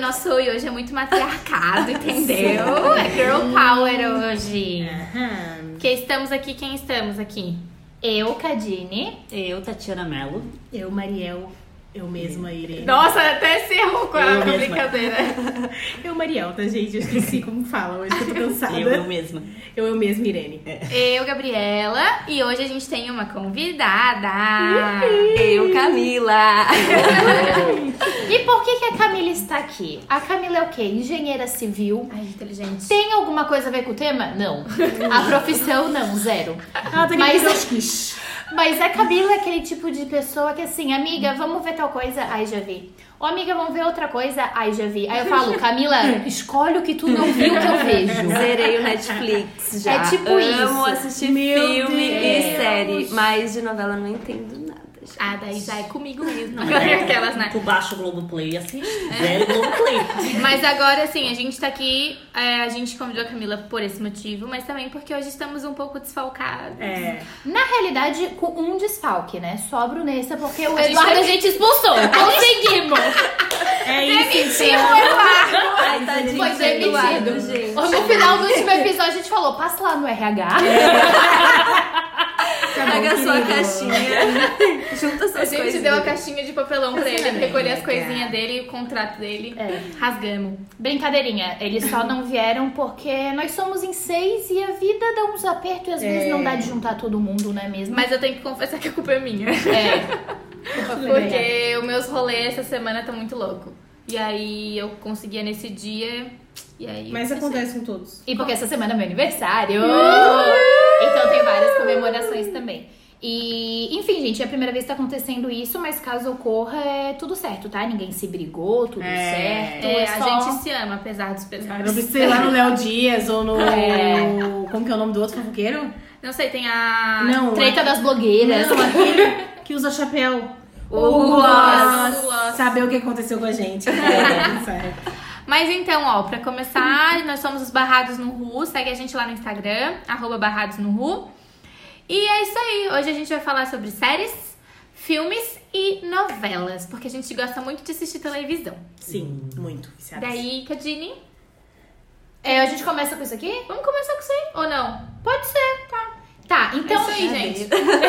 nosso oi hoje é muito matriarcado, entendeu? É girl power hoje. Aham. Porque estamos aqui, quem estamos aqui? Eu, Cadine. Eu, Tatiana Mello. Eu, Mariel. Eu mesma, Irene. Nossa, até se errou com a Eu mesma. brincadeira. Eu, Mariel, tá, gente? Eu esqueci como fala hoje, que eu É. tô cansada. Eu, eu mesma. Eu, eu mesma, Irene. Eu, Gabriela. E hoje a gente tem uma convidada. Uhum. Eu, Camila. E por que, que a Camila está aqui? A Camila é o quê? Engenheira civil. Ai, inteligente. Tem alguma coisa a ver com o tema? Não. A profissão, não, zero. Ela tá aqui Mas- é- porque eu quis. Mas a Camila é aquele tipo de pessoa que assim, amiga, vamos ver tal coisa? Ai, já vi. Ô, amiga, vamos ver outra coisa? Ai, já vi. Aí eu falo, Camila, escolhe o que tu não viu que eu vejo. Zerei o Netflix já. É tipo Amo isso. assistir Meu filme Deus. e série, mas de novela eu não entendo nada. gente. Ah, daí já é comigo mesmo. Aquelas, né? Tu baixa o Globoplay e assiste. Zero Globoplay. Mas agora, assim, a gente tá aqui, é, a gente convidou a Camila por esse motivo, mas também porque hoje estamos um pouco desfalcados. É. Na realidade, com um desfalque, né? Sobro nessa, porque o O Eduardo. Eduardo a gente expulsou, conseguimos! É isso, Demitiu então. o Eduardo! Ai, tadinho Foi do demitido. Eduardo, gente. No final do último episódio, a gente falou, passa lá no RH. Tá bom, Pega sua querido. caixinha. Junta suas A gente coisas. deu a caixinha de papelão pra ele, recolher as cara. coisinhas dele, o contrato dele. É. Rasgamos. Brincadeirinha, eles só não vieram porque nós somos em seis e a vida dá uns apertos e às vezes não dá de juntar todo mundo, não é mesmo? Mas eu tenho que confessar que a culpa é minha. é, Porque os meus rolês essa semana estão muito loucos. E aí eu conseguia nesse dia. E aí. Mas eu acontece com todos. e porque essa semana é meu aniversário. Uh! então tem várias comemorações também. E, enfim, gente, é a primeira vez que tá acontecendo isso, mas caso ocorra, é tudo certo, tá? Ninguém se brigou, tudo É. certo. É, É, a só... gente se ama, apesar dos Eu pesares. não precisei ir lá no Léo Dias ou no. É. Como que é Ah, o nome do outro fofoqueiro? Não sei, tem a. Não. Treta das blogueiras. é Não, aquele que usa chapéu. O Gloss. Gloss. Saber o que aconteceu com a gente. É, sério. Mas então, ó, pra começar, nós somos os Barrados no Ru. Segue a gente lá no Instagram, arroba Barrados no Ru. E é isso aí. Hoje a gente vai falar sobre séries, filmes e novelas. Porque a gente gosta muito de assistir televisão. Sim, muito. viciadas. Daí, Cadine, É, a gente começa com isso aqui? vamos começar com isso aí, ou não? Pode ser, tá. Tá, então. é isso aí, gente.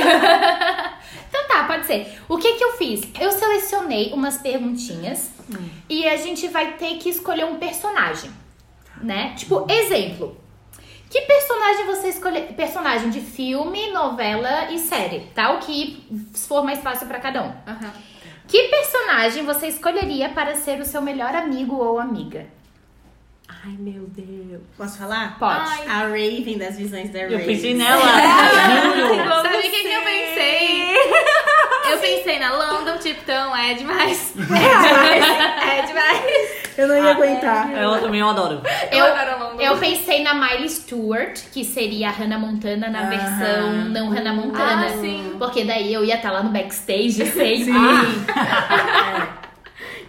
Então tá, pode ser. O que que eu fiz? Eu selecionei umas perguntinhas e a gente vai ter que escolher um personagem, né? Tipo, exemplo. Que personagem você escolher? Personagem de filme, novela e série, tá? O que for mais fácil pra cada um. Aham. Que personagem você escolheria para ser o seu melhor amigo ou amiga? Ai, meu Deus. Posso falar? Pode. Ai. A Raven das visões da Raven. Eu pensei nela. Sabe o que, que eu pensei? Eu pensei na London, Tipton, é demais. É demais. Eu não ia aguentar. Ela também eu adoro. Eu, Eu- adoro a London. Eu pensei na Miley Stewart, que seria a Hannah Montana na Aham. versão não Hannah Montana. Ah, sim. Porque daí eu ia estar lá no backstage Ah, sempre.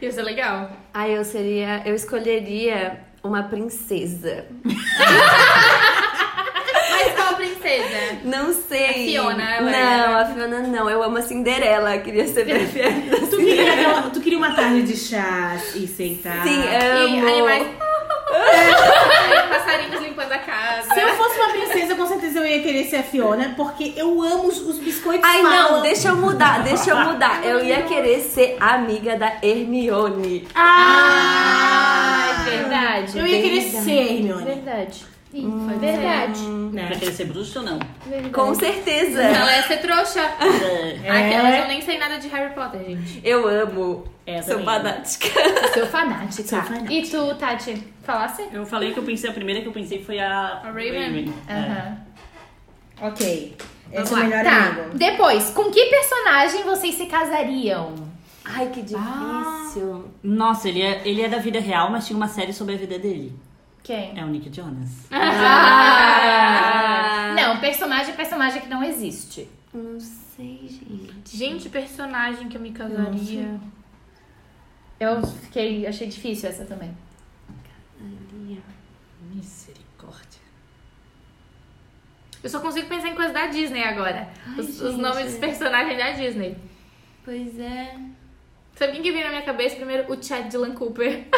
é. Ia ser legal. Ai, eu seria. Eu escolheria uma princesa. Mas qual princesa? Não sei. A Fiona, ela Não, é- a Fiona não. Eu amo a Cinderela. Queria ser perfeita. Tu queria, aquela- tu queria uma tarde de chás e sentar. Sim, é. E amo. animais. Aí, passarinhos limpando a casa. Se eu fosse uma princesa, com certeza eu ia querer ser a Fiona, porque eu amo os, os biscoitos Ai, não, Fala. deixa eu mudar, deixa eu mudar. Eu ia querer ser amiga da Hermione. Ah, verdade. Eu ia querer Verdade. ser Hermione. Verdade. Ih, foi verdade. Né? Vai querer ser bruxa ou não? verdade. Com certeza. Ela ia ser trouxa. É. Aquelas eu nem sei nada de Harry Potter, gente. Eu amo. É, eu Sou também. fanática. Seu fanática. Sou fanática. E tu, Tati, assim. falasse? Eu falei que eu pensei, a primeira que eu pensei foi a, A Raven. É. Aham. Ok. Vamos Esse é o lá. melhor Tá, amigo. depois, com que personagem vocês se casariam? Ai, que difícil. Nossa, ele é, ele é da vida real, mas tinha uma série sobre a vida dele. Quem? É o Nick Jonas. Ah! Não, personagem é personagem que não existe. Não sei, gente. Gente, personagem que eu me casaria. Eu fiquei, achei difícil essa também. Misericórdia. Eu só consigo pensar em coisa da Disney agora. Ai, Os, os gente. nomes dos personagens da Disney. Pois é. Sabe quem que veio na minha cabeça primeiro? O Chad Dylan Cooper.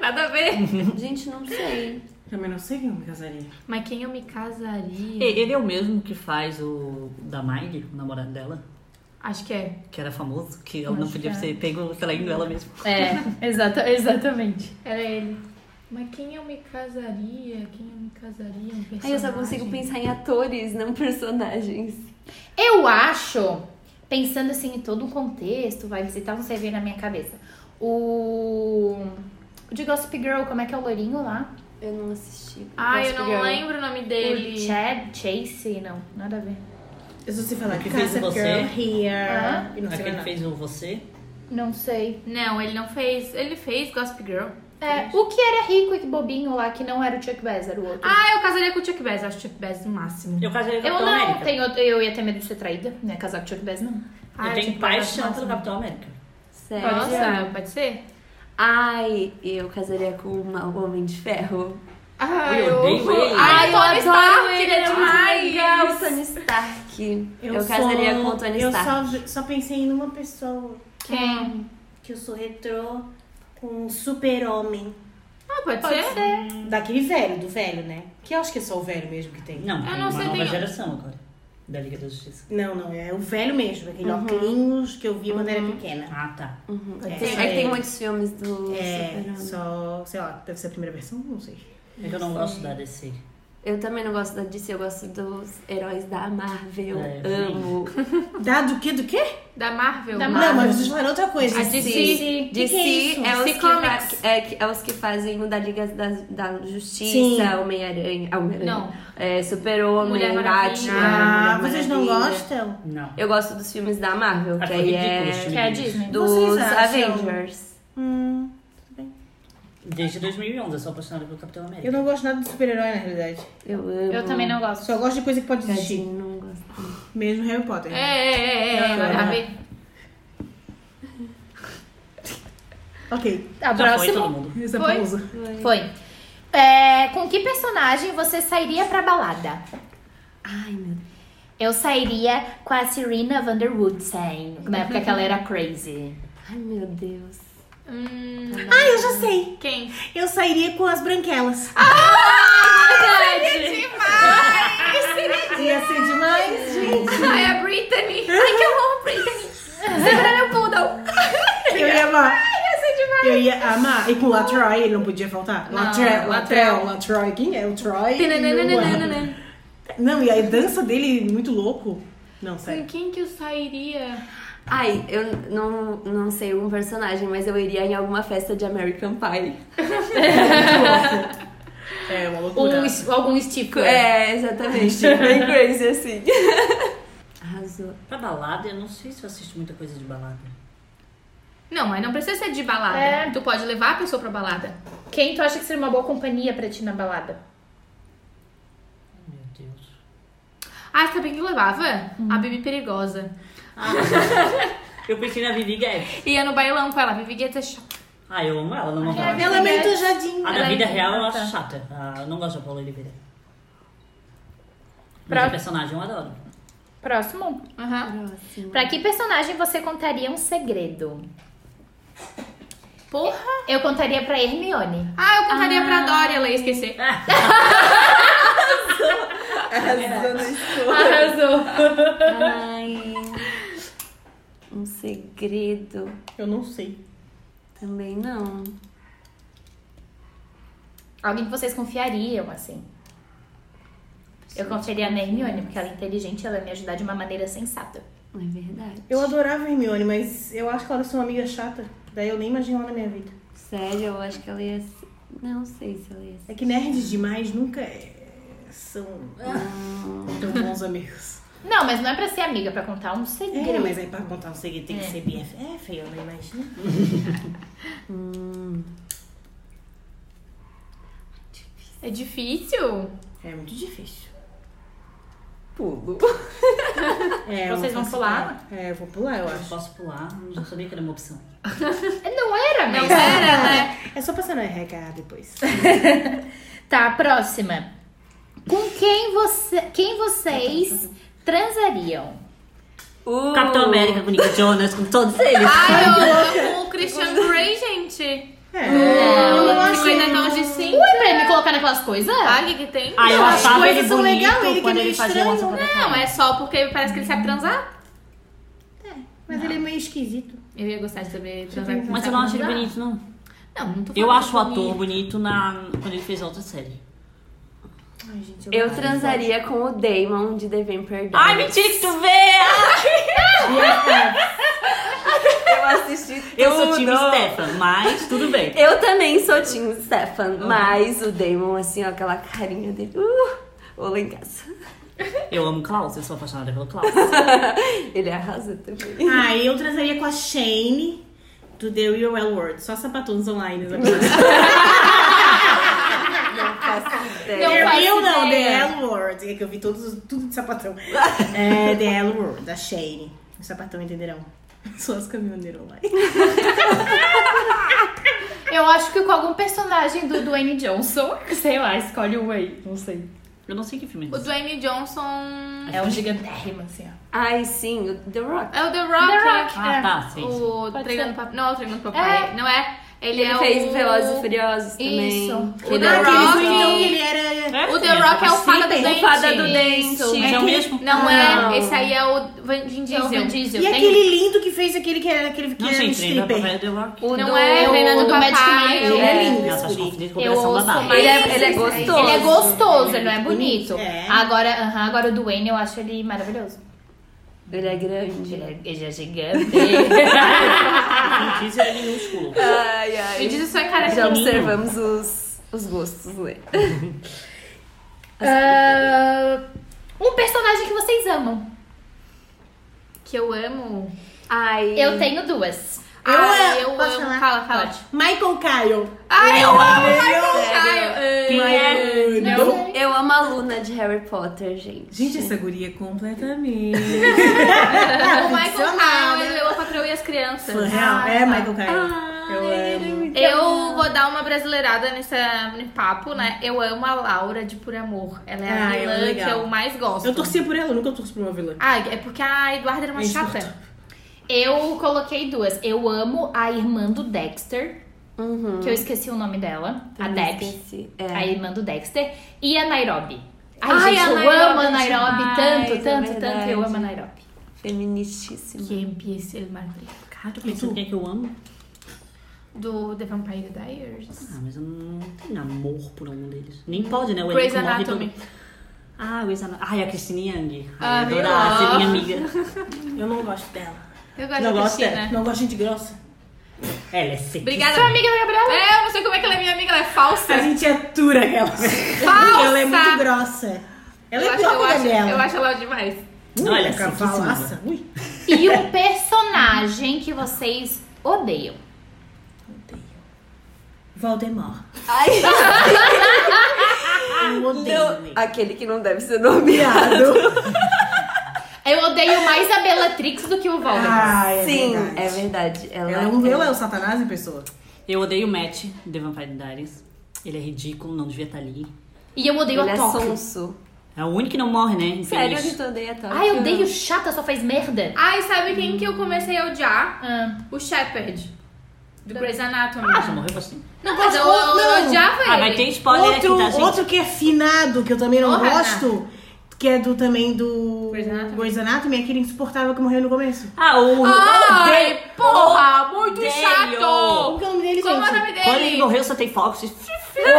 Nada a ver. Gente, não sei. Também não sei quem eu me casaria. Mas quem eu me E- casaria? Ele é o mesmo que faz o da Miley, o namorado dela, Acho que é. que era famoso, que ela não podia ser pego traindo ela mesmo. É, exata, exatamente. Era É ele. Mas quem eu me casaria? Quem eu me casaria? Um personagem. Aí eu só consigo pensar em atores, não personagens. Eu acho, pensando assim em todo o contexto, vai visitar um CV na minha cabeça. O. O de Gossip Girl, como é que é o loirinho lá? Eu não assisti. Ah, eu Gossip não Girl. lembro o nome O dele. Chad, Chase, não, nada a ver. Eu só sei falar O que que Casa Girl fez você? Here. Ah. E não sei Aquele mais que nada. fez o Você. Não sei. Não, ele não fez. Ele fez Gossip Girl. É, o que era rico e bobinho lá, que não era o Chuck Bass, era o outro. Ah, eu casaria com o Chuck Bass. Acho o Chuck Bass o máximo. Eu casei com o eu Capitão não América. tenho. Eu ia ter medo de ser traída, né? Casar com o Chuck Bass, não. Ah, Eu Chuck tenho Bass paixão acho pelo máximo. Capitão América. Sério? Nossa, pode ser? Ai, eu casaria com uma- o Homem de Ferro. Ai, Eu odeio ele. Ai, eu Tony Stark, ele é muito demais. legal, o Tony Stark. Eu, só- casaria com o Tony eu Stark. só, só pensei em uma pessoa Quem? que eu sou retrô com um super-homem. Ah, pode, Pode ser? ser. Daquele velho, do velho, né? Que eu acho que é só o velho mesmo que tem. Não, tem não uma sei, nova tem- geração agora. Da Liga da Justiça. Não, não, é o velho mesmo, aquele óculos que eu vi quando era pequena. Ah, tá. Uhum. É. Tem- É. que tem muitos filmes do É, Superman. só, sei lá, deve ser a primeira versão, não sei. É que eu não gosto da DC. Eu também não gosto da DC, eu gosto dos heróis da Marvel. É, Amo. Dá do que, do quê? Da Marvel? Da Não, Marvel. mas vocês falaram outra coisa. A DC. DC, Que que é isso? é, os DC que Comics. fa- é que- é os que fazem o da Liga da, da Sim. Justiça, Homem-Aranha. ah, Homem-Aranha. Não. É, Super-Homem, Mulher Maravilha. Batman. Ah, Mulher vocês não Maravilha. gostam? Não. Eu gosto dos filmes da Marvel, Ah, que foi aí ridículo os é filmes Que é a Disney. dos Vocês acham? Avengers. Hum, Desde 2011 eu sou apaixonada pelo Capitão América. eu não gosto nada de super-herói, na realidade. Eu amo. Eu também não gosto. Só gosto de coisa que pode Tadinho, existir. não gosto. Mesmo Harry Potter. É, é, é, é, é. Nada a ver. Ok, A Já foi próxima. todo mundo. essa Foi? pausa. Foi. É, com que personagem você sairia pra balada? Ai, meu Deus. Eu sairia com a Serena Vanderwood, sem. Na época que ela era crazy. Ai, meu Deus. Hum, Ah, eu já sei. quem? Eu sairia com as branquelas. Ah, Verdade. é Ia ser demais, gente. Ai, a Britney. Ai, que eu amo a Britney. Segura meu poodle. Eu ia amar. Ia ser demais. Eu ia amar. E com o Latroy, ele não podia faltar. Não, Latrell, Latrell. Latrell, Latroy. Quem é o Troy? E o- Tananana. Não, e a dança dele, é muito louco. Não, sério. Com quem que eu sairia? Ai, eu não, não sei um personagem, mas eu iria em alguma festa de American Pie. É uma loucura. Um, es- algum estico. É, exatamente. Bem crazy, assim. Arrasou. Pra balada, eu não sei se eu assisto muita coisa de balada. Não, mas não precisa ser de balada. É. Tu pode levar a pessoa pra balada. Quem tu acha que seria uma boa companhia pra ti na balada? Meu Deus. Ah, sabe quem eu levava? A Bibi Perigosa. Eu pensei na Vivi Guedes. Ia no bailão com ela. Bibi Guetta é chata. Ah, eu amo ela, ela não gosto. Ela é meio tojadinha. A da ela vida é real eu acho chata. chata. Ah, eu não gosto da Paula Oliveira. Mas Pra- o personagem eu adoro. Próximo. Aham. Próximo. Pra que personagem você contaria um segredo? Porra. Eu contaria pra Hermione. Ah, eu contaria pra Dory, ela ia esquecer. É Arrasou no escuro. Arrasou. Ai. Um segredo. Eu não sei. Também não. Alguém que vocês confiariam, assim. Eu confiaria na Hermione, porque ela é inteligente, ela ia me ajudar de uma maneira sensata. Não é verdade. Eu adorava a Hermione, mas eu acho que ela era sua amiga chata. Daí eu nem imagino ela na minha vida. Sério, eu acho que ela ia. se- Não sei se ela ia. se- É que nerds demais nunca é- são tão bons amigos. Não, mas não é pra ser amiga, é pra contar um segredo. É, mas aí pra contar um segredo tem que ser é BFF, eu não imagino. É difícil. É muito difícil. Pulo. É, eu Vocês não vão faço pular? ideia. É, eu vou pular, eu Eu acho. posso pular, eu já sabia que era uma opção. Não era, mas... Pera, né? É só passar no RH depois. É. Tá, próxima. Com quem, você, quem vocês transariam? Uh, Capitão América com Nick Jonas, com todos eles. Ai, eu amo o Christian Grey, gente. É. eu eu acho naquelas coisas? Ah, o que, que tem? Ah, eu Não, as achava ele coisas são bonito legal, ele que é quando meio ele fazia uma estranho. Não, é só porque parece que ele sabe transar. Mas ele é meio esquisito. Eu ia gostar de saber transar. com Mas quem eu sabe não acho ele transar. bonito, não. Não, não tô falando Eu acho o bonito. ator bonito na... quando ele fez outra série. Eu transaria com o Damon de The Vampire Diaries. Ai, mentira que tu vê! Eu assisti tudo. Eu sou time Stefan, mas tudo bem. Eu também sou Tim Stefan, mas o Damon, assim, ó, aquela carinha dele. Uh, ou lá em casa. Eu amo Klaus, eu sou apaixonada pelo Klaus. Ele arrasa também. Ah, e eu transaria com a Shane do The Real Well World. Só sapatões online. né? Não The faço Real não, The ideia. L World. É que eu vi todos, os- tudo de sapatão. É, The L World, da Shane. Os sapatão entenderão. Só as caminhoneiras online. Eu acho que com algum personagem do Dwayne Johnson, sei lá, escolhe um aí, não sei. Eu não sei que filme é O esse. Dwayne Johnson É um gigantérrimo, assim, ó. Ai, sim, o The Rock. é o The Rock. The Rock. Ah, tá, sim. sim. é, O Pode Treinando ser. Papai. Não, é o Treinando Papai. Não é? Ele, Ele, é fez o... Velozes e Furiosos também. é Isso. O The Ah, Rock. Rock. Aqueles do então que ele era... É, O The sim, Rock Assim, é o sim. Fada do Dente. O Fada do Dente. Isso. Mas é o aquele- mesmo. Não, Não. Ah. é. Esse aí é o Van Vin É o Diesel. Vin Diesel. E tem- aquele lindo que fez aquele que era, aquele que Não, era um gente, stripper. lembra papel é The Rock. O Não do- é o Treinando do Magic Papai. Mike. Ele é lindo, Nossa, acho esse que eu guri. confundi com Eu Operação sou Babá. mais- Ele é, ele é Ele é gostoso. Ele é gostoso, ele não é bonito. É. Agora, aham, agora o Dwayne eu acho ele maravilhoso. Ele é grande. Ele é, ele é gigante. O Vin Diesel é minúsculo. Ai, ai. Me diz a sua cara Já de observamos os, os gostos, né? Ah, um personagem que vocês amam. que eu amo. Ai. Eu tenho duas. Eu Ai, amo. eu Posso amo. falar? Fala, fala. Michael Kyle. Ai, eu amo Michael Caio. Quem é? Não. Eu amo a Luna de Harry Potter, gente. Gente, essa guria é completamente... É. O Michael Caio, eu, a patroa e as Fã crianças. Ah, tá. real. né? É, Michael Kyle. Ai, Eu ele é amo. muito Eu vou dar uma brasileirada nessa, nesse papo, né? Eu amo a Laura de Por Amor. Ela é a Ah, ela é vilã que legal. eu mais gosto. Eu torcia por ela, eu nunca torço por uma vilã. Ah, é porque a Eduarda era uma É chata. Eu coloquei duas. Eu amo a irmã do Dexter, Uhum. que eu esqueci o nome dela. a Também Deb. esqueci. É. a irmã do Dexter, e a Nairobi. Ai, Ai, gente, a eu Nairobi amo a Nairobi é demais, tanto, é tanto, tanto. verdade. Eu amo a Nairobi. Feministíssima. Que empiece el matriarcado. Cara, tô pensando quem é que eu amo. Do The Vampire Diaries. Ah, mas eu não tenho amor por um deles. Nem pode, né? O Grey's elenco morre Anatomy. todo. Ah, Grey's Anatomy. Ai, a Christine Yang. Ah, Ai, viu? adorar ser minha amiga. Eu não gosto dela. Eu gosto não da gosto Cristina. dela. Não gosto de gente grossa. Ela é sexy. Obrigada. Sua amiga da Gabriela? É, eu não sei como é que ela é minha amiga, ela é falsa. A gente atura ela. Falsa! Ela é muito grossa. Ela eu, é acho, pior que eu, a acho, Gabriela. eu acho ela demais. Não, ela é Ui, sexy, cavalaça. Ui. E um personagem que vocês odeiam. Valdemar. Ai, Ah, Eu odeio. não. ele. Aquele que não deve ser nomeado. Viado. Eu odeio mais a Bellatrix do que o Voldemort. Ah, é Sim, verdade. é verdade. Ela, Ela é um vilão, é o Satanás em pessoa. Eu odeio o Matt, The Vampire Diaries. Ele é ridículo, não devia estar ali. E eu odeio Ele a é Tóquio. sonso. É o único que não morre, né? Infeliz. Sério que tu odeia Tóquio? Ai, eu odeio chata, só faz merda. Ai, sabe quem que eu comecei a odiar? Ah, O Shepard. Do Grey's Anatomy. tá Ah, já morreu assim. não, mas eu, outro- eu não. odiava ele. Ah, vai ter spoiler Outro, aqui, tá, gente? outro que é finado, que eu também não Ô, Renata. gosto, que é do também do Grey's Anatomy. Grey's Anatomy, é aquele insuportável que morreu no começo. Ah, o... Ai, odeio- porra, muito odeio. chato. Como que é o nome dele, Como é o gente? nome Quando ele dele? morreu, só tem fogos. O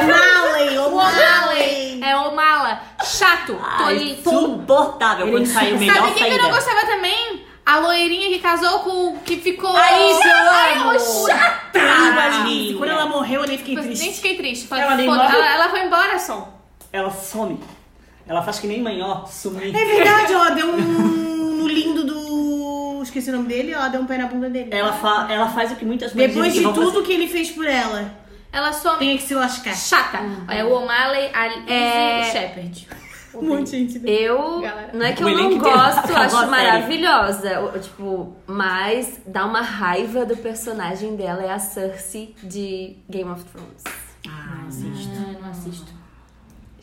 Malley, o O O'Malley. Malley. um É o Mala. Chato. Ai, Tolito. insuportável. Ele é Quando saiu insuportável. o Ah, melhor Sabe quem que eu não saída. gostava também? A loirinha que casou com o que ficou. Ai, isso eu Ai, amo. ô, chata! Ah, Mas, Quando ela morreu, eu nem fiquei Mas Nem triste. fiquei triste. Falei, Ela nem foda- morre. ela, ela foi embora só. Ela some. Ela faz que nem mãe, ó. Sumir. É verdade, ó, deu um no lindo do. Esqueci o nome dele, ó, deu um pé na bunda dele. Ela, fa ela faz o que muitas mulheres Depois de dizem que vão tudo que ele fez por ela, Ela some. tem que se lascar. Chata. É o O'Malley, a Lizzie É. e o Shepard. Um monte de gente. né? Eu, Galera. não é que O eu não elenco inteiro gosto, acabou a série. acho maravilhosa. Eu, Tipo, mas dá uma raiva do personagem dela, é a Cersei de Game of Thrones. fazer. Ah, sim. Ah, não assisto.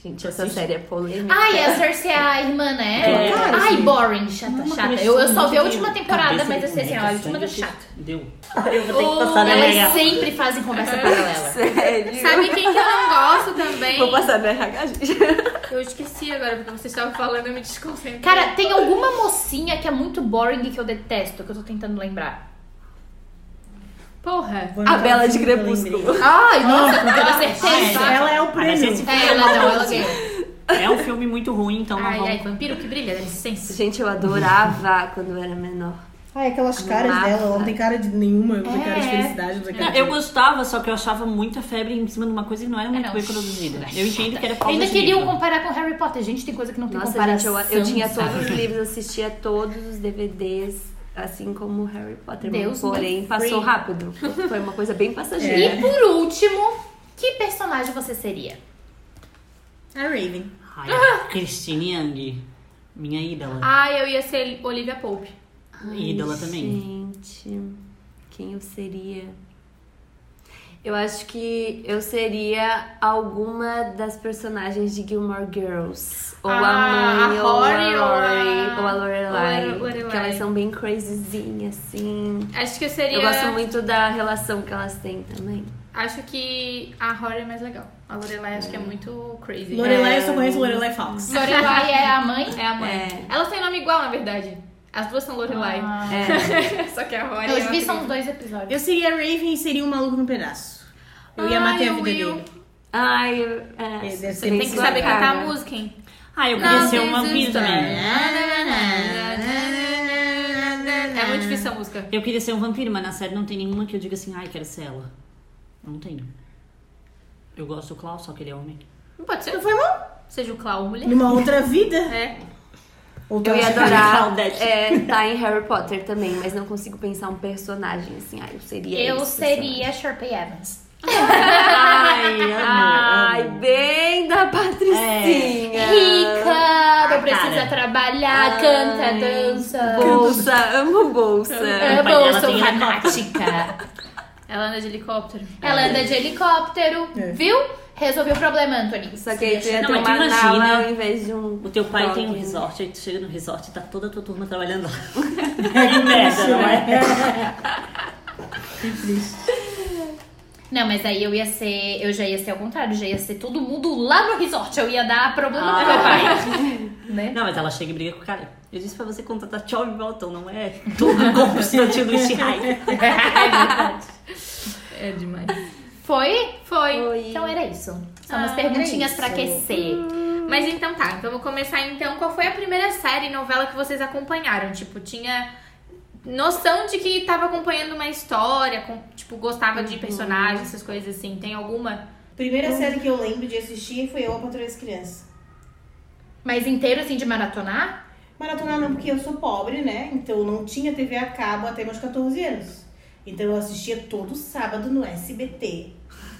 Gente, essa série é polêmica. Ai, a Cersei é a irmã, né? É. Claro, Ai, sim. boring, chata, Uma tá chata. coleção Eu, eu só vi a de última temporada, assim, cabeça mas de tipo. eu sei assim, boneca, a última sangue, tá chata. Deu. Eu vou ter que passar na Elas minha. sempre fazem É. conversa paralela. Sério? Sabe quem que eu não gosto também? Vou passar no RH, gente. Eu esqueci agora, porque vocês estavam falando, eu me desconcentrei. Cara, tem alguma mocinha que é muito boring e que eu detesto, que eu tô tentando lembrar. porra. A Bela de Crepúsculo. Ai, nossa, com toda Gente, certeza. ela é o Mas prêmio. esse- É, ela não, ela ganhou. É um filme muito ruim, então não Ai, ai, vamos. vampiro que brilha, dá licença. Gente, eu adorava quando eu era menor. Ai, aquelas caras Massa. dela, ela não tem cara de nenhuma, não tem cara de É. felicidade, não tem cara Não, de... Eu gostava, só que eu achava muita febre em cima de uma coisa que É, não era muito Era bem um produzida. chata. Eu entendo que era Eu falta ainda de queriam livro. comparar com Harry Potter. Gente, tem coisa que não tem Nossa, gente, comparação. eu, eu tinha sabe? todos os livros, assistia todos os DVDs, assim como Harry Potter. Deus Porém, me passou free. rápido. Foi uma coisa bem passageira. E por último, que personagem você seria? A Raven. Ai, Christine Yang, minha ídola. Ah, Ai, Ah, eu ia ser Olivia Pope. É. ídola também. Gente, quem eu seria? Eu acho que eu seria alguma das personagens de Gilmore Girls. Ou Ah, a mãe, a ou a Rory, ou a- Rory, ou a ou a Lorelai. Lorelai. Porque elas são bem crazyzinhas, assim. Acho que eu seria. Eu gosto muito da relação que elas têm também. Acho que a Rory é mais legal. A Lorelai acho que é muito crazy. Lorelai, eu só conheço Lorelai Fox. Lorelai é a mãe? É Ah. a mãe. É. Elas têm nome igual, na verdade. As duas são Lorelai. É. Só que a Rory. é Eu uma vi só uns atriz. dois episódios. Eu seria a Raven e seria um maluco no pedaço. Eu ia Ai, matar a o vida Will. dele. Ai, eu- é, Ele deve você ter tem Tem que sua saber cara. cantar a música, hein? Ah, eu queria Não, ser tem uma vampiro justa. também. É muito difícil essa música. Eu queria ser um vampiro, mas na série não tem nenhuma que eu diga assim, ai, quero ser ela. Não tem. Eu gosto do Klaus, só que ele é homem. Não pode ser. Não foi mal. Seja o Clau, mulher. Numa outra vida? É. Ou Eu ia talvez- adorar é, tá em Harry Potter também, mas não consigo pensar um personagem assim. Ai, eu seria. Eu esse seria Sharpay Evans. Ai, amo, personagem. Ai, amo. É, bem da Patricinha. Rica, não precisa cara. trabalhar, Ah, Ai, canta, dança. Bolsa, amo bolsa. pai Amo, dela sou tem fanática. Ela anda de helicóptero. Ela anda de helicóptero, É. viu? Resolveu o problema, Antônio. Só que aí tu ia Não, ter mas tu uma imagina, nala ao invés de um. O teu pai tem um dog, né? resort, aí tu chega no resort e tá toda a tua turma trabalhando lá. que merda, não é? Não, mas aí eu ia ser. Eu já ia ser ao contrário, já ia ser todo mundo lá no resort. Eu ia dar problema pro meu pai. né? Não, mas ela chega e briga com o cara. Eu disse pra você contratar Charlie Bolton, não é tudo como o seu tio do Shrek. É demais. Foi? Foi. Oi. Então era isso. São umas Ah, perguntinhas era pra isso. aquecer. Mas então tá, então vou começar então. Qual foi a primeira série, novela que vocês acompanharam? Tipo, tinha noção de que tava acompanhando uma história, com- tipo, gostava Uhum. de personagens, essas coisas assim. Tem alguma? Primeira série que eu lembro de assistir foi Eu, a Patrulha das Crianças. Mas inteiro assim de maratonar? Maratonar não, porque eu sou pobre, né? Então eu não tinha TV a cabo até meus 14 anos. Então eu assistia todo sábado no SBT.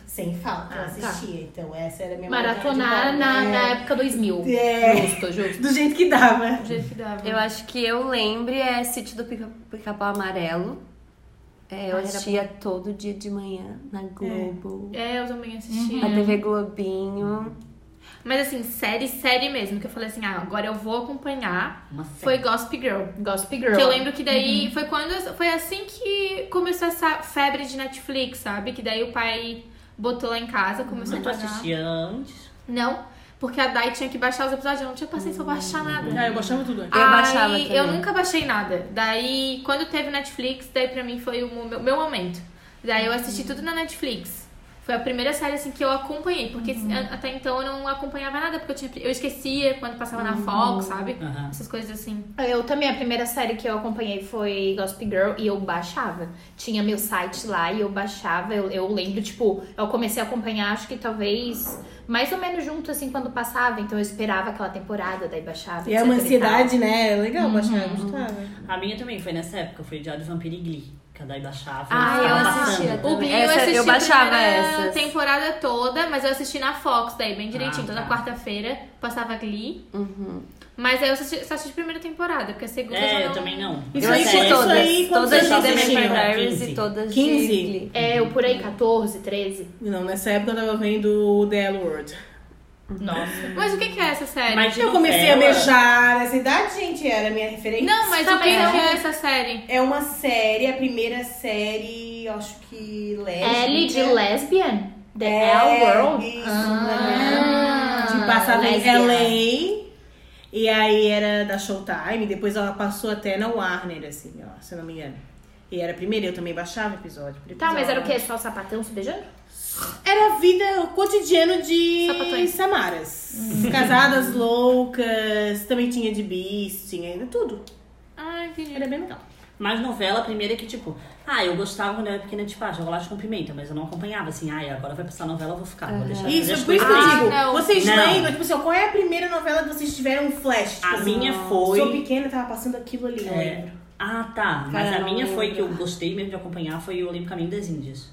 Sem falta, eu Ah, tá. assistia. Então essa era a minha Maratonar modalidade na, pobre. na época 2000. É. Justo, justo. Do jeito que dava. Do jeito que dava. Eu acho que eu lembro é Sítio do Pica- Pica-Pau Amarelo. É, eu Ah, era assistia todo dia de manhã na Globo. É, eu também Hum. assisti. A TV Globinho. Mas assim, série, série mesmo, que eu falei assim, ah, agora eu vou acompanhar. Uma série. Foi Gossip Girl. Gossip Girl. Que eu lembro que Uhum. daí foi quando foi assim que começou essa febre de Netflix, sabe? Que daí o pai botou lá em casa, começou Mas é tu a pagar. assistia antes? Não, porque a Dai tinha que baixar os episódios, eu não tinha paciência pra baixar nada. É, Ah, eu gostava tudo. Eu baixava também. eu nunca baixei nada. Daí, quando teve Netflix, daí pra mim foi o meu, meu momento. Daí eu assisti tudo na Netflix. Foi a primeira série assim que eu acompanhei, porque Uhum. an- até então eu não acompanhava nada, porque eu, tinha, eu esquecia quando passava na Uhum. Fox, sabe? Aham. Essas coisas assim. Eu também, a primeira série que eu acompanhei foi Gossip Girl e eu baixava. Tinha meu site lá e eu baixava. Eu, eu lembro, tipo, eu comecei a acompanhar, acho que talvez mais ou menos junto, assim, quando passava. Então eu esperava aquela temporada, daí baixava. E é uma etc e tal. ansiedade, né? É legal, mas eu gostava. A minha também foi nessa época, foi Diário do Vampiro e Glee. Que a Dai baixava. Ah, ficava eu passando. assistia. O Glee Essa- eu eu assisti baixava a primeira essas. temporada toda, mas eu assisti na Fox daí, bem direitinho. Ah, toda tá. quarta-feira passava Glee. Uhum. Mas aí eu assisti, só assisti a primeira temporada, porque a segunda já É, eu não- também não. Isso eu aí, assisti isso todas. aí, quantos todas de anos The você tinha? Vampires 15? e todas de 15? Glee. É, eu por aí, 14, 13. Não, nessa época eu tava vendo The L World. Nossa. Mas o que, que é essa série? Mas de Eu comecei a novela- beijar nessa idade, gente, era a minha referência. Não, mas o que, Também que não. é essa série? É uma série, a primeira série, eu acho que lésbica. L de lesbian? The L É, world? Isso, Ah, né? De passar lésbica. em LA. E aí era da Showtime, depois ela passou até na Warner, assim, ó, se eu não me engano. E era a primeira, eu também baixava episódio. por Tá, mas episódio. era o quê? Só sapatão se beijando? Era a vida, o cotidiano de Sapatões. Samaras. Casadas loucas, também tinha de bis, tinha ainda tudo. Ai, entendi. é Era bem legal. Mas novela, a primeira é que, tipo, ah, eu gostava quando eu era pequena, tipo, ah, chocolate com pimenta, mas eu não acompanhava, assim, ah, agora vai passar novela, eu vou ficar, vou deixar. Isso, deixa por isso que eu comigo. Ah, digo, não. vocês Não. lembram, tipo assim, ó, qual é a primeira novela que vocês tiveram um flash? Tipo A assim, minha foi- Sou pequena, tava passando aquilo ali, eu É. lembro. Ah, tá. Mas Cara, a não minha foi lembro. que eu gostei mesmo de acompanhar foi o Olímpico Caminho das Índias.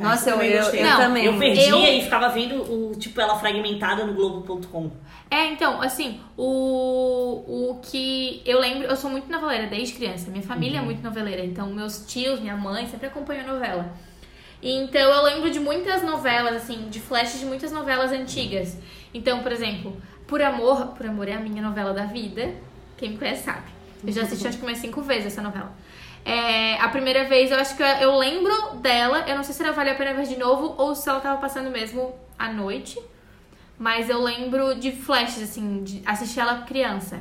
Nossa, É, eu, eu também eu, gostei. eu Não, também. Eu perdia Eu- e ficava vendo o tipo ela fragmentada no globo.com. É, então, assim, o, o que eu lembro, eu sou muito noveleira desde criança. Minha família é muito noveleira, então meus tios, minha mãe sempre acompanhou novela. Então eu lembro de muitas novelas, assim, de flashes de muitas novelas antigas. Então, por exemplo, Por Amor, Por Amor é a minha novela da vida. Quem me conhece sabe. Eu já assisti acho que umas cinco vezes essa novela. É, a primeira vez eu acho que eu, eu lembro dela, eu não sei se ela vale a pena ver de novo ou se ela tava passando mesmo à noite. Mas eu lembro de flashes, assim, de assistir ela criança.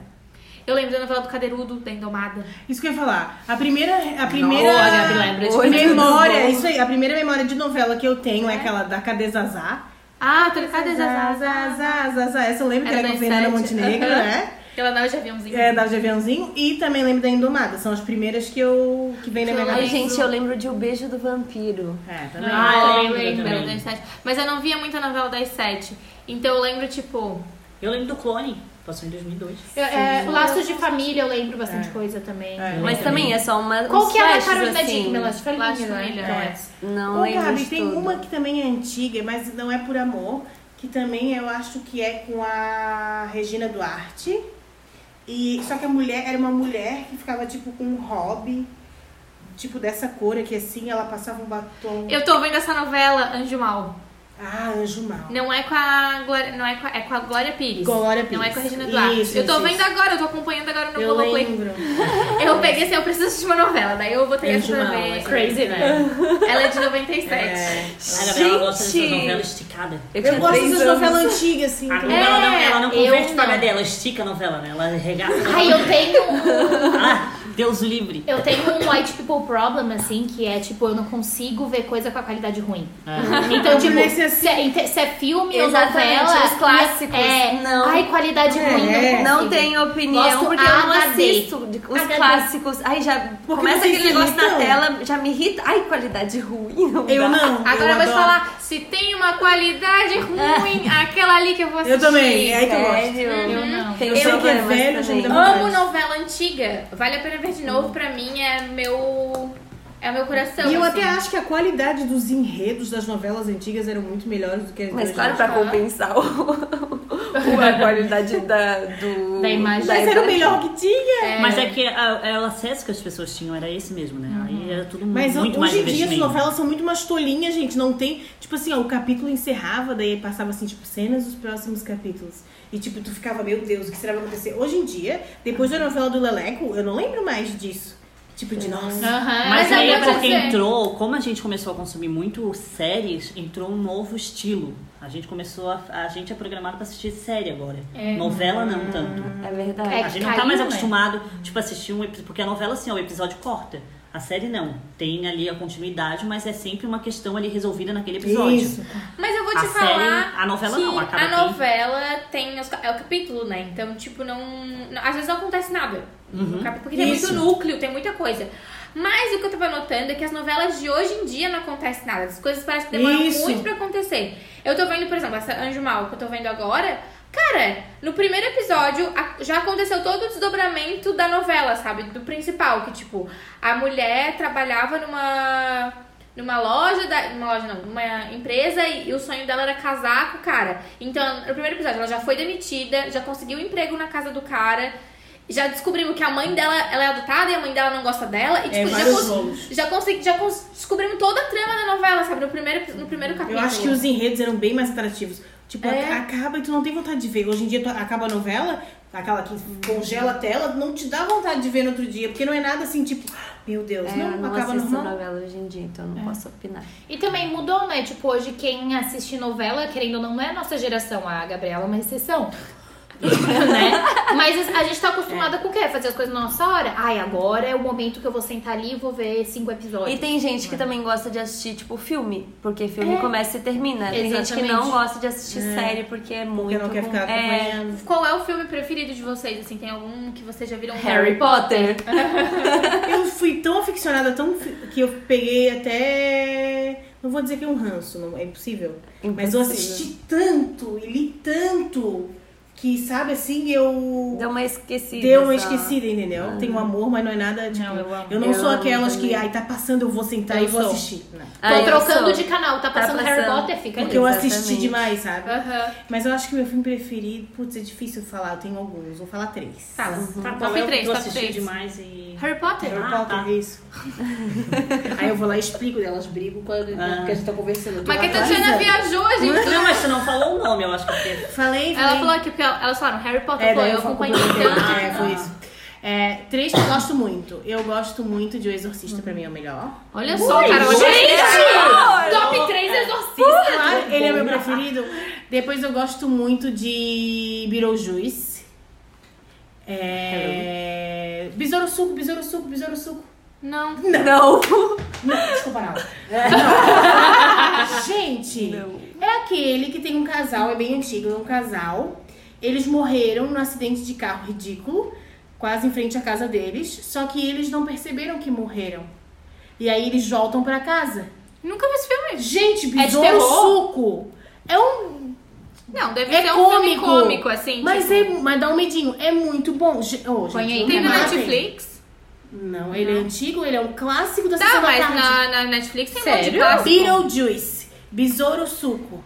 Eu lembro da novela do Cadeirudo, da Indomada. Isso que eu ia falar. A primeira. A primeira Nossa, É, a Gabi lembra de memória, é isso aí, a primeira memória de novela que eu tenho é, aquela da Cadê Zazá? Ah, tô ligada, Zazá, Zazá. Zazá, Zazá. Essa eu lembro que Era era das com Fernanda sete. Montenegro, Aham. né? Ela não, eu já vi umzinho. É, da de aviãozinho. E também lembro da Indomada. São as primeiras que eu. que vem na Que minha eu Ai, memória. gente, eu lembro de O Beijo do Vampiro. É, também. Ah, Ah, eu lembro lembro também. das sete. Mas eu não via muita novela das sete. Então eu lembro, tipo. Eu lembro do clone, passou em 2002. Eu, é, Laços de Família, eu lembro bastante coisa também. É. Mas também é só uma. Qual uns que é a flashes, Carolina assim. Dickman? Laços de Tá Laços de Família, né? Família, Então, é. Não Ô, lembro Gabi, de tem tudo. uma que também é antiga, mas não é por amor, que também eu acho que é com a Regina Duarte. E só que a mulher era uma mulher que ficava tipo com um hobby, tipo dessa cor aqui assim, ela passava um batom. É. Eu tô vendo essa novela, Anjo Mal. Ah, anjo mal. Não é com a Glória. Não é com a, é com a Glória Pires. Glória Pires. Não é com a Regina Duarte. Isso, eu tô isso, vendo isso. agora, eu tô acompanhando agora no eu Globoplay. lembro. Eu peguei assim, eu preciso assistir uma novela. Daí eu botei essa Anjo pra Mal, ver. essa Crazy, né? Ela é de 97. assim. É. A Gabriela gosta Gente! dessa novela esticada. Eu, Eu tinha gosto três dessas anos. novelas antigas, assim. A também. É. novela não, ela não eu converte pra não. HD, ela estica a novela, né? Ela regaça. Ai, eu tenho, um, Ah, Deus livre. eu tenho um white people problem, assim, que é tipo, eu não consigo ver coisa com a qualidade ruim. Então, Eu tipo, comecei assim. se é, inte- se é filme Exatamente, ou novela, os clássicos, É, não. Ai, qualidade É, ruim, é. não Não consigo. tenho opinião, Gosto porque eu não HD. assisto de- os HD. clássicos. Ai, já começa vocês aquele se negócio na irritam. tela, já me irrita. Ai, qualidade ruim. Não Eu dá. não. Agora eu vou te adoro. É. falar, se tem uma qualidade ruim, aquela ali que eu vou assistir. Eu também, é aí que eu gosto. Sério? Eu não. Tem Eu sei que é problemas velho, também. gente, é muito- Amo novela antiga. Vale a pena ver de novo, pra mim é meu. É o meu coração. E eu assim. até acho que a qualidade dos enredos das novelas antigas eram muito melhores do que as Mas de claro, hoje. pra compensar o, o- a qualidade da, do, Da imagem. Mas era o melhor que tinha. Mas é que a- é o acesso que as pessoas tinham era esse mesmo, né? Aí era tudo Mas muito mais hoje em dia as investimento. novelas são muito mais tolinhas, gente. Não tem. Tipo assim, ó, o capítulo encerrava, daí passava assim, tipo, cenas dos próximos capítulos. E tipo, tu ficava, meu Deus, o que será que vai acontecer? Hoje em dia, depois da novela do Leleco, eu não lembro mais disso. Tipo, de nossa. Aham, Mas é aí é pra porque dizer. entrou, como a gente começou a consumir muito séries, entrou um novo estilo. A gente começou a. A gente é programado pra assistir série agora. Novela não tanto. É verdade. É a que gente não tá caiu, mais né? acostumado, tipo, assistir um episódio. Porque a novela, assim, ó, o episódio corta. A série não. Tem ali a continuidade, mas é sempre uma questão ali resolvida naquele episódio. Isso. Mas eu vou te A falar. série- a novela que não, a cada A tem. novela tem. os ca- é o capítulo, né? Então, tipo, não. não- às vezes não acontece nada. Uhum. no capítulo, Porque tem Isso. muito núcleo, tem muita coisa. Mas o que eu tava notando é que as novelas de hoje em dia não acontece nada. As coisas parecem que demoram Isso. muito pra acontecer. Eu tô vendo, por exemplo, essa Anjo Mal que eu tô vendo agora. Cara, no primeiro episódio a- já aconteceu todo o desdobramento da novela, sabe? Do principal, que tipo, a mulher trabalhava numa numa loja, da, numa loja não, numa empresa e, e o sonho dela era casar com o cara. Então, no primeiro episódio ela já foi demitida, já conseguiu um emprego na casa do cara. Já descobrimos que a mãe dela, ela é adotada e a mãe dela não gosta dela e tipo, já vários cons- rolos. já consegui, já cons- descobrimos toda a trama da novela ela, sabe? No primeiro, no primeiro capítulo. Eu acho que os enredos eram bem mais atrativos. Tipo, É. a- acaba e tu não tem vontade de ver. Hoje em dia tu acaba a novela, aquela que congela a tela, não te dá vontade de ver no outro dia. Porque não é nada assim, tipo, meu Deus, É, não, eu não acaba assisto normal. É. novela hoje em dia, então eu não posso opinar. E também mudou, né? Tipo, hoje quem assiste novela, querendo ou não, não é a nossa geração. A Gabriela é uma exceção. né? Mas a gente tá É. acostumada com o quê? Fazer as coisas na nossa hora? Ai, agora é o momento que eu vou sentar ali e vou ver cinco episódios. E tem gente que também gosta de assistir, tipo, filme, porque filme É. começa e termina. Tem gente que Exatamente. não gosta de assistir série porque é muito. Porque não quer com- ficar é, acompanhando. Qual é o filme preferido de vocês? Assim, tem algum que vocês já viram? Harry Potter. É. Eu fui tão aficionada, tão fi- que eu peguei até. Não vou dizer que é um ranço, não, é impossível. Mas Impossível. eu assisti tanto e li tanto que, sabe assim, eu. Deu uma esquecida. Deu uma só. esquecida, entendeu? Tem um amor, mas não é nada. Tipo, Não, eu amo. não Eu sou amo aquelas que, também. ai, tá passando, eu vou sentar Eu e vou sou. assistir. Não. Tô Ah, eu trocando sou. de canal, tá Tá passando, Harry passando. Potter, fica Porque ali. eu Exatamente. assisti demais, sabe? Aham. Mas eu acho que meu filme preferido, putz, é difícil falar, eu tenho alguns, vou falar três. Fala. Tá, Qual top é o que 3, tu top assistiu 3. demais e... Harry Potter? Harry Ah, Potter, tá. isso. Aí eu vou lá e explico, elas brigam quando Ah. porque a gente tá conversando. eu tô Mas que a atualizando. Tatiana viajou, a gente. Não, mas tu não falou o nome, eu acho que é eu fiquei- Falei, Ela falei. falou aqui, porque elas falaram Harry Potter, É, falou, daí eu falo com acompanhei você. tanto. tá. Ah, é, foi isso. É, três que eu gosto muito. Eu gosto muito de O Exorcista, pra mim é o melhor. Olha né? só, cara, hoje Gente! Top 3 exorcista! Claro, ele é meu preferido. Depois eu gosto muito de Beetlejuice. É... Besouro Suco, Besouro Suco, Besouro Suco. Não. Não. Não, desculpa, não. Gente, é aquele que tem um casal, é bem antigo, é um casal. Eles morreram num acidente de carro ridículo, quase em frente à casa deles. Só que eles não perceberam que morreram. E aí eles voltam pra casa. Nunca vi esse filme. Gente, É de besouro terror? suco. É um. Não, deve É ser um filme cômico. cômico, assim. Mas, tipo, é, mas dá um medinho. É muito bom. Ge- Oh, Põe aí. gente, não Tem no matem. Netflix? Não, ele é antigo, ele é um clássico da Tá, sessão da mas tarde. na, na Netflix tem um monte de Sério? clássico. Beetlejuice, Besouro Suco.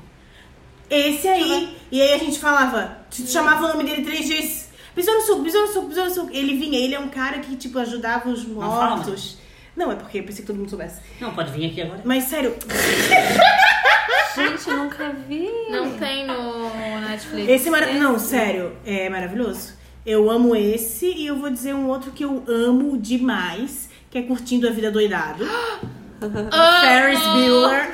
Esse aí. E aí a gente falava, te chamava o nome dele três vezes. Besouro Suco, Besouro Suco, Besouro Suco. Ele vinha, ele é um cara que, tipo, ajudava os fala, mortos. Não, é porque eu pensei que todo mundo soubesse. Não, pode vir aqui agora. Mas sério, Gente, eu nunca vi. Não tem no Netflix. esse é maravilhoso. Não, sério, é maravilhoso. Eu amo esse e eu vou dizer um outro que eu amo demais, que é Curtindo a Vida Doidado. Ferris Bueller. Ah,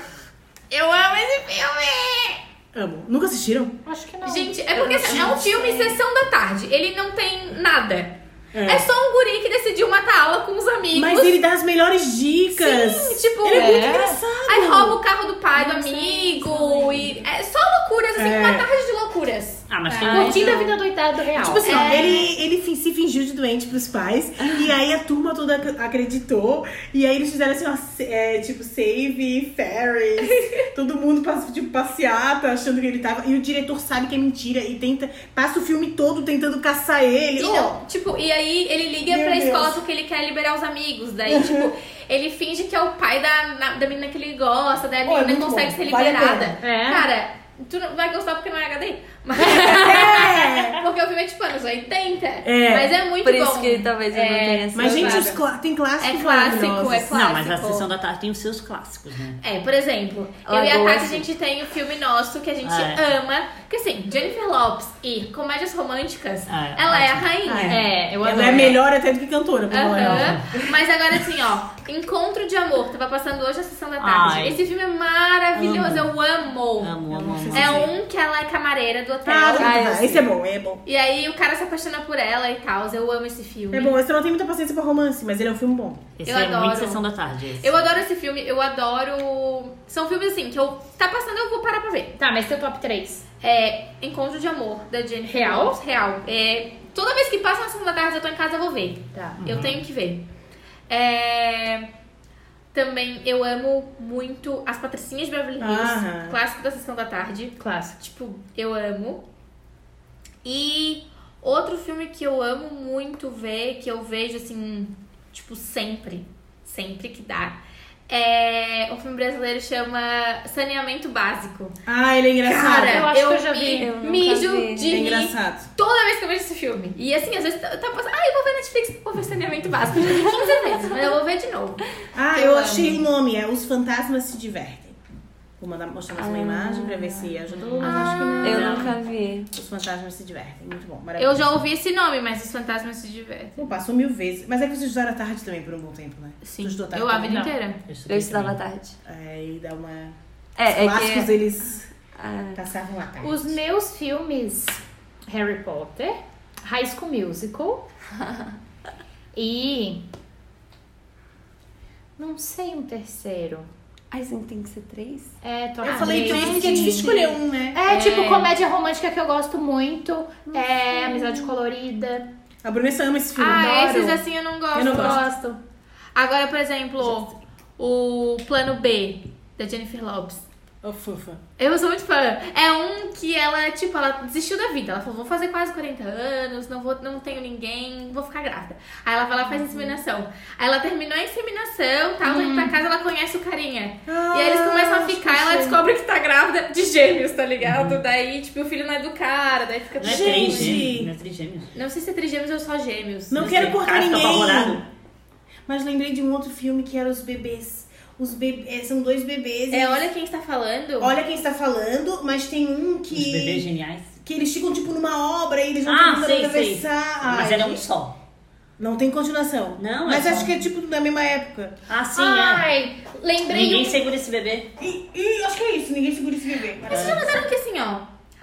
Eu amo esse filme! Amo. Nunca assistiram? Acho que não. Gente, é porque é um filme sessão da tarde. Ele não tem nada. É. só um guri que decidiu matar aula com os amigos. Mas ele dá as melhores dicas. Sim, tipo, ele é, muito é. engraçado. Aí rouba o carro do pai do amigo. E é só loucuras, assim, É. uma tarde de loucuras. Ah, mas tem um... Curtindo a vida doidada do real. Tipo assim, É. ó, ele, ele fin- se fingiu de doente pros pais. E aí a turma toda ac- acreditou. E aí eles fizeram assim, ó, se- é, tipo, save Ferris. Todo mundo passa, tipo, passeata, achando que ele tava. E o diretor sabe que é mentira e tenta. Passa o filme todo tentando caçar ele. E Ó, não, tipo, e aí ele liga Meu pra Deus. escola porque ele quer liberar os amigos. Daí, tipo, ele finge que é o pai da, na- da menina que ele gosta, daí a Ó, é menina muito consegue bom. ser Vale a liberada. pena. É. Cara, tu não vai gostar porque não é HD. Mas... porque o filme é tipo anos 80. É. Mas é muito Por bom. isso que talvez eu não É. tenha assistido. Mas, gente, Claro. os clá- tem clássicos É clássico, maravilhosos. é clássico. Não, mas a Sessão da Tarde tem os seus clássicos, né? É, por exemplo, eu e a Lagoa Tati, a Azul. gente tem o filme nosso que a gente Ah, ama. Que assim, Jennifer Lopes e comédias românticas, Ah, é, ela é a ótimo. rainha. Ah, É, eu Ela é melhor até do que cantora, pelo Aham. É, ah, Mas agora assim, ó, Encontro de Amor, tava passando hoje a sessão da tarde. Ai. Esse filme é maravilhoso, eu amo. Amo, amo, amo. É um que ela é camareira do hotel. assim. Ah, Ah, eu tá, sei. esse é bom, é bom. E aí o cara se apaixona por ela e tal. Eu amo esse filme. É bom, esse eu não tenho muita paciência pra romance, mas ele é um filme bom. Esse eu é adoro. muito Sessão da Tarde, esse. Eu adoro esse filme, eu adoro. São filmes assim que eu tá passando, eu vou parar pra ver. Tá, mas seu top 3. É Encontro de Amor, da Jennifer. Real? Lawrence, Real. É, toda vez que passa na segunda tarde, eu tô em casa, eu vou ver. Tá. Eu tenho que ver. É, Também eu amo muito as Patricinhas de Beverly Hills, Aham. clássico da sessão da tarde. Clássico. Tipo, eu amo. E outro filme que eu amo muito ver, que eu vejo assim, tipo, sempre, sempre que dá, É, o filme brasileiro chama Saneamento Básico. Ah, ele é engraçado. Cara, eu acho que eu já vi. me Eu nunca mijo vi. de ele é rir engraçado. toda vez que eu vejo esse filme. E assim, às vezes eu tava pensando, ah, eu vou ver Netflix, vou ver Saneamento Básico. Já vi 15 vezes, mas eu vou ver de novo. Ah, Eu eu, achei o nome, é Os Fantasmas Se Divertem. Vou mandar, mostrar mais uma imagem pra ver se ajudou, mas acho que não. Eu nunca vi. Os Fantasmas Se Divertem, muito bom, Eu maravilhoso. já ouvi esse nome, mas os fantasmas se divertem. Pô, passou mil vezes. Mas é que vocês estudaram à tarde também por um bom tempo, né? Sim, Tu estudou à tarde eu a também? vida inteira. Eu estudava à tarde. É, e dá uma... É, é Clássicos, que. eles Ah, passavam tá? à tarde. Os meus filmes: Harry Potter, High School Musical e. Não sei um terceiro. ai, assim, tem que ser três? É, tô Eu falei três porque é gente. difícil escolher um, né? É, tipo comédia romântica que eu gosto muito. É, Amizade Colorida. A Brunessa ama esse filme. Ah, adoro. esses assim eu não gosto. Eu não gosto. Gosto. Agora, por exemplo, o plano B da Jennifer Lopes. Ô, fofa. Eu sou muito fã. É um que ela, tipo, ela desistiu da vida. Ela falou, vou fazer quase 40 anos, não, vou, não tenho ninguém, vou ficar grávida. Aí ela vai lá e Uhum. faz inseminação. Aí ela terminou a inseminação, tal, vai Uhum. pra casa, ela conhece o carinha. e aí eles Ah, começam a ficar, ela descobre que tá grávida de gêmeos, tá ligado? Daí, tipo, o filho não é do cara, daí fica... Uhum. Não é tudo- Gente! trigêmeos, não é trigêmeos. Não sei se é trigêmeos ou só gêmeos. Não Não quero sei, cortar cara fica ninguém. apavorado. Mas lembrei de um outro filme que era Os Bebês. Os bebês. São dois bebês. É, eles- olha quem está falando. Olha quem está falando, mas tem um Os bebês que. geniais. Que eles ficam tipo numa obra e eles vão Ah, tentando sei, sei. atravessar. Mas Ai, era um gente, só. Não tem continuação. Não, é Mas só- acho que é tipo da mesma época. Ah, sim, é. Ai, lembrei um Ninguém segura esse bebê. E, e acho que é isso, ninguém segura esse bebê. Mas vocês já notaram que assim, ó,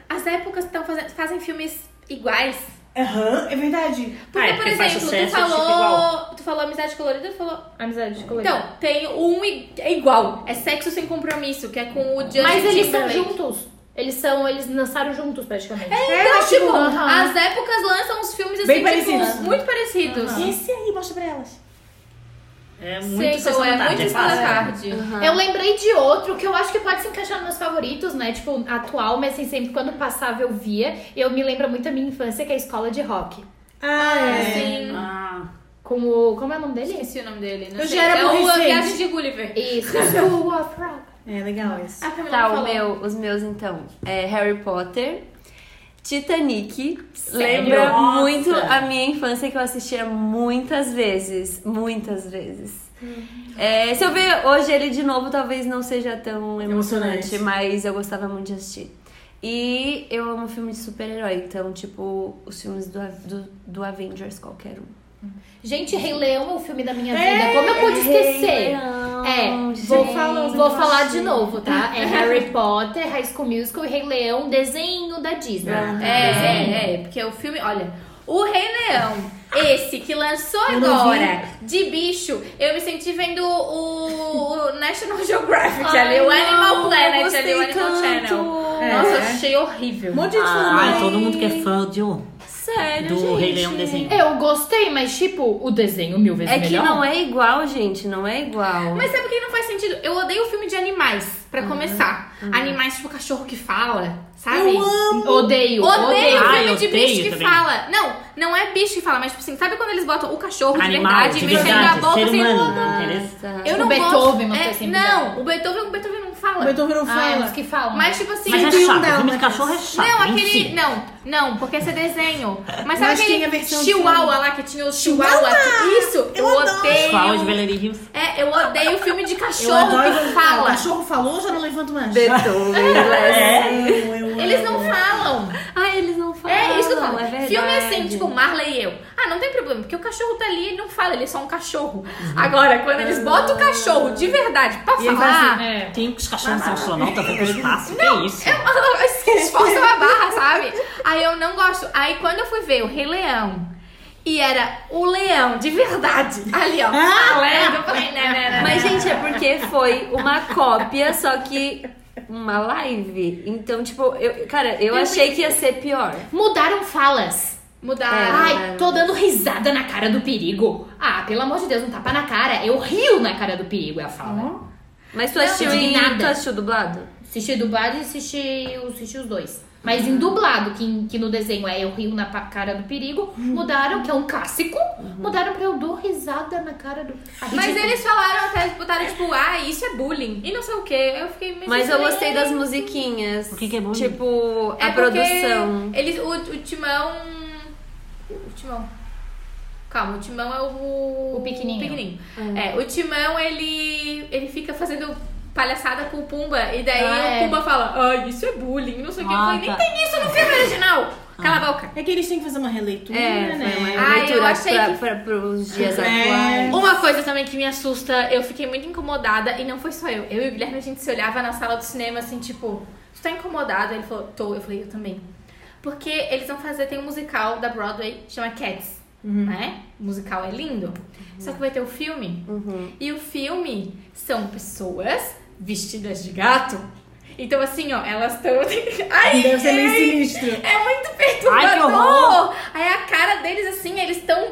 as épocas estão fazendo, fazem filmes iguais? Aham, é verdade. Porque, Ah, é por porque faz exemplo, tu sucesso, falou. tipo, igual. tu falou amizade colorida, tu falou. Amizade Colorida. Então, tem um i- é igual. É sexo sem compromisso, que é com o Justin Então, Mas eles são Timberlake. juntos. Eles são, eles lançaram juntos praticamente. É, Então, mas, tipo, aham. as épocas lançam os filmes assim, Bem tipo, parecidos. muito parecidos. Esse aí, mostra pra elas. É muito Sei sessão qual é, da tarde, muito é sessão da fácil. tarde. Aham. Eu lembrei de outro que eu acho que pode se encaixar nos meus favoritos, né? Tipo, atual, mas assim, sempre quando passava eu via. E eu me lembro muito da minha infância, que é a escola de rock. Ah, é. Assim, Ah, Com o. Como é o nome dele? esqueci o nome dele. Não Eu sei. já era é o A adolescente. Viagem de Gulliver. Ah, Isso. School of Rock. É legal esse. A Camila Tá, não o falou. meu, os meus então. É Harry Potter, Titanic. Sério? Lembra Nossa! muito a minha infância que eu assistia muitas vezes. Muitas vezes. Uhum. É, se eu ver hoje ele de novo, talvez não seja tão emocionante, Emocionante. mas eu gostava muito de assistir. E eu amo filme de super-herói, então, tipo, os filmes do, A- do, do Avengers, qualquer um. Gente, Rei Leão é o filme da minha vida. Como eu É pude Rei esquecer? Leão, É, gente. vou, falar, vou falar de novo, tá? É Harry Potter, High School Musical e Rei Leão, desenho da Disney. É, é, é, porque o filme, olha, o Rei Leão, esse que lançou Eu não agora, de bicho, eu me senti vendo o, o National Geographic ali, é o Ai, Animal não, eu Planet ali, é gostei o Animal tanto. É. Channel. Nossa, eu achei Um horrível. monte de gente falando Ai, mal. todo mundo que é fã de um. Sério, Do É, gente. Rei Leão desenho. Eu gostei, mas tipo, o desenho mil vezes É que melhor. não é igual, gente, não é igual. Mas sabe o que não faz sentido? Eu odeio filme de animais, pra começar. Animais tipo cachorro que fala, sabe? Eu amo. Odeio, Odeio odeio. Ah, filme eu de odeio bicho que também. fala. Não, não é bicho que fala, mas tipo assim, sabe quando eles botam o cachorro de Animal, verdade, de mexendo verdade, a boca ser assim, humano, entendeu? Tá. Eu não Beethoven, uma gosto. coisa É, assim, não, o Beethoven, o Beethoven não fala. O Beethoven não Ah, fala. os que falam. Mas tipo assim, Mas é tem um chato, da o filme de Amadeus. cachorro é chato. não, em aquele. si. Não, não, porque esse é desenho. Mas sabe Mas aquele tem a versão de Chihuahua filme. lá que tinha o Chihuahua? Isso! Eu, adoro. Qual de odeio. Valerie Hills? É, eu odeio filme de Eu cachorro adoro que quando O fala. cachorro falou, já não levanto mais. Beethoven, Lessa. Eu, eu Eles amo. não falam. Ah, eles não falam. É isso que eu falo. é verdade. Filme assim, tipo Marley e eu. Ah, não tem problema, porque o cachorro tá ali, ele não fala, ele é só um cachorro. Uhum. Agora, quando eles Ah. botam o cachorro de verdade pra ele falar, assim, É. Tem os cachorros tá são astronautas, vão pro espaço. Que isso? esforça a barra, sabe? Aí eu não gosto. Aí quando eu fui ver o Rei Leão, e era o leão de verdade, ali ó, falando, eu falei, né, né, né. Ah, Mas, gente, é porque foi uma cópia, só que uma live. Então, tipo, eu, cara, eu achei que ia ser pior. Mudaram falas. Mudar. É. Ai, tô dando risada na cara do perigo. Ah, pelo amor de Deus, um tapa na cara. Eu rio na cara do perigo, é a fala. Mas tu Não, assistiu em... indignada. Tu assistiu dublado? Assisti dublado e assisti, assisti os dois. Mas em dublado, que, que no desenho é Eu Rio na pa- Cara do Perigo, mudaram, que é um clássico, mudaram pra Eu Dou Risada na Cara do Ah, tipo, Mas tipo, Ridículo. eles falaram até, botaram tipo, ah, isso é bullying. E não sei o quê. Eu fiquei meio Mas eu assim, gostei das musiquinhas. O que que é bom? Tipo, É a porque produção. Eles, o, o Timão. O Timão. Calma, o Timão é o. O pequenininho. É, o Timão, ele. ele fica fazendo palhaçada com o Pumba. E daí Ah, o é. Pumba fala, ah, isso é bullying, não sei o que. Eu Ah, falei, nem tá. tem isso no filme original! Cala Ah. a boca. É que eles têm que fazer uma releitura, É, né? foi uma Ah, eu leitura achei pra, que- pra- pros dias É. atuais. Uma coisa também que me assusta, eu fiquei muito incomodada, e não foi só eu. Eu e o Guilherme, a gente se olhava na sala do cinema assim, tipo, tu tá incomodada? Ele falou, tô. Eu falei, eu também. Porque eles vão fazer, tem um musical da Broadway, chama Cats, né? O musical é lindo. Só que vai ter o filme. E o filme são pessoas vestidas de gato. Então, assim, ó, elas estão. Ai, Deve ser meio ai, sinistro. é muito Ai, que perturbador. horror. Aí a cara deles, assim, eles estão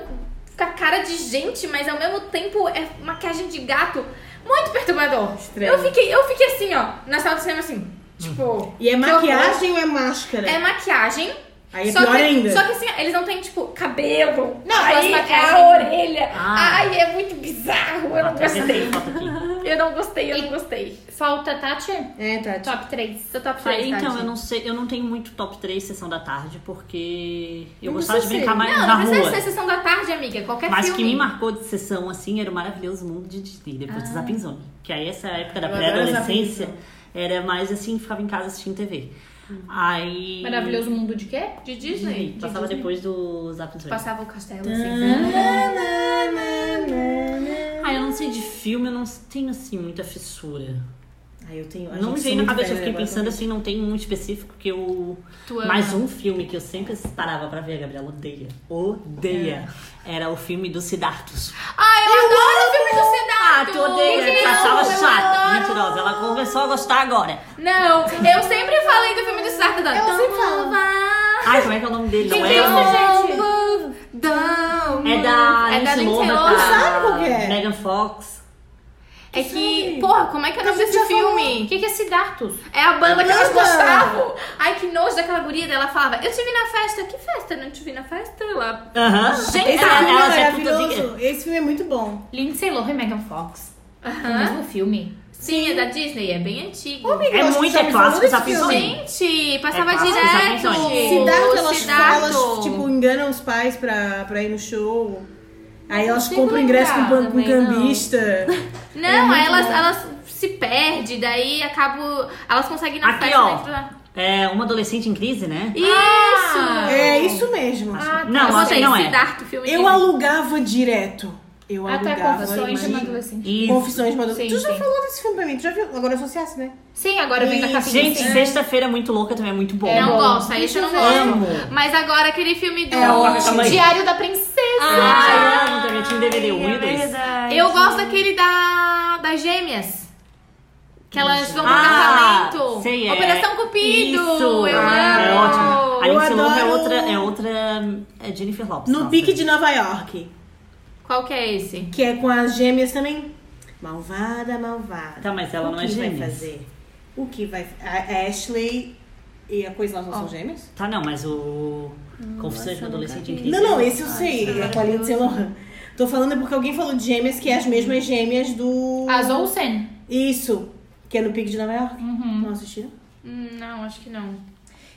com a cara de gente, mas ao mesmo tempo é maquiagem de gato. Muito perturbador. Estranho. Eu fiquei, eu fiquei assim, ó, na sala do cinema, assim, Hum. tipo... E é que maquiagem ou é máscara? horror. É maquiagem. Aí é só pior que, ainda. Só que assim, eles não têm, tipo, cabelo. Não, aquelas aí é maquiagens- a orelha. Ah. Ai, é muito bizarro. Eu não Até pensei gostei. em foto aqui. Eu não gostei, eu não gostei. Falta, Tati? É, Tati. Top 3. Seu top Aí, 3, então, eu não sei, eu não tenho muito top 3 sessão da tarde, porque Não eu gostava de precisa brincar ser. mais Não, na não precisa rua. ser sessão da tarde, amiga. Qualquer Mas o filme. que me marcou de sessão, assim, era o maravilhoso mundo de Disney, depois do Zapping Zone. Que aí essa época da Eu adoro pré-adolescência Zapping era mais assim, ficava em casa assistindo TV. Aí. Maravilhoso mundo de quê? De Disney. Disney. Passava depois né? do Zapping Zone. Passava o castelo, assim. Ah, eu não sei de filme, eu não tenho assim muita fissura. Aí eu tenho. a gente não me veio sou na muito cabeça, eu velha fiquei agora pensando assim, não tem um específico que eu. Tu ama. Mais um filme que eu sempre parava pra ver, a Gabriela odeia. Odeia. Era o filme do Sidartos. Ah, eu, adoro o filme do Cidade. Ah, tu odeia, Eu tu achava amo, eu chato. adoro. Mentirosa, ela começou a gostar agora. Não, eu sempre falei do filme do Cidade. Eu sempre falo. Ai, como é que é o nome dele? Não é é? isso, gente? Down. É da É da Lindsay Lindsay Lohan, Lohan. tá? Sabe qual que é? Megan Fox. É que, porra, como é que é o nome desse O filme? que, que é Sidartos? É a banda que elas Nossa. gostavam. Ai, que nojo daquela guria. Daí Ela falava, eu te vi na festa. Que festa? Não te vi na festa? Ela... Aham. Gente, Esse Ela- filme é ela já é maravilhoso. Esse filme é muito bom. Lindsay Lohan e Megan Fox. No Aham. mesmo filme. Sim, é da Disney. É bem antigo. Amiga, eu acho que muito, já é me clássico, falou desse Zapping filme. Zone. Gente, passava É fácil, direto. sabe, gente? Cidade, elas, Cidade. elas, tipo, enganam os pais pra, pra ir no show. Aí elas consigo compram ingresso com, lembrar com um também, não. cambista. Não, elas, elas se perdem, daí acabo. Elas conseguem ir na Aqui, festa ó. dentro da- É uma adolescente em crise, né? Isso! É isso mesmo. Não, eu acho que botei não é. Siddhartha, o filme Eu de- alugava direto. Eu Até alugava. Confissões tá de uma imagina. Adolescente. E Confissões de uma adolescente. Sim, Tu já sim. falou desse filme pra mim, tu já viu? Agora associasse, né? Sim, agora vem da E, capinha. assim. Gente, sim. sexta-feira é muito louca também, é muito bom. Não bom. gosto, aí isso eu não Amo. Então, gosto. Mas agora aquele filme do. É ótimo. Calma aí. Diário da Princesa. Ah, eu amo também, tinha um DVD 1 e 2. verdade. eu gosto daquele da. das gêmeas. Que elas vão pro Ah, casamento. sei, é. Operação Cupido! Isso, Eu ah, amo. é ótimo. A Eu Lindsay Lohan é adoro- outra, é outra é Jennifer Lopez. No nossa. Pique de Nova York. Qual que é esse? Que é com as gêmeas também. Malvada, malvada. Tá, mas ela o não que é vai gêmeas. fazer? O que vai... A Ashley e a coisa lá não são gêmeas? Tá, não, mas o... Confissões de um Adolescente em Crise. Não, não, esse eu sei. É com a Lindsay Lohan. Tô falando é porque alguém falou de gêmeas que é as mesmas gêmeas do... As Olsen. Isso. Que é no Pique de Nova York. Não assistiram? Hum, Não, acho que não.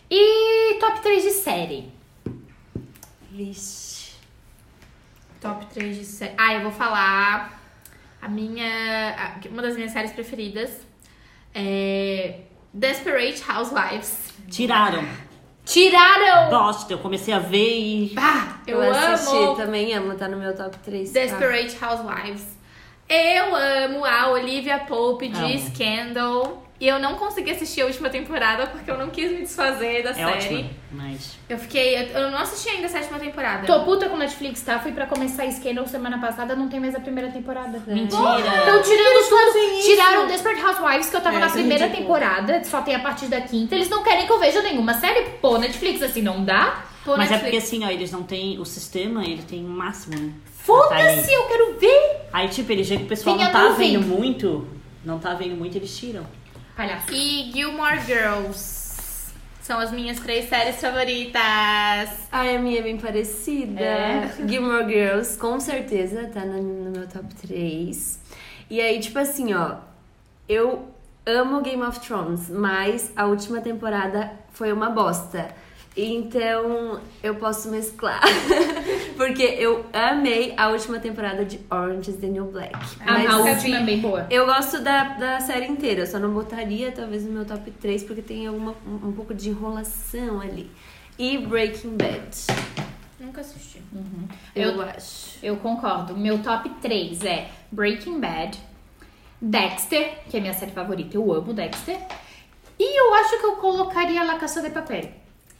E top 3 de série. Vixe. Top 3 de série. Ah, eu vou falar. A minha. a- Uma das minhas séries preferidas é. Desperate Housewives. Tiraram. Tiraram! Gosto, eu comecei a ver e... Bah, eu, Eu, assisti, amo também amo, tá no meu top 3. Desperate Ah. Housewives. Eu amo a Olivia Pope de Amo. Scandal. E eu não consegui assistir a última temporada porque eu não quis me desfazer da É série. ótimo, mas... Eu fiquei. Eu eu não assisti ainda a sétima temporada. Tô puta com Netflix, tá? Fui pra começar Scandal semana passada, não tem mais a primeira temporada. Mentira. Estão Então, tirando fazem tudo. isso? Tiraram Desperate Housewives, que eu tava É, na isso é primeira ridículo. temporada, só tem a partir da quinta. Eles não querem que eu veja nenhuma série. Pô, Netflix, assim, não dá. Tô Mas é porque Netflix. assim, ó, eles não têm... O sistema, ele tem um máximo, né? Tá ali. Foda-se, eu quero ver. Aí, tipo, eles já que o pessoal Tem não a tá nuvem. vendo muito, não tá vendo muito, eles tiram. Palhaço. E Gilmore Girls. São as minhas três séries favoritas. Ai, a minha é bem parecida. É. Gilmore Girls, com certeza, tá no, no meu top 3. E aí, tipo assim, ó, eu amo Game of Thrones, mas a última temporada foi uma bosta. Então, eu posso mesclar. Porque eu amei a última temporada de Orange is the New Black. Ah, A, Mas a última é bem boa. eu gosto da, da série inteira, eu só não botaria talvez no meu top 3, porque tem alguma, um, um pouco de enrolação ali. E Breaking Bad, Nunca assisti. eu, Eu- acho. Eu concordo. Meu top 3 é Breaking Bad, Dexter, que é minha série favorita. Eu amo Dexter. E eu acho que eu colocaria La Caça de Papel.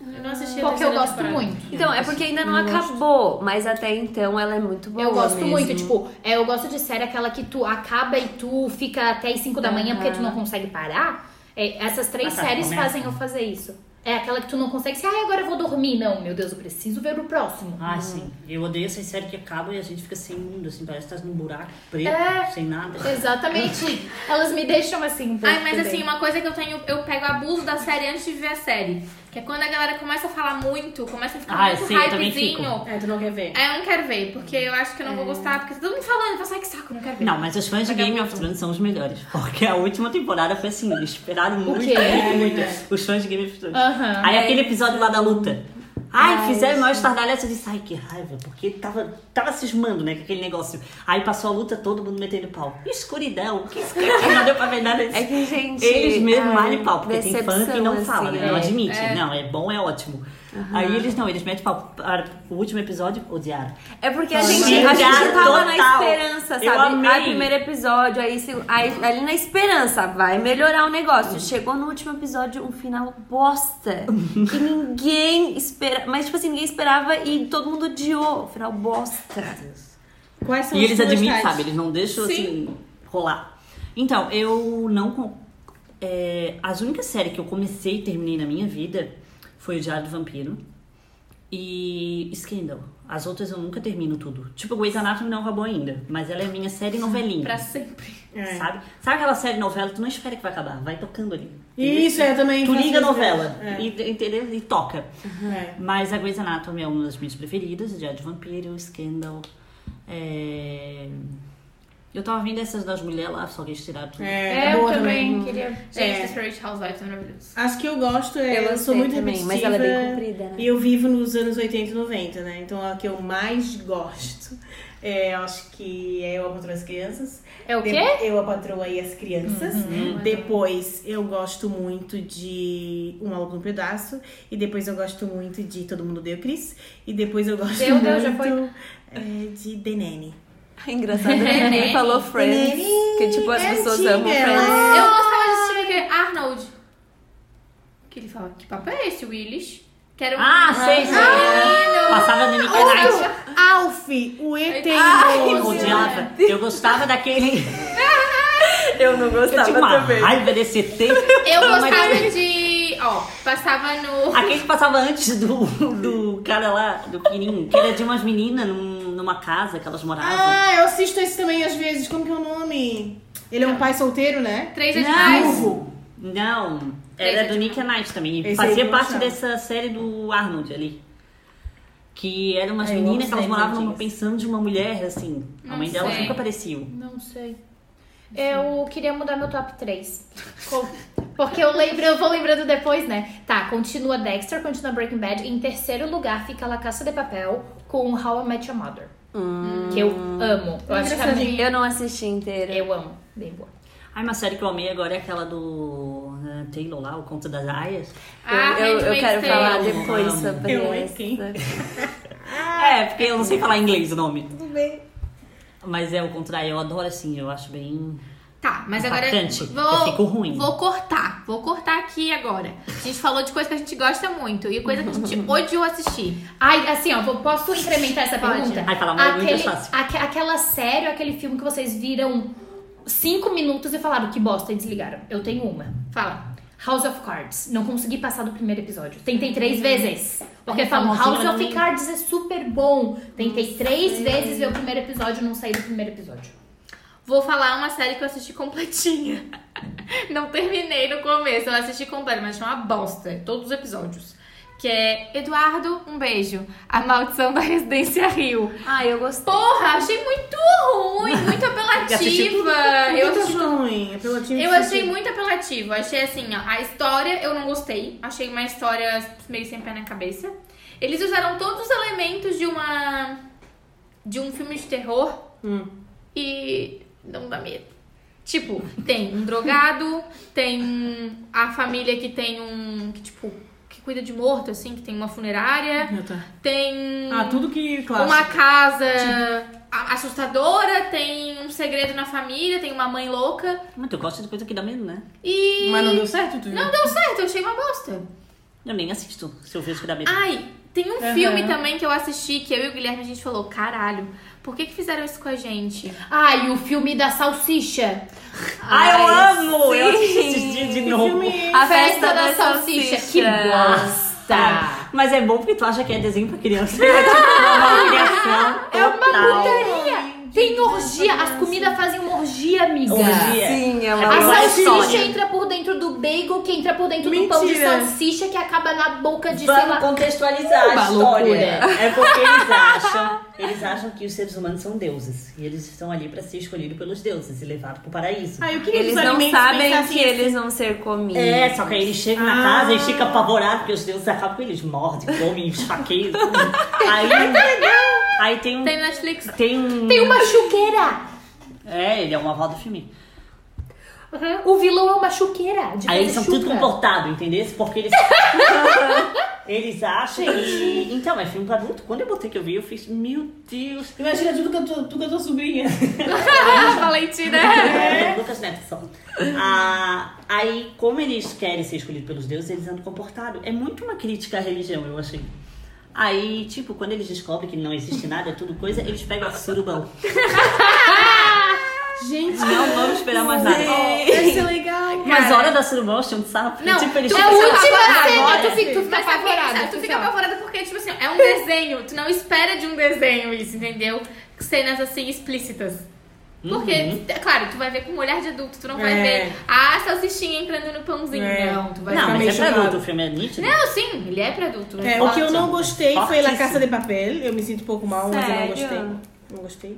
Eu não assisti a Porque eu terceira gosto temporada. muito. Então, é porque ainda não acabou, mas até então ela é muito boa. Eu gosto mesmo. muito, tipo, é, eu gosto de série aquela que tu acaba e tu fica até as 5 da manhã porque tu não consegue parar. É, essas três Ah, tá, séries começa. fazem eu fazer isso. É aquela que tu não consegue se, ah, agora eu vou dormir. Não, meu Deus, eu preciso ver o próximo. Ah, sim. Eu odeio essas séries que acabam e a gente fica sem mundo, assim, parece que tá num buraco preto, É. sem nada. Exatamente. Elas me deixam assim. um pouco Ai, mas também. assim, uma coisa que eu tenho, eu pego abuso da série antes de ver a série. Que é quando a galera começa a falar muito, começa a ficar Ah, muito sim, eu também hypezinho. É, tu não quer ver. Aí eu não quero ver, porque eu acho que eu não vou gostar, porque tá todo mundo falando, eu falo, ai que saco, não quero ver. Não, mas os fãs de Game of Thrones são os melhores. Porque a última temporada foi assim, eles esperaram muito, quê? É. muito, muito. Os fãs de Game of Thrones. Aham. Aí aquele episódio lá da luta. Ai, fizeram maior estardalhaço. Eu disse, ai, que raiva. Porque tava, tava cismando, né, com aquele negócio. Aí passou a luta, todo mundo metendo pau. Escuridão. Que escuridão, não deu pra ver nada disso. É que, gente. Eles mesmo ai, malham pau, porque tem fã que decepção, não assim, fala, né? Não é. admite. Não, é bom, é ótimo. Aí eles não, eles metem pau. Ah, O último episódio, odiaram. É porque a gente, a Odiar gente tava na Ah, total. esperança, Eu sabe? amei. Aí, primeiro episódio, aí, se- aí ali na esperança, vai melhorar o Uhum. negócio. Chegou no último episódio um final bosta. Que ninguém esperava. Mas, tipo assim, ninguém esperava e todo mundo odiou. Final bosta. Quais são E as eles tuas admitem, tais? sabe? Eles não deixam Sim. assim rolar. Então, eu não. con- É, as únicas séries que eu comecei e terminei na minha vida foi o Diário do Vampiro e Scandal. As outras eu nunca termino tudo. Tipo, Grey's Anatomy não acabou ainda, mas ela é minha série novelinha. Pra sempre. É. Sabe? Sabe aquela série novela, tu não espera que vai acabar, vai tocando ali. Isso, é, eu também Tu faço liga a isso. novela É. e, entendeu? e toca. É. Mas a Grey's Anatomy é uma das minhas preferidas, Diário de Vampiro, Scandal. é, Eu tava vendo essas das mulheres lá, só que eles tiraram tudo. É, É, eu boa também queria. É. Gente, Desperate Housewives é maravilhoso. As que eu gosto, é, Eu eu, gostei sou muito também, repetitiva. mas ela é bem comprida, né? E eu vivo nos anos 80 e 90, né? Então a que eu mais gosto é, eu acho que é Eu, a Patroa e as Crianças. É o De- quê? Eu, a Patroa e as Crianças. Uhum, Depois eu gosto muito de Um Maluco no Pedaço. E depois eu gosto muito de Todo Mundo Deu Cris. E depois eu gosto Meu muito Deus, já é, de The Nanny. Engraçado, nem falou Friends. Que, tipo, as É pessoas antiga, amam ela Friends. Eu gostava de assistir aquele Arnold. Que ele fala, que papo é esse, Willis? Que era um... Ah, sei, sei. Passava no Nick Night. Alf, o ET. Eu odiava. Eu gostava daquele. Eu não Eu gostava tinha uma raiva desse ET. Eu Mas- gostava de... Ó, passava no... Aquele que passava antes do, do cara lá, do pequenininho, que era de umas meninas num- numa casa que elas moravam. Ah, eu assisto esse também às vezes. Como que é o nome? Ele é um pai solteiro, né? Três animais. Não! Não, era do Nick Knight também. E Esse aí fazia eu parte gostava. dessa série do Arnold ali. Que eram umas É, eu amo meninas que elas séries moravam numa antigas. pensão de uma mulher, assim. a Não mãe delas sei. nunca apareceu. Não sei. Eu queria mudar meu top 3. Porque eu lembro, eu vou lembrando depois, né? Tá, continua Dexter, continua Breaking Bad. Em terceiro lugar fica La Caça de Papel com How I Met Your Mother. Hum. Que eu amo. Eu acho que é muito- Eu não assisti inteira. Eu amo. Bem boa. Ai, uma série que eu amei agora é aquela do né, Taylor lá, o Conto das Aias. Eu, Ah, eu- eu Handmaid's quero Tale. falar depois Amo. sobre Eu, hein, quem? essa. Ah, É, porque eu não sei falar inglês o nome. Tudo bem. Mas é o contrário, eu adoro assim, eu acho bem. Tá, mas agora Impactante. vou, Eu fico ruim. vou cortar. Vou cortar aqui agora. A gente falou de coisa que a gente gosta muito e coisa que a gente odiou assistir. Ai, assim, ó, vou- posso incrementar essa Pode. pergunta? Ai, fala mal, muito Aquele- fácil. aque- aquela série, ou aquele filme que vocês viram cinco minutos e falaram que bosta e desligaram. Eu tenho uma. Fala. House of Cards. Não consegui passar do primeiro episódio. Tentei três vezes. Porque Ai, falam, House famosinha, of né? Cards é super bom. Tentei três vezes ver o primeiro episódio e não saí do primeiro episódio. Vou falar uma série que eu assisti completinha. Não terminei no começo, eu assisti completa, mas achei uma bosta. Todos os episódios. Que é Eduardo, um beijo. A Maldição da Residência Rio. Ah, eu gostei. Porra, achei muito ruim, muito apelativa. Eu Eu tô assisti ruim. Apelativo eu de achei sentido. muito apelativo. Achei assim, ó, a história eu não gostei. Achei uma história meio sem pé na cabeça. Eles usaram todos os elementos de uma. de um filme de terror e não dá medo. Tipo, tem um drogado, tem a família que tem um. que tipo. que cuida de morto, assim, que tem uma funerária, Ah, tá. tem Ah, tudo que clássico. uma casa a- assustadora, tem um segredo na família, tem uma mãe louca. Mas tu gosta de coisa que dá medo, né? E. Mas não deu certo, tu viu? Não deu certo, eu achei uma bosta. Eu nem assisto se eu vejo que dá medo. Ai, tem um Aham. filme também que eu assisti que eu e o Guilherme a gente falou: caralho, por que, que fizeram isso com a gente? Ai, o filme da salsicha. Ah, eu amo! Eu assisti esses dias de novo. é A festa, da, salsicha. Que bosta. Mas é bom porque tu acha que é desenho pra criança. É tipo uma humilhação É uma total. putaria. Tem orgia. As comidas fazem uma orgia, amiga. Orgia. Sim, é uma A Agora, boa salsicha história. entra por dentro do bagel, que entra por dentro do pão de Mentira. salsicha, que acaba na boca de, sei Vamos lá... contextualizar Uma a história. loucura. É porque eles acham, eles acham que os seres humanos são deuses. E eles estão ali pra ser escolhidos pelos deuses e levados pro paraíso. Ah, eu queria Eles que os não alimentos assim. sabem que pensassem eles vão ser comidos. É, só que aí eles chegam na Ah. casa e ficam apavorados, porque os deuses acabam com eles, mordem, comem, esfaqueiam. tudo. aí, aí tem um. Tem Netflix? Tem um. Tem uma chuqueira. É, ele é uma avó do filme. O vilão é uma chuqueira. de Aí fazer eles são tudo chuca. comportados, entendeu? Porque eles. eles acham e. Então, é filme pra adulto. Quando eu botei que eu vi, eu fiz. Meu Deus! Imagina tudo que eu tô, tudo que eu tô sobrinha. Valentina. É. Lucas Neto só. Ah, aí, como eles querem ser escolhidos pelos deuses, eles andam comportados. É muito uma crítica à religião, eu achei. Aí, tipo, quando eles descobrem que não existe nada, é tudo coisa, eles pegam a surubão. Gente, Não vamos esperar mais nada. deve ser legal. Mas hora da surubão, chama de sapo. Não, tipo, eles tu É a Você fica última apavorada. cena, tu fica, tu fica Mas sabe o que é engraçado? apavorada. Tu fica apavorada porque, tipo assim, é um desenho. Tu não espera de um desenho isso, entendeu? Cenas assim explícitas. Porque, é claro, tu vai ver com um olhar de adulto, tu não vai É. ver a salsichinha entrando no pãozinho. É. Não, tu vai Não, ficar mas meio é pra chocada. adulto, o filme é nítido. Não, sim, ele é pra adulto. né? É, o que eu não Forte. gostei foi La Fortíssimo. Caça de Papel. Eu me sinto um pouco mal, mas eu não gostei. Sério? Não gostei.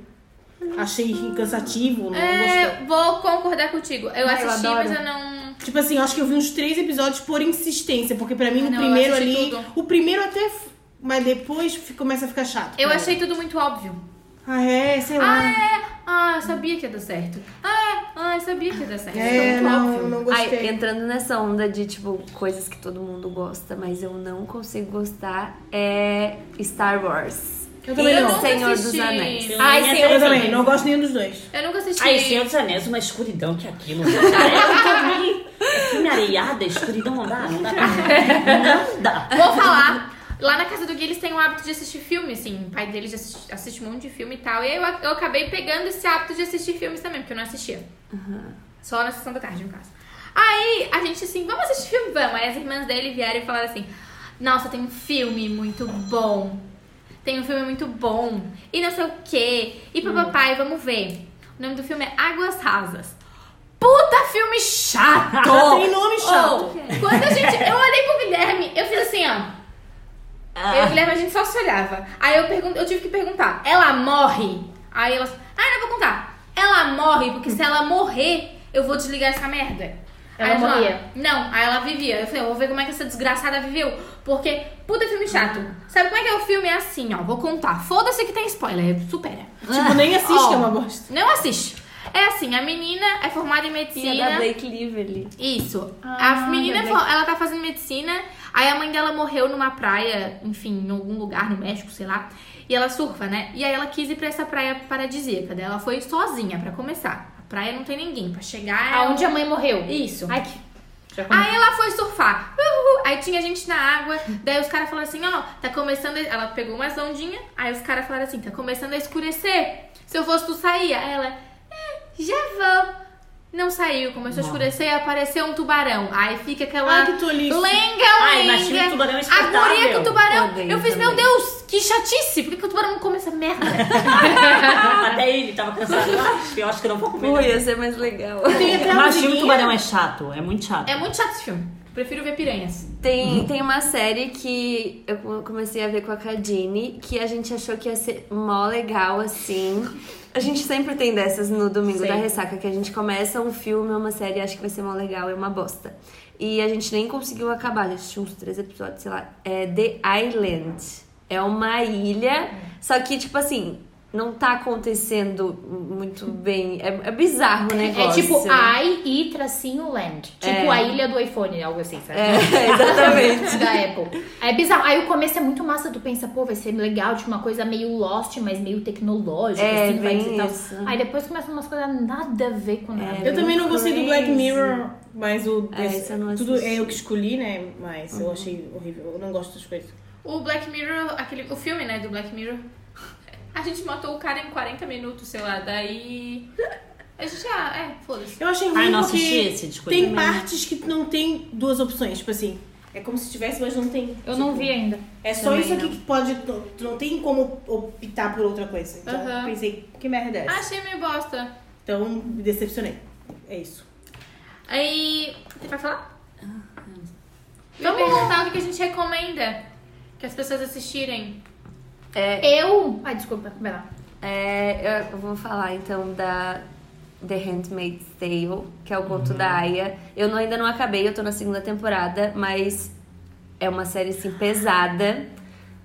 Achei cansativo, não gostei. É, vou concordar contigo. Eu Ah, eu assisti, adoro. mas eu não. Tipo assim, eu acho que eu vi uns três episódios por insistência, porque pra mim no Ah, não, eu primeiro assisti ali. tudo. O primeiro até. f- Mas depois f- começa a ficar chato. Eu pra achei tudo muito óbvio. mim. Ah, é, sei lá. Ah, é. Ah, eu sabia que ia dar certo. Ah, é. Ah, eu sabia que ia dar certo. É, Então, muito não, óbvio. não Ai, gostei. entrando nessa onda de, tipo, coisas que todo mundo gosta, mas eu não consigo gostar, é Star Wars. Eu também e não. O Senhor dos assisti. Anéis. Ai, eu, Senhor dos também, Anéis. não gosto nenhum dos dois. Eu nunca assisti. é Ai, Senhor dos Anéis, uma escuridão que é aquilo. É filme areiada, escuridão não dá, não dá pra Não dá. Vou falar. Lá na casa do Gui, eles têm o hábito de assistir filme, assim. O pai deles assiste, assiste um monte de filme e tal. E aí eu, ac- eu acabei pegando esse hábito de assistir filmes também, porque eu não assistia. Só na sessão da tarde, no caso. Aí a gente assim, vamos assistir filme? Vamos. Aí as irmãs dele vieram e falaram assim: Nossa, tem um filme muito bom. Tem um filme muito bom. E não sei o quê. E papai, vamos ver. O nome do filme é Águas Rasas. Puta filme chato! Tem nome chato. Oh, quando a gente. Eu olhei pro Guilherme, eu fiz assim, ó. Ah. Eu e o Guilherme, a gente só se olhava. Aí eu, pergun- eu tive que perguntar: ela morre? Aí elas. Ah, não vou contar. Ela morre, porque se ela morrer, eu vou desligar essa merda. Ela Aí eu falei, morria. "Ah, Não, aí ela vivia. Eu falei, eu vou ver como é que essa desgraçada viveu. Porque, puta filme chato. Sabe como é que é o filme? É assim, ó. Vou contar. Foda-se que tem spoiler. Supera. Tipo, nem assiste, Ó. é uma bosta. Não assiste. É assim, a menina é formada em medicina. Filha da Blake Lively. Isso. a menina, fo- ela tá fazendo medicina, aí a mãe dela morreu numa praia, enfim, em algum lugar no México, sei lá. E ela surfa, né? E aí ela quis ir pra essa praia paradisíaca. Daí ela foi sozinha pra começar. A praia não tem ninguém. Pra chegar. é Aonde a um- mãe morreu. Isso. Ai, que... Já comi. Aí ela foi surfar. Uhul. Aí tinha gente na água. Daí os caras falaram assim: ó, tá começando. a- Ela pegou umas ondinhas. Aí os caras falaram assim: tá começando a escurecer. Se eu fosse tu saía. Aí ela, "Ah, já vou. "É, Não saiu, começou a escurecer e apareceu um tubarão. Aí fica aquela Ai, que tolice. lenga, lenga. Ai, mas tinha um tubarão a guria com o insuportável. tubarão. Odeio Eu fiz, meu também. Deus, que chatice. Por que, que o tubarão não come essa merda? Até ele tava cansado. "Ah, Eu acho que eu não vou comer. né? Ui, ia ser mais legal. Mas filme do Tubarão é chato, é muito chato. é muito chato esse filme. Prefiro ver assim. piranhas. Tem, tem uma série que eu comecei a ver com a Cadine, que a gente achou que ia ser mó legal, assim. A gente sempre tem dessas no Domingo da Sempre. Ressaca, que a gente começa um filme, uma série, acha que vai ser mó legal, é uma bosta. E a gente nem conseguiu acabar, a gente tinha uns três episódios, sei lá. É The Island. É uma ilha, só que, tipo assim, não tá acontecendo muito bem. É, é bizarro o É negócio. tipo I e tracinho land. Tipo a ilha do iPhone, algo assim, sabe? É, exatamente. Da Apple. É bizarro. Aí o começo é muito massa, tu pensa, pô, vai ser legal, tipo uma coisa meio lost, mas meio tecnológica, É, assim, vai bem ser tal. isso. Aí depois começam umas coisas nada a ver com nada. Eu também não gostei do Black Crazy. Mirror, mas o. É, esse eu não tudo assisti. é eu que escolhi, né? Mas Uhum. eu achei horrível. Eu não gosto das coisas. O Black Mirror, aquele, o filme, né, do Black Mirror. A gente matou o cara em 40 minutos, sei lá, daí. A gente já. É, foda-se. Eu achei ruim Ai, Ah, não porque assisti esse, desculpa. tem Também. partes que não tem duas opções. Tipo assim, é como se tivesse, mas não tem. Eu não Tipo, vi ainda. É só Também isso aqui não. que pode. Tu tu não tem como optar por outra coisa. Então Aham. eu pensei, que merda é essa? Achei meio bosta. Então me decepcionei. É isso. Aí. Você vai falar? Ah, Tá Eu ia perguntar o que que a gente recomenda que as pessoas assistirem. Eu. Ai, desculpa, vai lá. É, eu vou falar então da The Handmaid's Tale, que é o conto da Aya. Eu não- ainda não acabei, eu tô na segunda temporada, mas é uma série assim pesada,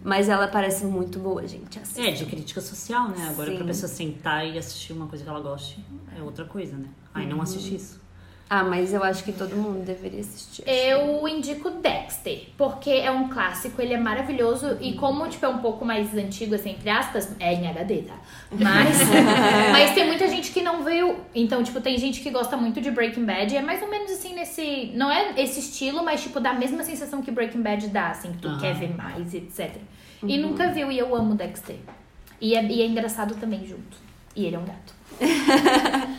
mas ela parece muito boa, gente. Assim. É, de crítica social, né? Agora Sim. pra pessoa sentar e assistir uma coisa que ela goste, é outra coisa, né? Ai, não assisti isso. Ah, mas eu acho que todo mundo deveria assistir. Eu indico Dexter, porque é um clássico, ele é maravilhoso e como tipo é um pouco mais antigo, assim, entre aspas, é em HD, tá? Mas, mas tem muita gente que não viu. Então, tipo, tem gente que gosta muito de Breaking Bad, e é mais ou menos assim nesse, não é esse estilo, mas tipo dá a mesma sensação que Breaking Bad dá, assim, que tu Ah. Uhum. quer ver mais, etc. E nunca viu e eu amo Dexter. E é, e é engraçado também junto. E ele é um gato.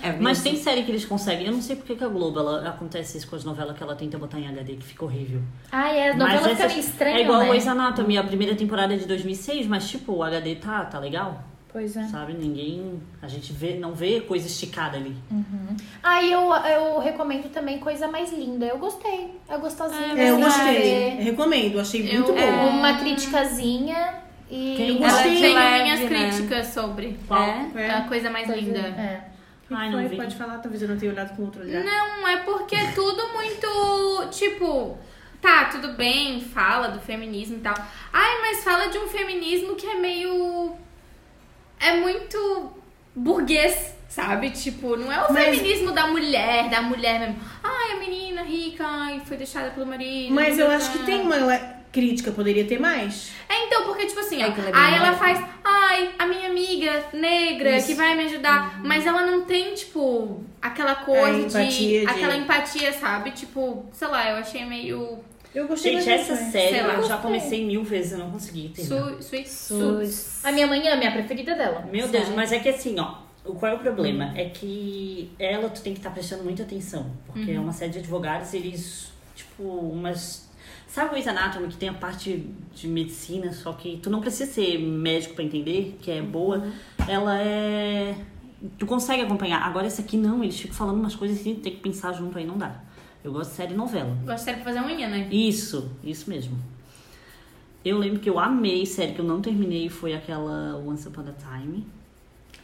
É Mas tem série que eles conseguem. Eu não sei porque que a Globo ela, acontece isso com as novelas que ela tenta botar em HD, que fica horrível. Ah, é, a Mas novela fica essas- meio estranha, É igual né? Grey's Anatomy, a primeira temporada é de 2006, mas tipo, o HD tá, tá legal, Pois é. sabe? Ninguém... A gente vê, não vê coisa esticada ali. Aí eu, eu recomendo também coisa mais linda. Eu gostei. É gostosinha. É, eu assim, gostei. ver Recomendo, achei muito Eu- bom. É. Uma criticazinha e. Quem Ela é Gostei, tem leve, minhas né? críticas sobre. É? É a coisa mais Coisa- linda. É. O que Ai, foi? não vi. Pode falar, talvez eu não tenha olhado com outro olhar. Não, é porque é tudo muito. Tipo, tá, tudo bem, fala do feminismo e tal. Ai, mas fala de um feminismo que é meio. É muito burguês, sabe? Tipo, não é o feminismo da mulher, da mulher mesmo. Ai, a menina rica e foi deixada pelo marido. Mas eu acho tá. que tem uma é, crítica, poderia ter mais. É, então, porque, tipo assim, ó, Ai, que legal. aí ela faz, ai, a minha amiga negra que vai me ajudar. Mas ela não tem, tipo, aquela coisa empatia de- Aquela empatia, sabe? Tipo, sei lá, eu achei meio. Eu gostei Gente, bastante, essa né? série Sei lá. eu já comecei mil vezes e não consegui terminar. Su, sui, su, Sus. A minha mãe é a minha preferida dela. Meu Deus, mas é que assim, ó. o- Qual é o problema? É que ela tu tem que estar prestando muita atenção. Porque é uma série de advogados, eles, tipo, umas. Sabe o Grey's Anatomy que tem a parte de medicina, só que tu não precisa ser médico pra entender, que é boa. Ela é. Tu consegue acompanhar. Agora essa aqui não, eles ficam falando umas coisas assim, tem que pensar junto aí, não dá. Eu gosto de série e novela. Gostaria de fazer unha, né? Isso, isso mesmo. Eu lembro que eu amei, série que eu não terminei, foi aquela Once Upon a Time.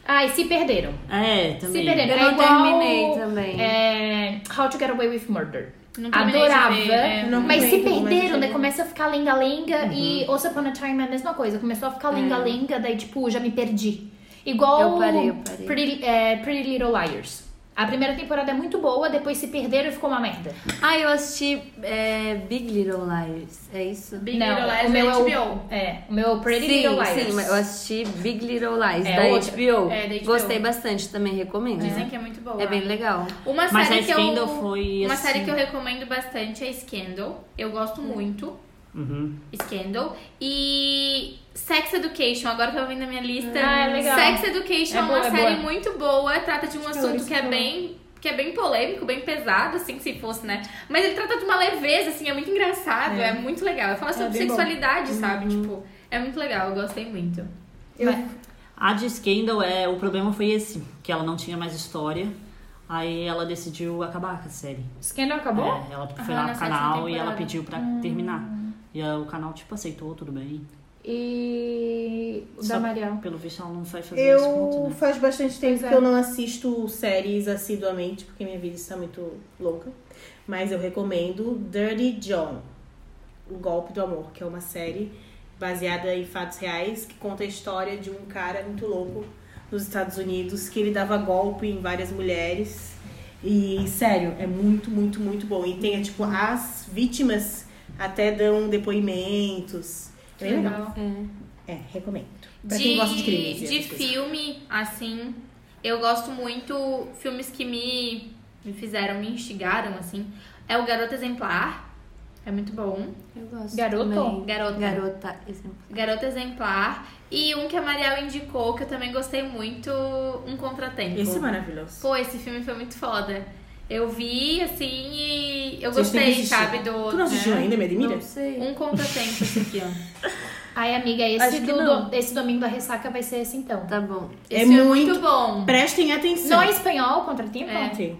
Ai, se perderam. É, também. Se Eu perderam. é não igual, terminei também. É, How to Get Away with Murder. Não terminei de Adorava. ver, é. Não mas terminei, se mas eu perderam, daí terminei. começa a ficar lenga-lenga e Once Upon a Time é a mesma coisa. Começou a ficar lenga-lenga, daí tipo, já me perdi. Igual Eu parei, eu parei. Pretty, é, Pretty Little Liars. A primeira temporada é muito boa, depois se perderam e ficou uma merda. Ah, eu assisti é, Big Little Liars, é isso? Big Não, Little Lies o meu da é o- HBO. É, o meu é o Pretty sim, Little Liars. sim, mas eu assisti Big Little Lies É da, outra. HBO. É, da HBO. Gostei bastante também, recomendo. Dizem que é muito boa. É bem legal. Uma Mas série a que eu. Scandal foi, Uma assim- série que eu recomendo bastante é Scandal. Eu gosto muito. Uhum. Scandal. E Sex Education, agora que eu vim na minha lista. Ah, é legal. Sex Education é, É boa, uma é série boa. muito boa, trata de um assunto que é bem que é bem polêmico, bem pesado, assim, se fosse, né? Mas ele trata de uma leveza, assim, é muito engraçado, é, muito legal. Fala sobre bem bom. sexualidade, sabe? Tipo, é muito legal, eu gostei muito. A de Scandal, é, o problema foi esse, que ela não tinha mais história. Aí ela decidiu acabar com a série. Scandal acabou? É, ela foi Ah, lá na pro sétima canal e ela temporada. pediu pra terminar. E aí o canal, tipo, aceitou, tudo bem. E o Só- da Mariel. Pelo visto, ela não vai fazer isso muito, Eu né? faz bastante tempo Pois é. que eu não assisto séries assiduamente, porque minha vida está muito louca. Mas eu recomendo Dirty John, O Golpe do Amor, que é uma série baseada em fatos reais que conta a história de um cara muito louco nos Estados Unidos que ele dava golpe em várias mulheres. E sério, é muito, muito, muito bom. E tem tipo as vítimas até dão depoimentos. É bem legal. É, recomendo. Pra de, quem gosta de crimes. né? e de essas coisas. filme, assim, eu gosto muito filmes que me, me fizeram, me instigaram, assim. É o Garota Exemplar. É muito bom. Eu gosto. Garoto? também. Garota. Garota, exemplo. Garota Exemplar. E um que a Mariel indicou, que eu também gostei muito, Um Contratempo. Esse é maravilhoso. Pô, esse filme foi muito foda. Eu vi, assim, e eu Vocês têm que gostei, assistir. sabe, do... Tu não assistiu né? ainda, minha Demira? Não sei. Um Contratempo, esse aqui, ó. Ai, amiga, esse, Acho que do, não. do- esse domingo da ressaca vai ser esse então. Tá bom. Esse É filme muito- bom. Prestem atenção. Não é espanhol, contratempo? É.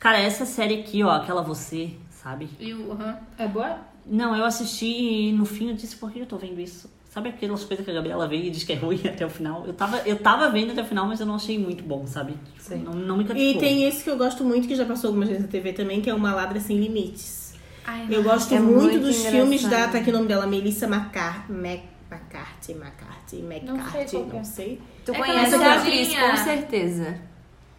Cara, essa série aqui, ó, aquela Você, sabe? E o... aham. É boa? Não, eu assisti e no fim eu disse, por que eu tô vendo isso? Sabe aquelas coisas que a Gabriela vê e diz que é ruim até o final? Eu tava, eu tava vendo até o final, mas eu não achei muito bom, sabe? Tipo, Não, não me cativou. E tem esse que eu gosto muito, que já passou algumas vezes na TV também, que é o Maladra Sem Limites. Ai, Eu gosto É muito, muito dos engraçado. filmes da, tá aqui o nome dela, Melissa Macar, Mac, McCarthy, McCarthy, Não sei McCarthy, qual que é. não sei. Tu É conhece aquela a atriz, gordinha. com certeza.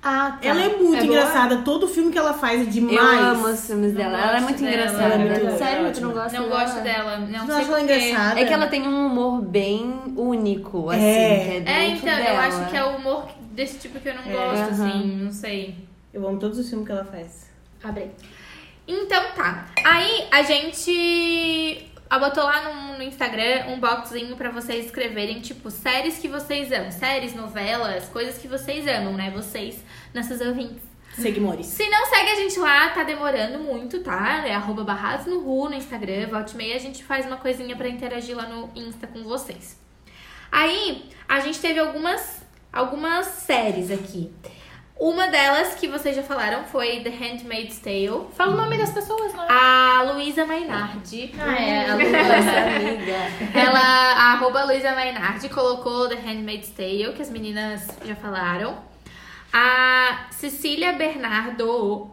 Ah, tá. Ela é muito boa? engraçada, todo filme que ela faz é demais. Eu amo os filmes Não dela. Ela é gosto muito dela. engraçada. Ela é muito Sério, boa, tu não ótima. gosta Não dela? gosto dela. Não, Tu não sei acha por ela quê. engraçada? É que ela tem um humor bem único, assim. É. que bem É, muito então, eu dela. acho que é o humor desse tipo que eu não É. gosto, Aham. assim, não sei. Eu amo todos os filmes que ela faz. Abre. Então tá. Aí a gente botou lá no, no Instagram um boxzinho pra vocês escreverem, tipo, séries que vocês amam. Séries, novelas, coisas que vocês amam, né? Vocês, nossos ouvintes. Seguimores. Se não segue a gente lá, tá demorando muito, tá? É arroba barrados no Ru, no Instagram, volta e meia, a gente faz uma coisinha pra interagir lá no Insta com vocês. Aí, a gente teve algumas, algumas séries aqui. Uma delas que vocês já falaram foi The Handmaid's Tale. Fala o nome das pessoas, não é? A Luísa Mainardi. Ah, é, a Nossa amiga. Ela, a arroba Luísa Mainardi, colocou The Handmaid's Tale, que as meninas já falaram. A Cecília Bernardo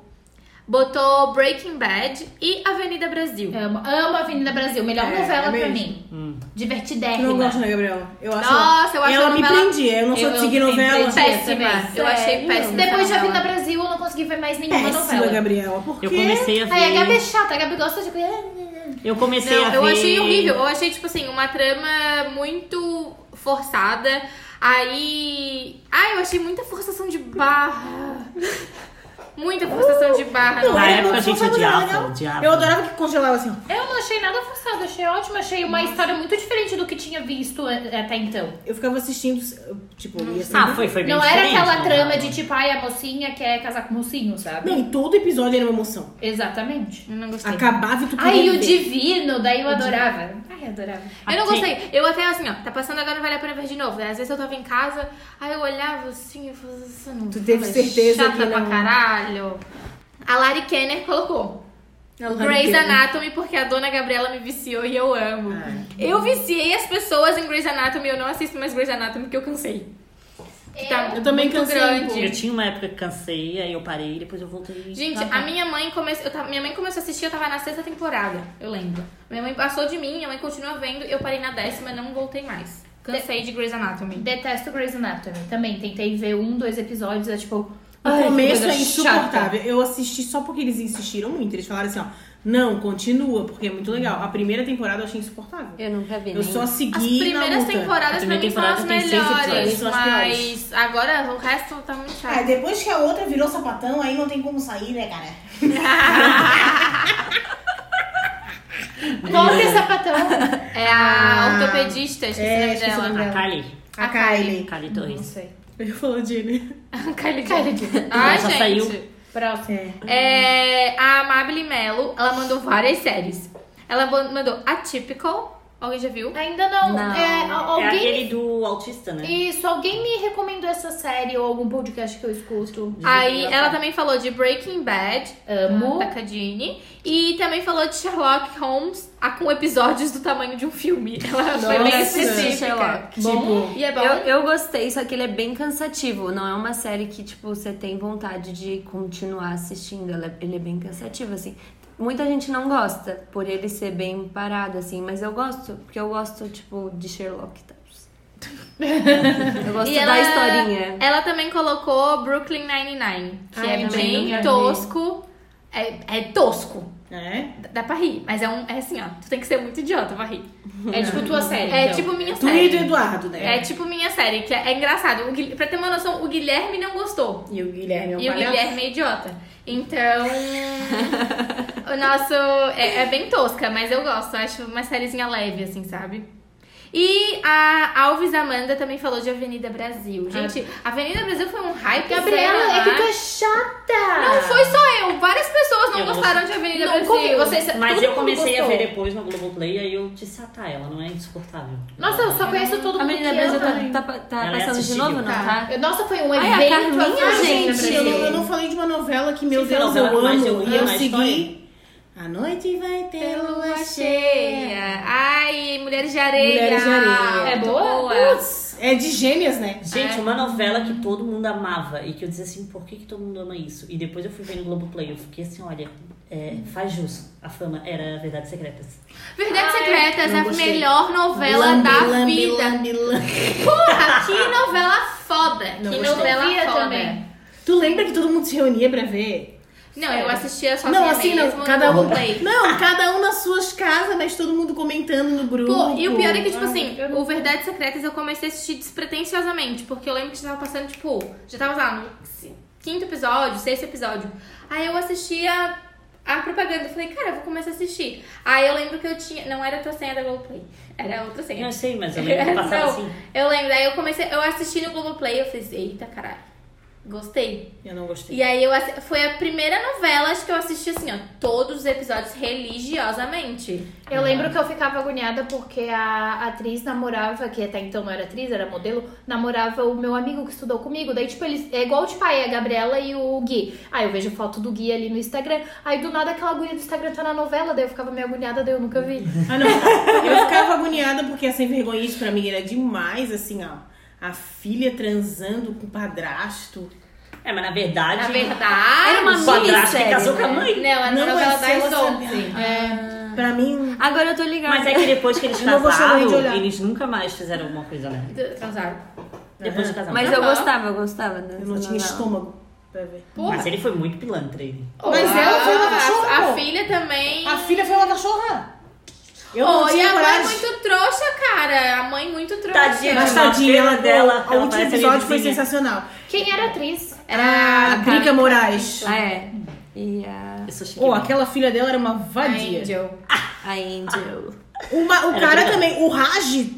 botou Breaking Bad e Avenida Brasil. Amo, amo Avenida Brasil. Melhor É, novela é pra mesmo. mim. Hum. Tu não Divertidérrima. gosta, né, Gabriela? Eu acho Nossa, eu acho Ela a me novela prendia, eu não sou Eu- de seguir eu me novela. prendi. Péssima. Eu achei Sério? péssima. Depois de essa Avenida novela. Brasil, eu não consegui ver mais nenhuma Péssima, novela. Gabriela. Por quê? Eu comecei a ver. Ai, a Gabi é chata. A Gabi gosta de... Eu comecei a Não, ver. eu achei horrível. Eu achei, tipo assim, uma trama muito forçada. Aí. Ai, eu achei muita forçação de barra. Muita forçação de barra. Não, Na eu época a não gente sou favorável, odiava, não. odiava. Eu adorava que congelava assim, ó. Eu não achei nada forçado. Achei ótimo. Achei uma história muito diferente do que tinha visto eh, até então. Eu ficava assistindo, tipo, ia assim. Ah, foi, foi bem Não era diferente, aquela não. trama de tipo, ai, a mocinha quer casar com o mocinho, sabe? Não, e todo episódio era uma emoção. Exatamente. Eu não gostei. Acabava e tu Ai, queria o ver. divino, daí eu adorava. Ai, adorava. Eu não Aqui- gostei. Eu até assim, ó, tá passando agora, não vale a pena ver de novo. Às vezes eu tava em casa, aí eu olhava assim e falava, essa não. Tu teve certeza chata que pra não- caralho. A Lari Kenner colocou. Não, Grey's Harry Potter. Anatomy, porque a dona Gabriela me viciou e eu amo. É. Eu viciei as pessoas em Grey's Anatomy, eu não assisto mais Grey's Anatomy porque eu cansei. Que tá Eu também muito cansei um grande. Eu tinha uma época que cansei, aí eu parei, depois eu voltei. Gente, Tá, tá. a minha mãe começou. Minha mãe começou a assistir, eu tava na sexta temporada, eu lembro. Minha mãe passou de mim, minha mãe continua vendo, eu parei na décima, não voltei mais. Cansei de Grey's Anatomy. Detesto Grey's Anatomy. Também tentei ver um, dois episódios, é tipo. O ai, começo que é coisa insuportável. Eu assisti só porque eles insistiram muito. Eles falaram assim, ó, não, continua, porque é muito legal. A primeira temporada eu achei insuportável. Eu nunca vi. Eu nem. só segui As na primeiras luta. A temporadas pra primeira mim são as temporada tem seis melhores, episódios, são as piores. mas agora o resto tá muito chato. Ah, depois que a outra virou sapatão, aí não tem como sair, né, cara? Volta e sapatão. É a Ah, Ah, ortopedista, esqueci é, o nome esqueci o dela. nome dela. A Kylie. A A Kylie. Kylie. Kylie Não Torres. sei. Eu falo Jenny. Kylie Jenner. Ai, Já gente. saiu. Próximo. É. É, a Amabile Mello, ela mandou várias séries. Ela bo- mandou Atypical. Alguém já viu? Ainda não. Não. É, a- É alguém... aquele do autista, né? Isso, alguém me recomendou essa série ou algum podcast que eu escuto. Aí ela também falou de Breaking Bad, É. Amo. da Cadine. E também falou de Sherlock Holmes, a- com episódios do tamanho de um filme. Ela foi bem Nossa, específica. Sherlock. Tipo, Bom, e é bom. Eu, eu gostei, só que ele é bem cansativo. Não é uma série que, tipo, você tem vontade de continuar assistindo. Ela é- Ele é bem cansativo, assim. Muita gente não gosta por ele ser bem parado, assim, mas eu gosto, porque eu gosto, tipo, de Sherlock tá? Eu gosto E da ela- é historinha. Ela também colocou Brooklyn Nine-Nine, que Ai, é também bem nunca vi. tosco. É, é tosco. É? D- Dá pra rir, mas é, um, é assim, ó. Tu tem que ser muito idiota pra rir. É tipo tua série. É então. tipo minha Tu e do série. Eduardo, né? É tipo minha série, que é, é engraçado. O Guil- pra ter uma noção, o Guilherme não gostou. E o Guilherme é um E o palhaço. Guilherme é idiota. Então. o nosso. É, é bem tosca, mas eu gosto. Eu acho uma sériezinha leve, assim, sabe? E a Alves Amanda também falou de Avenida Brasil. Ah. Gente, Avenida Brasil foi um hype. Gabriela, é sei que lá. tu é chata. Não foi só eu, várias pessoas não Eu gostaram de Avenida Não Brasil. comi- vocês- Mas todo eu mundo comecei a gostou. ver depois no Globoplay, aí eu disse, ah tá, ela não é insuportável. Nossa, é eu só conheço todo mundo. A menina que Brasil ama. tá, tá, tá Ela é passando de assistível. novo, não tá? Eu- Nossa, foi um Ai, a evento. Carminha, assim, gente, Brasil. Ah, Gente, eu, eu não falei de uma novela que, meu Sim, Deus, foi a eu novela que mais amo. eu E ia eu na segui. A noite vai ter lua cheia. Ai, Mulheres de Areia. Mulheres de Areia. É Muito boa? Putz, é de gêmeas, né? Gente, uma novela que todo mundo amava e que eu dizia assim, por que, que todo mundo ama isso? E depois eu fui ver no Globoplay, eu fiquei assim, olha, é, faz jus. A fama era Verdades Secretas. Verdades Ai, Secretas é não a gostei. melhor novela Lambe, da lambe, vida. lambe, lambe. Porra, que novela foda. Não que gostei. novela Via foda. também. Tu lembra que todo mundo se reunia pra ver? Não, eu assistia só não, assim mesmo não. no Cada um. Globoplay. Não, cada um nas suas casas, mas todo mundo comentando no grupo. Pô, e o pior é que, tipo assim, o Verdades Secretas eu comecei a assistir despretensiosamente, porque eu lembro que já tava passando, tipo, já tava lá no c- quinto episódio, sexto episódio. Aí eu assistia a propaganda e falei, cara, eu vou começar a assistir. Aí eu lembro que eu tinha. Não era a tua senha da Globoplay, era outra senha. Eu sei, mas eu lembro que passava Não, assim. Eu lembro, aí eu comecei, eu assisti no Globoplay, eu falei, eita caralho, gostei. Eu não gostei. E aí eu assi- foi a primeira novela acho que eu assisti assim, ó, todos os episódios religiosamente. É. Eu lembro que eu ficava agoniada porque a atriz namorava, que até então não era atriz, era modelo, namorava o meu amigo que estudou comigo. Daí, tipo, eles. É igual, tipo, aí a Gabriela e o Gui. Aí eu vejo foto do Gui ali no Instagram. Aí do nada aquela agulha do Instagram tá na novela, daí eu ficava meio agoniada, daí eu nunca vi. Ah, não. Eu ficava agoniada porque a sem vergonha isso pra mim era demais, assim, ó. A filha transando com o padrasto. É, mas na verdade, Na verdade, o padrasto que Tá. minissérie, casou com a né? mãe. não, era Não, novela é se ela das sabe- 11. Pra mim, Agora eu tô ligada. Mas é que depois que eles Eu não vou chamar ele de casaram, olhar. eles nunca mais fizeram alguma coisa, né? Do- Transaram. Depois de casar. Mas Mas, eu Aham. gostava, eu gostava né? dessa eu não tinha novela. estômago pra ver. Porra. ele foi muito pilantra, ele. Mas ela foi uma Ah, cachorra, A, pô. a filha também. A filha foi uma cachorra. Eu Pô, não e tinha a mãe coragem. muito trouxa, cara. A mãe muito trouxa. Tadinha. Mas É uma tadinha, ela, pena dela, o ela último parece a episódio foi vizinha. sensacional. Quem era a atriz? A, Era Drica Moraes. Ah, é. E a, Eu sou chique. Ou aquela filha dela era uma a vadia. Angel. a Angel. Uma- o Era cara verdade. também, o Raj.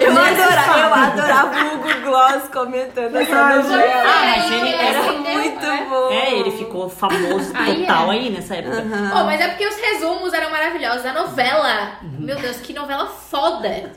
Eu é adorava, eu adorava o Hugo Gloss comentando essa É, novela. Ah, mas então, ele assim, Era era... né? muito bom. É, ele ficou famoso Aí é. total aí nessa época. Pô, mas é porque os resumos eram maravilhosos. A novela. Meu Deus, que novela foda.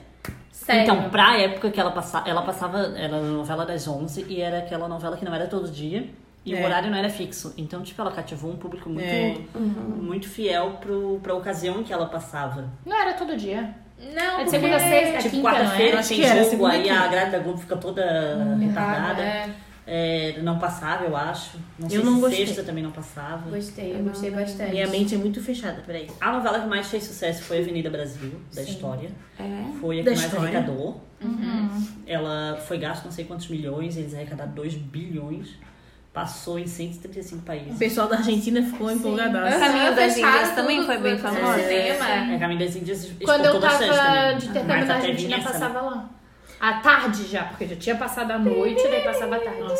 Sério. Uhum. Então, pra época que ela passava, ela passava, ela era na novela das 11 e era aquela novela que não era todo dia e É. o horário não era fixo. Então, tipo, ela cativou um público muito, É. muito fiel pro, pra ocasião que ela passava. Não era todo dia. Não, É de porque... segunda a sexta, tipo, quinta, não é? quarta-feira Acho tem que era, jogo, segunda aí quinta. Hum. Ah, a grade da Globo fica toda retardada. É, não passava, eu acho. Não sei Eu não se gostei. sexta também não passava. Gostei, eu gostei bastante. Minha mente é muito fechada, peraí. A novela que mais fez sucesso foi Avenida Brasil, da história. É. Foi a que Da mais história. Uhum. arrecadou. Ela foi gasto não sei quantos milhões, eles arrecadaram 2 bilhões. Passou em 135 O países. pessoal da Argentina ficou Aham, empolgadaço. Caminho das fecharam Índias também tudo foi bem do famosa. cinema. É, Caminho das Índias exportou Quando eu bastante tava também. de intercâmbio Ah, Mas na até Argentina, vingança, né? passava lá. À tarde já, porque já tinha passado a noite, daí passava a tarde. Mas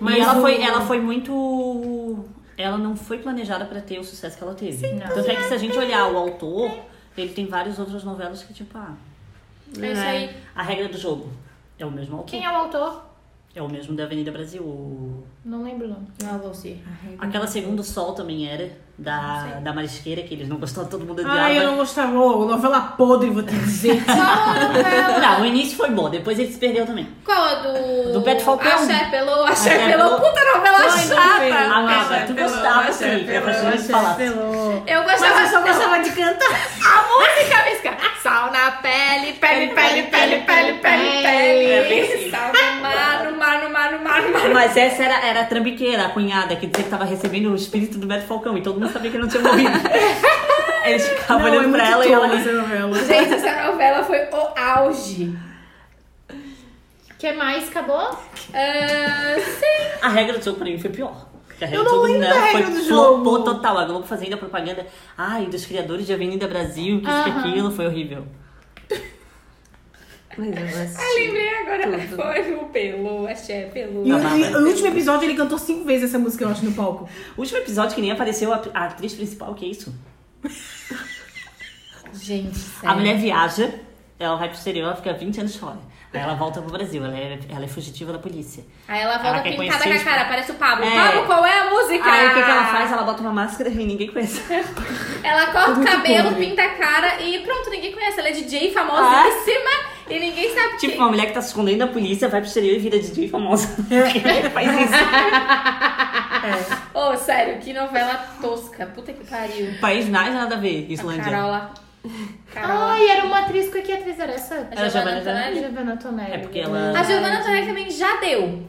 Mas ela, o- foi, ela foi muito. Ela não foi planejada pra ter o sucesso que ela teve. não. Tanto é que se a gente olhar o autor, ele tem várias outras novelas que, tipo, ah, É isso aí. a regra do jogo é o mesmo autor. Quem é o autor? É o mesmo da Avenida Brasil. o- Não lembro o nome. Não, Lucy. Aquela Segundo Sol também era, da, da Marisqueira, que eles não gostavam, todo mundo odiava. Ai, eu não gostava. Ô, novela podre, vou te dizer. Ah, Não, o início foi bom, depois ele se perdeu também. Qual a do. Do Beto Falcão. Axé Pelô. Axé Axé Pelô. Pelô. Puta novela Ai, chata. novela. Amava, tu gostava, Felipe, eu gostaria de falar. Pelô. Eu gostava Mas eu só gostava de cantar. A música, a música. Sal na pele, pele, pele, pele, pele, pele, pele. Sal no mar, no mar, no mar, no mar, no mar. Mas essa era, era a trambiqueira, a cunhada, que dizia que tava recebendo o espírito do Beto Falcão e todo mundo sabia que ele não tinha morrido. Eles ficavam Não, é olhando muito pra ela e tolo ela. essa novela. Gente, essa novela foi o auge. que mais? Acabou? Ah, sim. A regra do jogo pra mim foi pior. Porque A Eu regra do não jogo lembro não, da regra foi do flopou jogo. total. A Globo fazendo a propaganda. Ai, dos criadores de Avenida Brasil, que isso Aham. que aquilo, foi horrível. Mas eu vou assistir. Lembrei agora. Tudo. Foi o Pelô, Axé Pelô. E o, Amava. e o último episódio ele cantou cinco vezes essa música, eu acho, no palco. O último episódio que nem apareceu a, a atriz principal, que é isso? Gente, É. A mulher viaja, ela vai pro exterior, ela fica 20 anos fora. Aí ela volta pro Brasil, ela é, ela é fugitiva da polícia. Aí ela Ela volta quer pintada com conhecer a os- cara, parece o Pablo. É. Pablo, qual é a música? Aí o que, que Ah. ela faz? Ela bota uma máscara e ninguém conhece. Ela corta o Muito cabelo, podre. pinta a cara e pronto, ninguém conhece. Ela é DJ famosíssima e ninguém sabe Ah. Tipo, quem. uma mulher que tá se escondendo da polícia, vai pro exterior e vira DJ famosa. É. Faz isso. Ô, sério, que novela tosca. Puta que pariu. País mais nada a ver, A Islândia. Ah. Carola. Carola. Ai, era uma atriz. Que atriz era essa? a Era Giovanna Giovanna Antonelli. Giovanna Antonelli. É porque ela- A Giovanna Antonelli também já deu.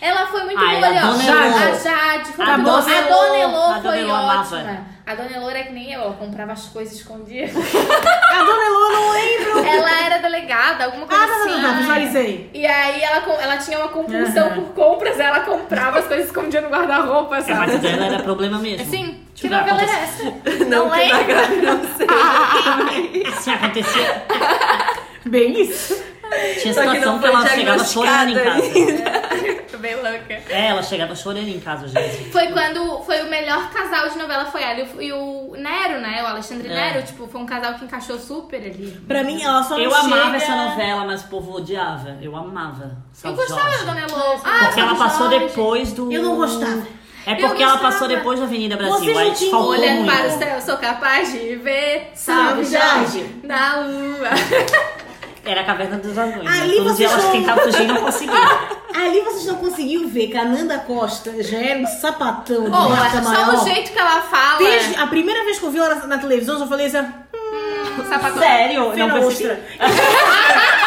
Ela foi muito Ah, boa ali, ela ó. Dona Elô. A Jade. Foi A muito boa. Dona a Elô. Dona Elô A Dona foi Elô amava. ótima. A Dona Elô era que nem eu. Ela comprava as coisas e escondia. É A dona Elô, eu não lembro. ela era delegada, alguma coisa Ah, não, assim. não, não, não, visualizei. E aí ela, com- ela tinha uma compulsão Aham. por compras, ela comprava as coisas e escondia no guarda-roupa, É, mas sabe? dela era problema mesmo. É, Sim, Tipo, que novela era acontecia- essa? Não, é? Se Assim, acontecia, Bem isso. tinha Só que situação não que foi ela chegava chorando em casa. Bem louca. É, ela chegava chorando em casa, gente. Foi quando foi o melhor casal de novela foi ela e o- e o Nero, né? O Alexandre É. Nero, tipo, foi um casal que encaixou super ali. Pra mim, ela só Eu não amava chega- essa novela, mas o povo odiava. Eu amava. Eu Salve gostava Jorge. da Dona Elô. Ah, Porque ela Salve passou Jorge. depois do. Eu não gostava. É Eu porque ela gostava. passou depois da Avenida Vocês Brasil. não Aí te tinham faltou Olhando muito. né, para o céu, sou capaz de ver. Salve, Jorge. Na lua. Era a Caverna dos Dragões. Ali né? Todos vocês elas são- tentavam fugir e não conseguiam. Ali vocês não conseguiram ver que a Nanda Costa já era um sapatão de Pô, marca maior. Oh, só o jeito né? que ela fala. Desde a primeira vez que eu vi ela na, na televisão, eu já falei assim, hum, Sapatão. Sério? filha Não ostra. percebi.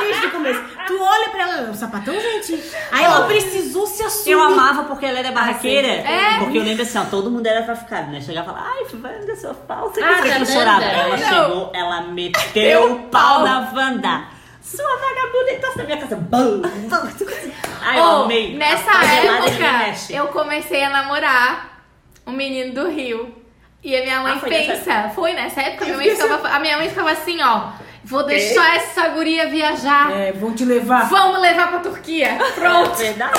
Desde o começo. Tu olha pra ela, é um sapatão, gente. Aí ela precisou se assumir. Ah, Eu amava porque ela era barraqueira. É. Porque eu lembro assim, ó, todo mundo era traficado, né? Chegava e falava, ai, Wanda, sua falta. Ah, Ah, da ela chorava. Wanda. Ela Não. chegou, ela meteu o pau na Wanda. Sua vagabunda entra na minha casa. Bum, bum. Ai, eu Ô, amei. é Nessa A favelada ninguém época, mexe. eu comecei a namorar um menino do Rio. E a minha mãe Ah, foi pensa, nessa foi nessa época, minha mãe ficava, a minha mãe ficava assim, ó. Vou deixar essa guria viajar. É, vão te levar. Vamos levar pra Turquia. Pronto. É Verdade.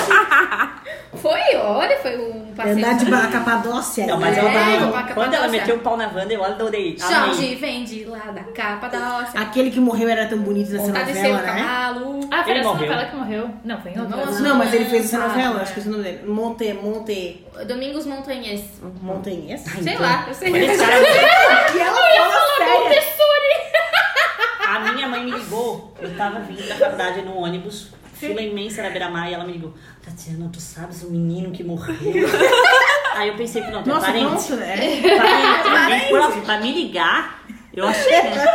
Foi, olha, foi um passeio. Andar de barra Capadócia. né? Não, mas É, ela vou tava. pra Capadócia. Quando ela meteu o pau na Wanda, eu adorei. Amei. Jorge, vem de lá da capa da óssea. Aquele que morreu era tão bonito nessa Vontade de ser Ah, novela, um né? cavalo. Ah, foi Ele essa morreu. novela que morreu. Não, foi em outra. Não, Não, mas ele fez essa Ah, novela, é. acho que esse nome dele. Monte, Monte... Domingos Montanhês. Hum, Montanhês? tá. Sei lá, eu sei. É Quando esse cara- E ela fala sério. A minha mãe me ligou, eu tava vindo da faculdade no ônibus, fila imensa na beira-mar, e ela me ligou, Tatiana, tu sabes o menino que morreu? Aí eu pensei que não, tu é Nossa, parente. pronto, né? Pra me, pra- pra me ligar, eu achei, né?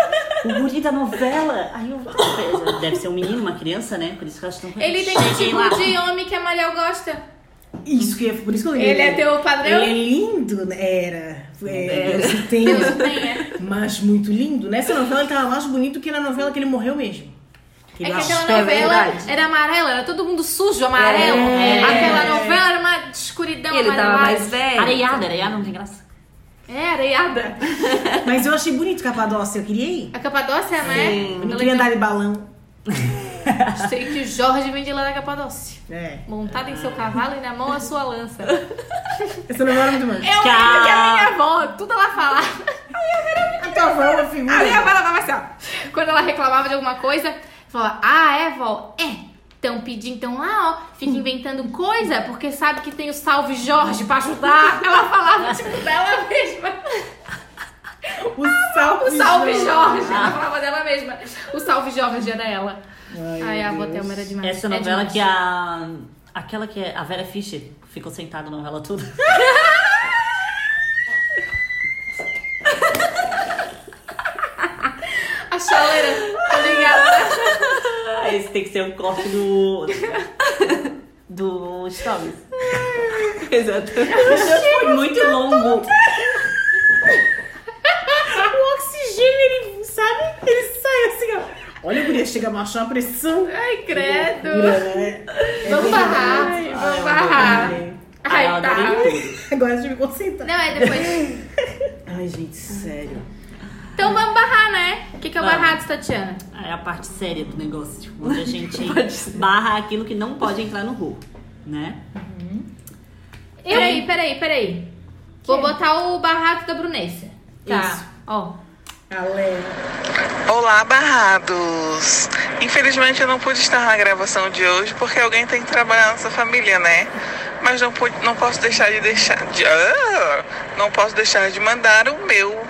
O guri da novela. Aí eu, ah, deve ser um menino, uma criança, né? Por isso que elas estão Ele tem Cheguei o tipo lá. de homem que a Mariel gosta. Isso que é, por isso que eu lembro. Ele é teu padrão? Ele é lindo, né? era. É, Era. esse Deus tempo. tenha. Mas muito lindo. Nessa novela ele tava mais bonito que na novela que ele morreu mesmo. É ele que nasceu. aquela é novela verdade. era amarela, era todo mundo sujo, amarelo. É. Aquela novela era uma escuridão Ele tava amarelada. mais velho. Areiada, areiada não tem graça. É, areiada. Mas eu achei bonito Capadócia, eu queria ir. A Capadócia, né? Eu não queria andar de balão. Eu Sei que Jorge vem de lá da Capadócia. É. Montado em seu cavalo e na mão a sua lança. Essa novela era muito mais. Eu lembro que a minha avó, tudo ela falava. A tua avó é uma A minha figura. avó ela tava assim, ó. Quando ela reclamava de alguma coisa, falava, ah, é, "Ah, vó? É. Então pedir, então lá, ó, fica inventando coisa, porque sabe que tem o salve Jorge pra ajudar. Ela falava, tipo, dela mesma. O salve, O salve Jorge. Jorge. Ela falava dela mesma. O salve Jorge era ela. Ai, a meu avó Deus. Thelma era demais. Essa É novela demais. que a. Aquela que é. A Vera Fischer ficou sentada na novela toda. A chaleira, tá ligado? Ah, Esse tem que ser o corte do. do Stories. Exato. Foi muito longo. O oxigênio, ele, sabe? Ele sai assim, ó. Olha, guria, chega a baixar uma pressão. Ai, é credo. Dura, né? É Vamos verdade. barrar, vamos barrar. Ai, Ah, eu Ai, tá. adorei tudo. Agora deixa eu me concentrar. Não, é depois. Ai, gente, sério. Então vamos barrar, né? O que, que é o Vamos. barrado, Tatiana? É a parte séria do negócio, tipo, onde a gente barra aquilo que não pode entrar no Ru, né? Eu... Peraí, peraí, peraí. Vou botar o barrado da Brunessa. Tá. Ó. Ale. Olá, barrados! Infelizmente eu não pude estar na gravação de hoje porque alguém tem que trabalhar nessa família, né? Mas não, pude, não posso deixar de deixar de. Ah! não posso deixar de mandar o meu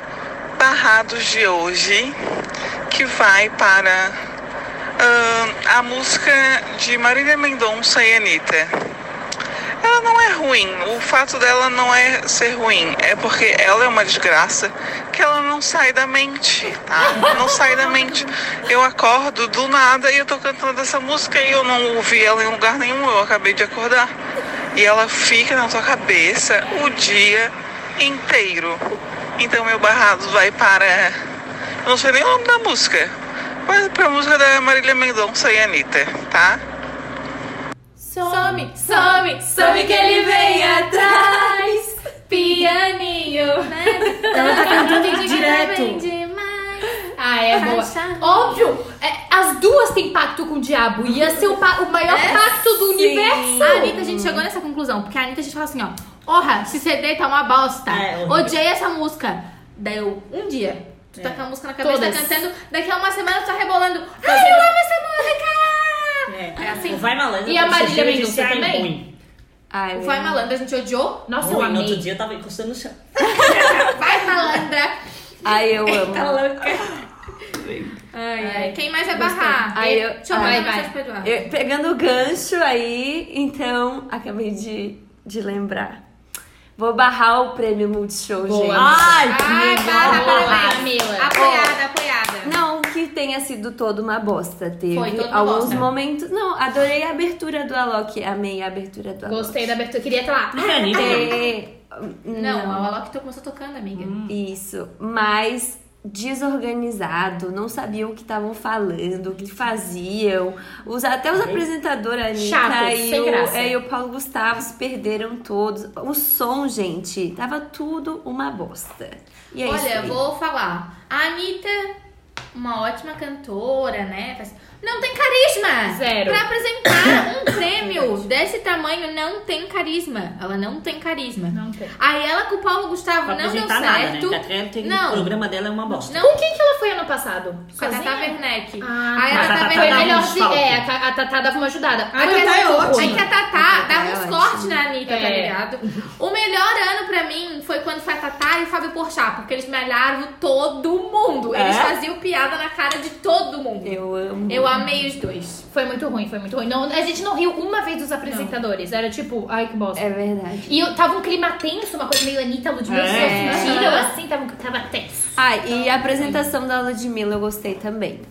barrados de hoje, que vai para ah, a música de Marília Mendonça e Anitta. Ela não é ruim. O fato dela não é ser ruim. É porque ela é uma desgraça que ela não sai da mente, tá? Não sai da mente. Eu acordo do nada e eu tô cantando essa música e eu não ouvi ela em lugar nenhum. Eu acabei de acordar. E ela fica na tua cabeça o dia inteiro. Então meu barrado vai para. Eu não sei nem o nome da música. Mas pra música da Marília Mendonça e Anitta, tá? Some, some, some que ele vem atrás. Pianinho. Né? Ela tá cantando direto. Ah, é boa. Achar. Óbvio, é, as duas têm pacto com o diabo. Ia ser o, pa- o maior pacto do universo. A É Anitta, a gente chegou nessa conclusão. Porque a Anitta, a gente fala assim, ó. Orra, esse CD tá uma bosta. É, horrível. Odiei essa música. Daí eu, um dia. Tu tá com a música na cabeça, Todas. tá cantando. Daqui a uma semana tu tá rebolando. Ai, eu amo essa música! É. É assim. O Vai Malandro. E a no outro Marília dia, gente, Mendonça tá também? Ruim. Ai, O Vai Malandro, a gente odiou. Nossa, eu ruim. No amei. outro dia eu tava encostando no chão. Vai Malandra. Ai, eu amo. Tá Tá Ai, ai. Quem mais vai barrar? Ai, eu- Deixa eu ai, mandar vai. mensagem pro Eduardo. Eu- pegando o gancho aí, então, acabei de, de lembrar. Vou barrar o prêmio Multishow, gente. Ai, Ai, que barra, horror. parabéns. Camila. Apoiada, apoiada. Não que tenha sido toda uma bosta. Teve Foi toda uma alguns bosta. momentos. Não, adorei a abertura do Alok. Amei a abertura do Alok. Gostei da abertura. Queria estar lá. Não é Anitta, não. É, Não, o Alok to- começou tocando, amiga. Hum. Isso, mas desorganizado, não sabiam o que estavam falando, o Uhum. que faziam. Os, até os apresentadores, a Anitta Chato, e, sem o, graça. é, e o Paulo Gustavo se perderam todos. O som, gente, tava tudo uma bosta. E é isso Olha, aí. vou falar. A Anitta, uma ótima cantora, né? Faz- Não tem carisma! Zero. Pra apresentar um prêmio desse tamanho, não tem carisma. Ela não tem carisma. Não tem. Aí ela com o Paulo Gustavo Pra não deu apresentar nada, né? certo. Catriel tem- Não. O programa dela é uma bosta. Não, Com quem que ela foi ano passado? com a Tata Werneck. Ah, Aí tá. a Tata A Foi Tata dava um Werneck melhor se... desfalque. É, a Ta- a Tatá dava uma ajudada. A Tatá é ótima. É que a Tatá dava é uns ótima. cortes na Anitta, tá É. ligado? O melhor ano pra mim foi quando foi a Tatá e o Fábio Porchat, porque eles malharam todo mundo. Eles É? faziam piada na cara de todo mundo. Eu amo. Eu amei os dois. Foi muito ruim, foi muito ruim. Não, a gente não riu uma vez dos apresentadores. Era tipo, ai que bosta. É verdade. E eu, tava um clima tenso, uma coisa meio Anitta, Ludmilla, É. é. tiram assim, tava, tava tenso. Ah, Então, e a apresentação da Ludmilla eu gostei também.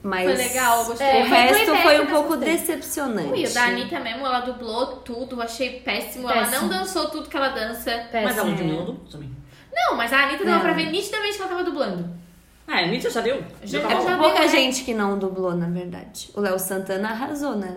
Mas Foi legal, eu gostei. o Foi- foi resto foi, péssimo, um mas pouco gostei. decepcionante. E o da Anitta mesmo, ela dublou tudo, achei péssimo. Ela não Péssimo. dançou tudo que ela dança. Mas a Péssimo. Ludmilla do também. Não, mas a Anitta dava Não. pra ver nitidamente que ela tava dublando. Ah, a Anitta já deu. Já Já tá deu. bom. É Já pouca deu, né? gente que não dublou, na verdade. O Léo Santana arrasou, né?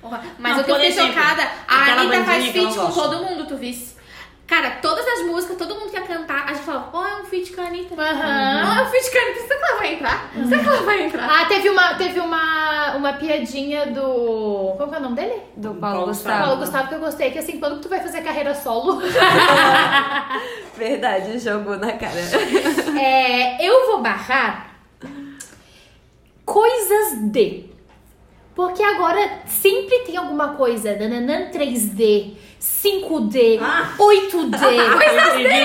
Porra, Mas Não, eu por fiquei exemplo, chocada. A aquela Anitta faz bandinha que eu não feat com gosto. todo mundo, tu visse. Cara, todas as músicas, todo mundo quer cantar, a gente fala, ó, é um feat com a Anitta. Aham. Ó, é um feat com a Anitta, será que ela vai entrar? Será que ela vai entrar? Ah, teve uma, teve uma, uma piadinha do. Qual que é o nome dele? Do Paulo, Paulo Gustavo. Paulo Gustavo que eu gostei, que assim, quando tu vai fazer carreira solo, Verdade, jogou na cara. é, eu vou barrar coisas de. Porque agora sempre tem alguma coisa, nananã 3D, 5D, 8D, Coisas de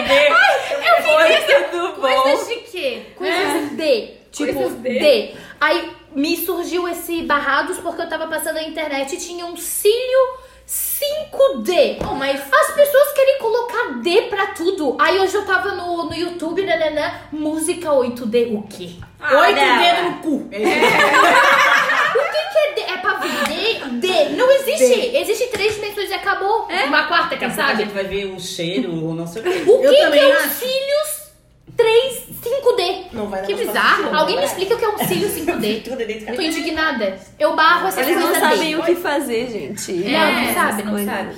Eu coisas de quê? Coisas D. Tipo coisas D. D. Aí me surgiu esse barrados porque eu tava passando na internet e tinha um cílio 5D. Bom, mas As pessoas querem colocar D pra tudo. Aí hoje eu tava no, no YouTube, nananã, música 8D, o quê? Oito dedos no cu. É. O que é D? É pra vender D. É? Não existe. Existe três dimensões e acabou. Uma quarta, quem Daqui a pouco a sabe? gente vai ver um cheiro ou não sei o que. O que, que também é um acho. cílios 3, 5D? Não vai dar Que pra fazer bizarro. isso, não, Alguém me né? explica o que é um cílio 5D. Tudo é dentro Eu tô indignada. Eu barro essas Eles não coisas sabem D. o que fazer, gente. É, Não, não Essas sabe, não coisas. sabe.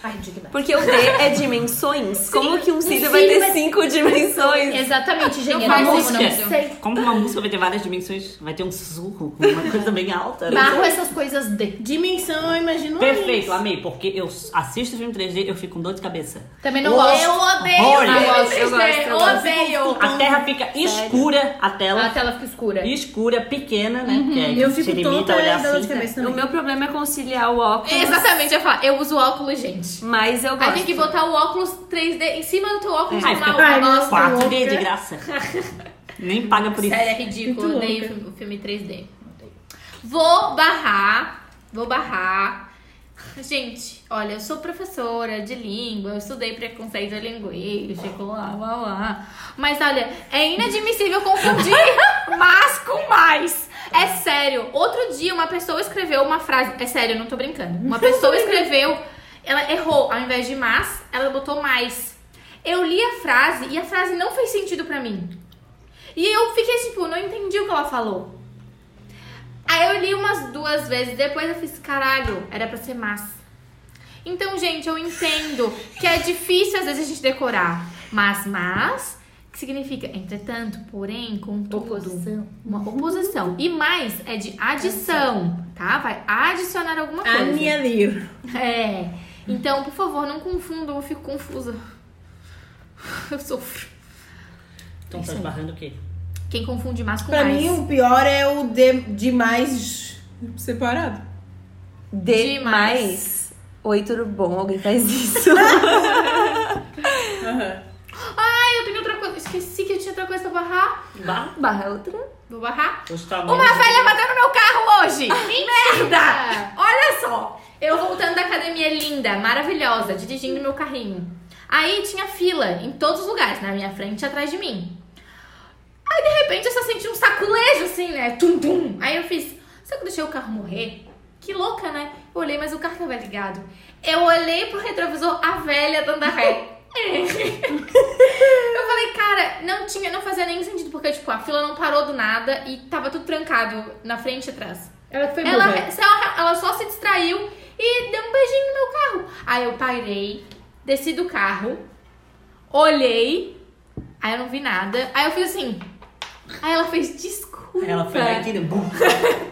Ai, indignada. Porque o D é dimensões. Como que um cílio vai cílio ter é- cinco dimensões? Exatamente, gente. faz não isso, sei. não sei. Como uma música vai ter várias dimensões, vai ter um sussurro, uma coisa bem alta. né? é Barro essas coisas D. Dimensão, eu imagino. Perfeito, amei, porque eu assisto filme 3D, eu fico com dor de cabeça. Também não Eu gosto. odeio Olha. Não gosto, Eu gosto, eu gosto. odeio. A terra fica escura, a A tela tela fica escura. escura, pequena, né? Porque aí Ah, tá. Uhum. Eu se fico limita tonta a olhar e dá dor de assim. né? cabeça O também. meu problema é conciliar o óculos. Exatamente, eu falo. Eu uso óculos, gente. Mas eu gosto. Aí tem que botar o óculos 3D em cima do teu óculos Ai, normal. tá Ai, Nossa, nossa, 4D de louca. graça. Nem paga por isso. Sério, é ridículo. Muito Eu odeio louca. filme- o filme 3D. Vou barrar. Vou barrar. Gente, olha, eu sou professora de língua, eu estudei preconceito linguístico, lá, lá, lá. Mas olha, é inadmissível confundir mas com mais. É sério. Outro dia uma pessoa escreveu uma frase. É sério, eu não tô brincando. Uma pessoa escreveu, ela errou, ao invés de mas, ela botou mais. Eu li a frase e a frase não fez sentido pra mim. E eu fiquei tipo, não entendi o que ela falou. Aí eu li umas duas vezes, depois eu fiz, caralho, era pra ser massa. Então, gente, eu entendo que é difícil às vezes a gente decorar. Mas, mas, que significa, entretanto, porém, contudo. Oposição. Uma oposição. E mais é de adição, tá? Vai adicionar alguma é coisa. Anelir. É. Então, por favor, não confundam, eu fico confusa. Eu sofro. Então tá esbarrando o quê? Quem confunde mais com Pra mais. mim, o pior é o de, de mais separado. D Demais. mais. Oi, tudo bom? Alguém faz isso? Eu tenho outra coisa. Esqueci que eu tinha outra coisa pra barrar. Barra? Barra outra. Vou barrar. Hoje tá Uma velha bateu no meu carro hoje! Merda! Olha só! Eu voltando da academia linda, maravilhosa, dirigindo meu carrinho. Aí tinha fila em todos os lugares, na minha frente e atrás de mim. Aí de repente eu só senti um saculejo assim, né? Tum tum. Aí eu fiz, será que eu deixei o carro morrer? Que louca, né? Eu olhei, mas o carro tava ligado. Eu olhei pro retrovisor, a velha dando a ré. Eu falei, cara, não tinha, não fazia nenhum sentido, porque, tipo, a fila não parou do nada e tava tudo trancado na frente e atrás. Ela foi Ela, é- ela, ela só se distraiu e deu um beijinho no meu carro. Aí eu parei, desci do carro, olhei, aí eu não vi nada. Aí eu fiz assim. Aí ela fez desculpa. Ela foi É. aqui, né? Bum.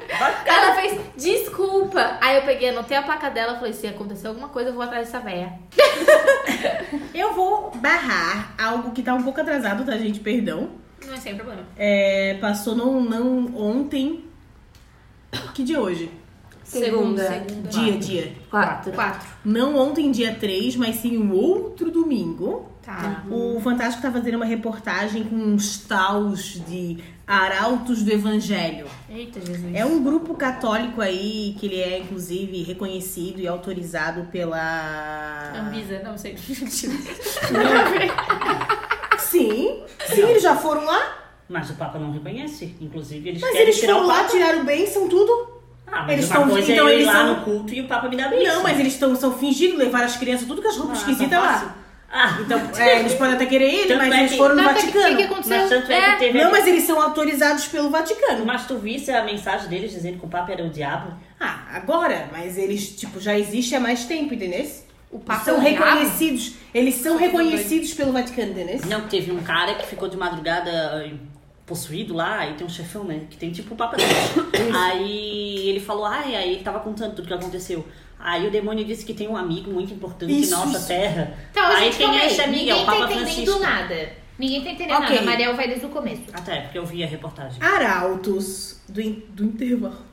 Ela fez desculpa. Aí eu peguei, anotei a placa dela e falei: se acontecer alguma coisa, eu vou atrás dessa véia. Eu vou barrar algo que tá um pouco atrasado, tá, gente? Perdão. Não é sem problema. É, passou não, não ontem. Que dia é hoje? Segunda. Segunda. Dia, dia. Quatro. Quatro. Não ontem, dia 3, mas sim o outro domingo. Tá. O Fantástico tá fazendo uma reportagem com uns taus de arautos do evangelho. Eita, Jesus. É um grupo católico aí, que ele é, inclusive, reconhecido e autorizado pela... Anvisa, não sei. Ah, Sim, sim, eles já foram lá. Mas o Papa não reconhece. Inclusive, eles Mas querem eles tirar foram o Papa. lá, tiraram bênção, tudo. Ah, mas Eles uma tão- coisa então é eu ir eles lá são- no culto e o Papa me dá bênção. Não, mas eles estão são fingindo, levaram as crianças, tudo com as Ah, roupas tá esquisitas fácil. lá. Ah, Então, é, eles podem até querer ele, Tanto mas é eles que- foram no Tanto é que- Vaticano. que aconteceu? mas tanto é que teve... Não, mas eles são autorizados pelo Vaticano. Mas tu visse a mensagem deles dizendo que o Papa era o diabo? Ah, agora, mas eles, tipo, já existem há mais tempo, entendeu? O papo são é um diabo? reconhecidos, eles são reconhecidos pelo Vaticano, entendeu? Não, teve um cara que ficou de madrugada eh, possuído lá, e tem um chefão, né? Que tem tipo o Papa dele. aí ele falou, ai, aí ele tava contando tudo que aconteceu. Aí o demônio disse que tem um amigo muito importante Isso, em nossa isso. terra. Então, aí gente, quem calma é aí. esse amigo? É Ninguém o Papa tá entendendo Francisco. nada. Ninguém tá entendendo Ok. nada. A Mariel vai desde o começo. Até, porque eu vi a reportagem. Arautos do, in- do intervalo.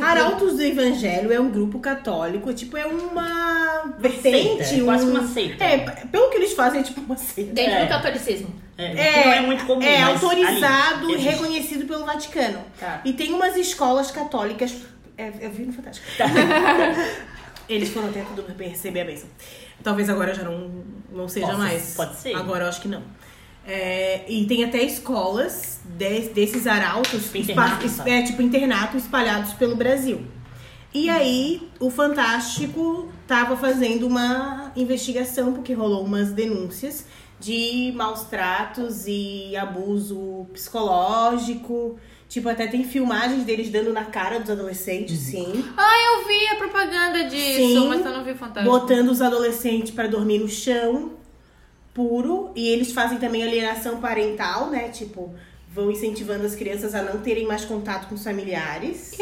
Arautos do Evangelho é um grupo católico, tipo, é uma vertente. Seita, é um... quase uma seita. É, p- pelo que eles fazem, é tipo uma seita. Dentro É. do catolicismo. É, que não é muito comum. É mas é autorizado ali e existe. reconhecido pelo Vaticano. Tá. E tem umas escolas católicas. É, eu vi no Fantástico. Tá. Eles foram até tudo pra receber a bênção. Talvez agora já não, não seja Possa- mais. pode ser. Agora eu acho que não. É, e tem até escolas de- desses arautos, Internato, espa- sabe? é, tipo internato, espalhados pelo Brasil. E aí, o Fantástico tava fazendo uma investigação, porque rolou umas denúncias de maus tratos e abuso psicológico. Tipo, até tem filmagens deles dando na cara dos adolescentes, sim. Eu vi a propaganda disso, Sim. mas eu não vi o fantástico. Botando os adolescentes pra dormir no chão, puro. E eles fazem também alienação parental, né? Tipo, vão incentivando as crianças a não terem mais contato com os familiares.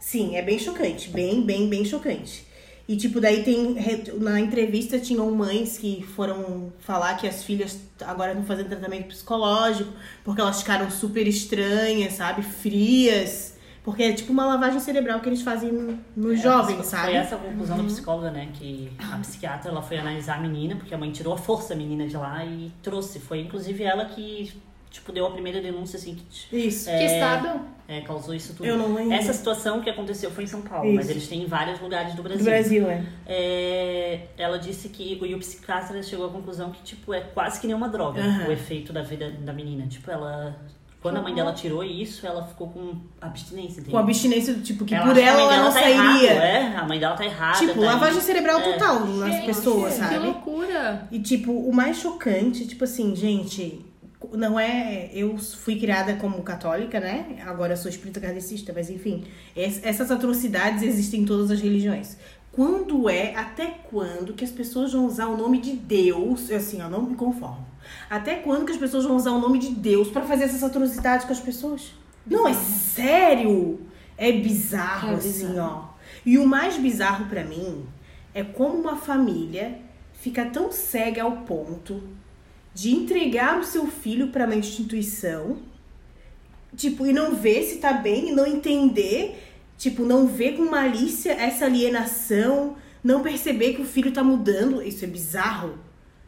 Sim, é bem chocante. Bem, bem, bem chocante. E, tipo, daí tem. re- Na entrevista tinham mães que foram falar que as filhas agora estão fazendo tratamento psicológico, porque elas ficaram super estranhas, sabe? Frias. Porque é tipo uma lavagem cerebral que eles fazem no- nos É, jovens, foi sabe? Uhum. essa a conclusão da psicóloga, né? Que a psiquiatra ela foi analisar a menina, porque a mãe tirou a força a menina de lá e trouxe. Foi inclusive ela que, tipo, deu a primeira denúncia, assim, que Isso. Que estado? é, causou isso tudo. Eu não lembro. Essa situação que aconteceu foi em São Paulo, mas Isso. eles têm em vários lugares do Brasil. Do Brasil, é. É, ela disse que e o psiquiatra chegou à conclusão que, tipo, é quase que nem uma droga Aham. o efeito da vida da menina. Tipo, ela. Quando a mãe dela tirou isso, ela ficou com abstinência. entendeu? Com abstinência, do tipo, que por acha que a ela mãe ela dela não tá sairia. errado, é, a mãe dela tá errada. Tipo, tá lavagem indo- cerebral É. total nas Gente, pessoas, Que sabe? loucura. E, tipo, o mais chocante, tipo assim, gente, não é. Eu fui criada como católica, né? Agora eu sou espírita kardecista, mas enfim. es- Essas atrocidades existem em todas as religiões. Quando é, até quando que as pessoas vão usar o nome de Deus? Eu, Assim, eu não me conformo. Até quando que as pessoas vão usar o nome de Deus pra fazer essas atrocidades com as pessoas? Não, é sério! É bizarro, É assim, ó. E o mais bizarro pra mim é como uma família fica tão cega ao ponto de entregar o seu filho pra uma instituição, tipo, e não ver se tá bem, e não entender, tipo, não ver com malícia essa alienação, não perceber que o filho tá mudando, isso é bizarro.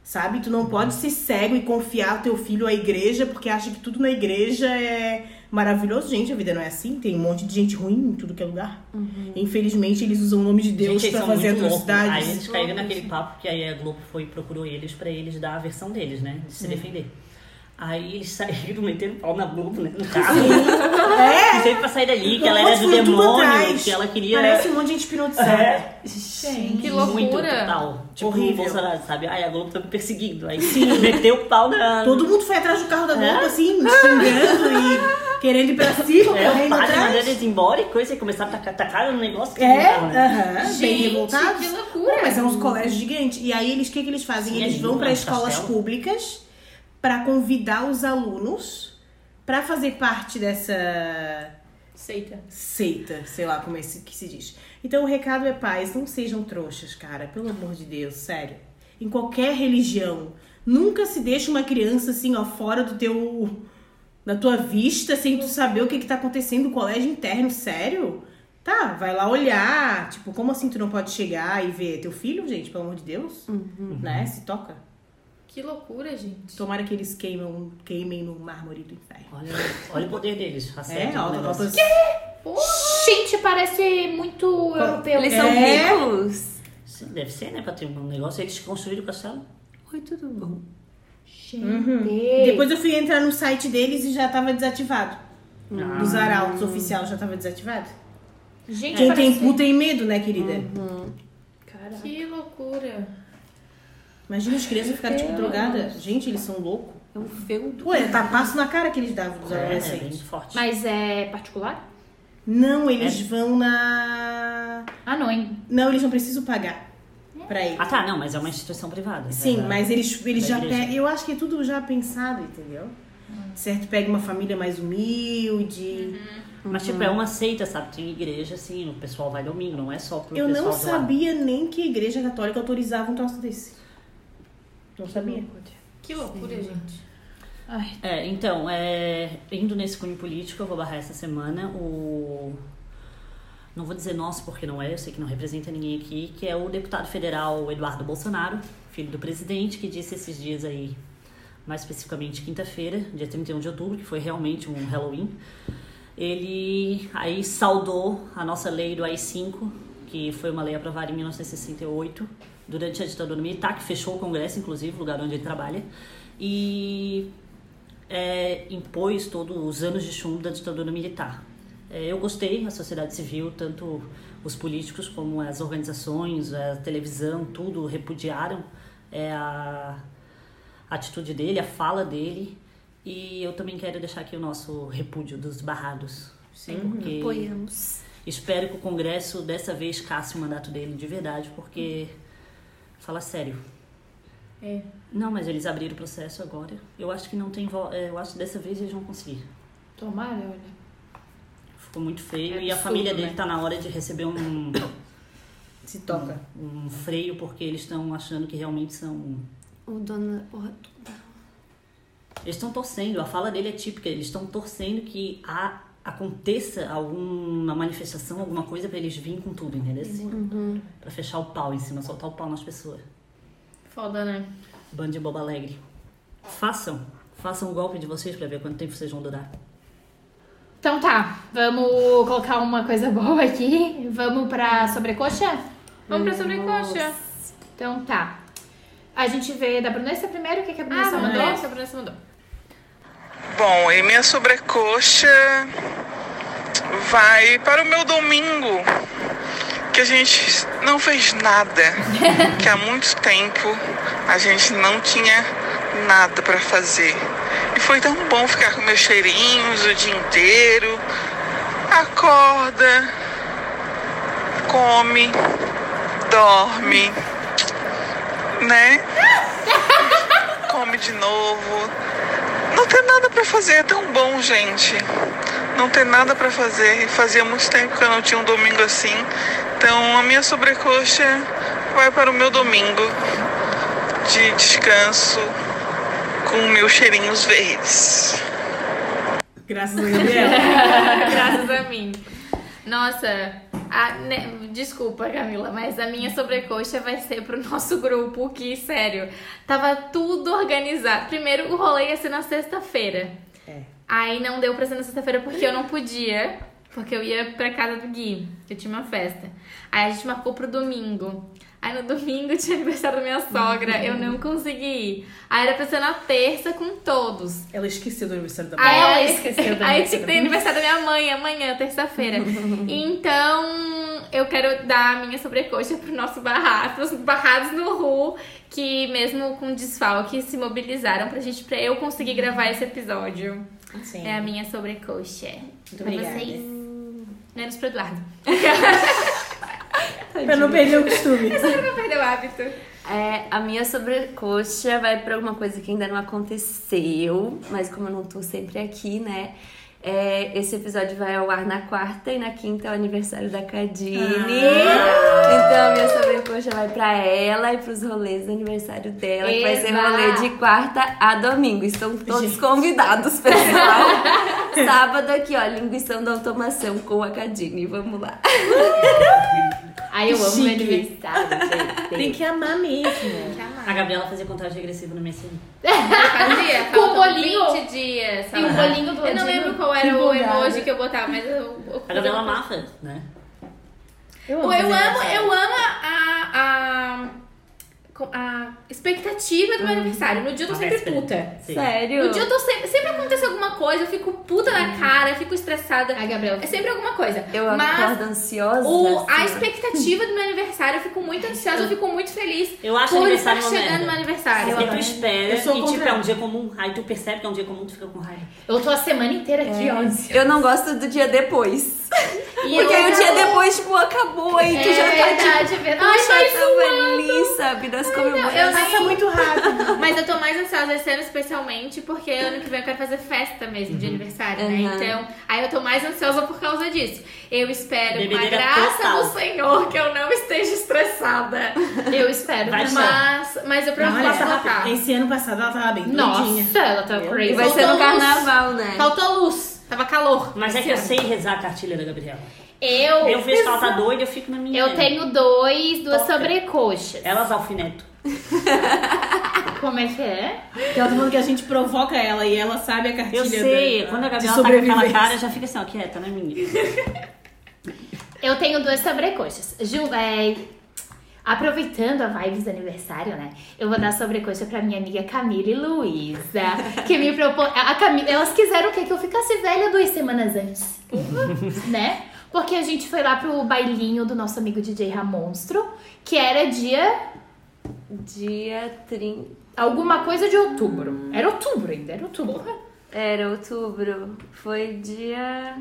Sabe? Tu não pode ser cego e confiar o teu filho à igreja porque acha que tudo na igreja é maravilhoso. Gente, a vida não é assim. Tem um monte de gente ruim em tudo que é lugar. Infelizmente, eles usam o nome de Deus Uhum. tá Gente, eles pra são fazer muito loucos. Aí atrocidades. eles caíram naquele papo que aí a Globo foi e procurou eles pra eles dar a versão deles, né? De se defender. Aí eles saíram metendo pau na Globo, né? No carro. É! Sempre pra sair dali, que Um ela monte era do foi tudo demônio, atrás. que ela queria. É. Parece um monte de gente hipnotizada. Gente, que Muito loucura. total. Tipo, o Horrível. Bolsonaro, sabe? Ai, a Globo tá me perseguindo. Aí sim, meteu o pau na. Todo mundo foi atrás do carro É? da Globo, assim, xingando e querendo ir pra cima, É, o correndo padre mandando atrás. eles embora e coisa, e começaram a tacar, tacar no negócio. que É, não dava, né? aham, bem Gente, revoltados. que loucura. Pô, Mas é uns colégios gigantes. E aí, eles, o que, que eles fazem? Sim, eles é vão lindo, pra né? escolas Castelo. públicas pra convidar os alunos pra fazer parte dessa Seita. seita, sei lá como é esse- que se diz. Então o recado é paz, não sejam trouxas, cara, pelo amor de Deus, sério. Em qualquer religião, nunca se deixa uma criança assim, ó, fora do teu da tua vista, sem tu saber o que que tá acontecendo no colégio interno, sério? Tá, vai lá olhar, tipo, como assim tu não pode chegar e ver teu filho, gente, pelo amor de Deus? Né? Se toca. Que loucura, gente. Tomara que eles queimam, queimem no mármore do inferno. Olha, olha o poder deles. É, Acerta o ó, um negócio. papas- Gente, parece muito europeu. Eles são É. ricos. Sim, Deve ser, né? Pra ter um negócio. Eles construíram o castelo. Oi, tudo bom? Gente. Depois eu fui entrar no site deles e já tava desativado. Ah. Dos arautos oficial já tava desativado. Gente, assim. Quem tem parece- cu tem medo, né, querida? Caraca. Uhum. Que loucura. Imagina as crianças ficarem, tipo, drogadas. Gente, eles são loucos. É um feudo. Ué, tá passo na cara que eles davam dos É, é bem adolescentes. forte. Mas é particular? Não, é. eles vão na... Ah, não, hein? Não, eles não precisam pagar pra ir. Ah, tá, não, mas é uma instituição privada. Sim, é da- mas eles, eles da já igreja. pegam... Eu acho que é tudo já pensado, entendeu? Hum. Certo, pega uma família mais humilde. Mas, tipo, é uma seita, sabe? Tem igreja, assim, o pessoal vai domingo, não é só pro Eu pessoal não de lá. sabia nem que a igreja católica autorizava um troço desse. Não sabia. Que loucura, gente. Ai, É, então, é, indo nesse cunho político, eu vou barrar essa semana o não vou dizer nosso porque não é, eu sei que não representa ninguém aqui, que é o deputado federal Eduardo Bolsonaro, filho do presidente, que disse esses dias aí, mais especificamente quinta-feira, dia 31 de outubro, que foi realmente um Halloween. Ele aí saudou a nossa lei do AI-5, que foi uma lei aprovada em 1968, durante a ditadura militar, que fechou o Congresso, inclusive, o lugar onde ele trabalha, e é, impôs todos os anos de chumbo da ditadura militar. É, eu gostei, a sociedade civil, tanto os políticos como as organizações, a televisão, tudo repudiaram é, a atitude dele, a fala dele. E eu também quero deixar aqui o nosso repúdio dos barrados. Sim, porque Apoiamos. espero que o Congresso dessa vez casse o mandato dele de verdade, porque fala sério. É. Não, mas eles abriram o processo agora. Eu acho que não tem, vo- é, eu acho que dessa vez eles vão conseguir. Tomara, olha. Ficou muito feio É e a absurdo, família dele né? tá na hora de receber um, Se toca. um freio porque eles estão achando que realmente são O dono. Porra, Eles estão torcendo, a fala dele é típica, eles estão torcendo que a- aconteça alguma manifestação, alguma coisa pra eles virem com tudo, entendeu? Uhum. Pra fechar o pau em cima, soltar o pau nas pessoas. Foda, né? Bando de boba alegre. Façam, façam o golpe de vocês pra ver quanto tempo vocês vão durar. Então tá, vamos colocar uma coisa boa aqui. Vamos pra sobrecoxa? Vamos pra sobrecoxa. Então tá. A gente vê da Brunessa primeiro, o que, que a Ah, Brunessa mandou? mandou? Essa Brunessa mandou. Bom, e minha sobrecoxa vai para o meu domingo, que a gente não fez nada, que há muito tempo a gente não tinha nada para fazer. E foi tão bom ficar com meus cheirinhos o dia inteiro. Acorda, come, dorme, né? Come de novo, não tem nada pra fazer, é tão bom, gente. Não tem nada pra fazer. E Fazia muito tempo que eu não tinha um domingo assim. Então a minha sobrecoxa vai para o meu domingo de descanso com meus cheirinhos verdes. Graças a Deus. Graças a mim. Nossa, a- né, desculpa, Camila, mas a minha sobrecoxa vai ser pro nosso grupo, que, sério, tava tudo organizado. Primeiro, o rolê ia ser na sexta-feira. É. Aí não deu pra ser na sexta-feira porque eu não podia, porque eu ia pra casa do Gui, que eu tinha uma festa. Aí a gente marcou pro domingo. Aí no domingo tinha aniversário da minha sogra, eu não consegui ir. Aí era pra ser na terça com todos. Ela esqueceu do aniversário da Aí Paula. ela ela esqueceu do Aí aniversário tinha que da ter aniversário da minha mãe amanhã, terça-feira. então, eu quero dar a minha sobrecoxa pro nosso barrado, pros barrados no Ru, que mesmo com desfalque se mobilizaram pra gente, pra eu conseguir gravar esse episódio. Sim. É a minha sobrecoxa. Muito obrigada. vocês. Menos pro Eduardo. Pra não perder o costume. Não perdeu o hábito. É, a minha sobrecoxa vai pra alguma coisa que ainda não aconteceu, mas como eu não tô sempre aqui, né? é, esse episódio vai ao ar na quarta e na quinta é o aniversário da Cadine. Então Ah. a minha sobrecoxa vai pra ela e pros rolês do aniversário dela, que vai ser Eba! rolê de quarta a domingo. Estão todos convidados, pessoal. Sábado aqui, ó, linguição da automação com a Cadine. Vamos lá. Ai, eu amo meu Chique. aniversário, gente. Tem que amar mesmo. A Gabriela fazia contagem regressiva no minha semana. Fazia, Com faltam bolinho? 20 dias. E o sabe? bolinho do Eu não Odino? lembro qual era Que o bugada. emoji que eu botava, mas eu... eu- A Gabriela amava, né? Eu Pô, fazer eu amo, aniversário. eu amo a, a, com- a expectativa Uhum. do meu aniversário. No dia eu tô A sempre véspera. puta. Sim. Sério? No Um dia eu tô sempre. Sempre acontece alguma coisa, eu fico puta na cara, fico estressada. Ai, Gabriela. É sempre alguma coisa. Eu Mas acordo ansiosa. o, a assim, ó. expectativa do meu aniversário, eu fico muito ansiosa, eu fico muito feliz Eu acho por estar aniversário tá uma chegando merda. meu aniversário. Porque tu espera Eu sou e o tipo, é um contrário. dia comum. Aí tu percebe que é um dia comum, tu fica com raiva. Eu tô a semana inteira aqui, É. ó. Eu não gosto do dia depois. E Porque eu aí o dia não- depois, tipo, acabou e tu É já tá tipo, verdade, é verdade. poxa, eu tava ali, sabe? Nós comemoramos. eu Passa muito rápido. Mas eu tô mais ansiosa esse ano, especialmente porque ano que vem eu quero fazer festa mesmo de aniversário, né? Uhum. Então, aí eu tô mais ansiosa por causa disso. Eu espero, com a Bebedeira graça total. do Senhor, que eu não esteja estressada. Eu espero. Vai que- Mas, mas eu prometo Olha, posso voltar. esse ano passado ela tava bem doidinha. Nossa, ela tá E crazy. vai ser no Faltou luz. carnaval, né? Faltou luz, tava calor. Mas é que eu sei rezar a cartilha da Gabriela. Eu, Eu vejo que ela tá doida, eu fico na minha. eu tenho dois, duas Top. sobrecoxas. Elas alfineto. Como é que é? Que ela tá falando que a gente provoca ela e ela sabe a cartilha. Eu sei, da- quando a de Gabriela tá com aquela sobrevivência. cara, já fica assim, ó, quieta, né, menina? Eu tenho duas sobrecoxas. Ju, é, aproveitando a vibes do aniversário, né? Eu vou dar sobrecoxa pra minha amiga Camila e Luísa. Que me propõe. A Camila, elas quiseram o quê? Que eu ficasse velha duas semanas antes. né? Porque a gente foi lá pro bailinho do nosso amigo DJ Ramonstro, que era dia Dia 30. alguma coisa de outubro. Era outubro ainda, era outubro. Era outubro. Foi dia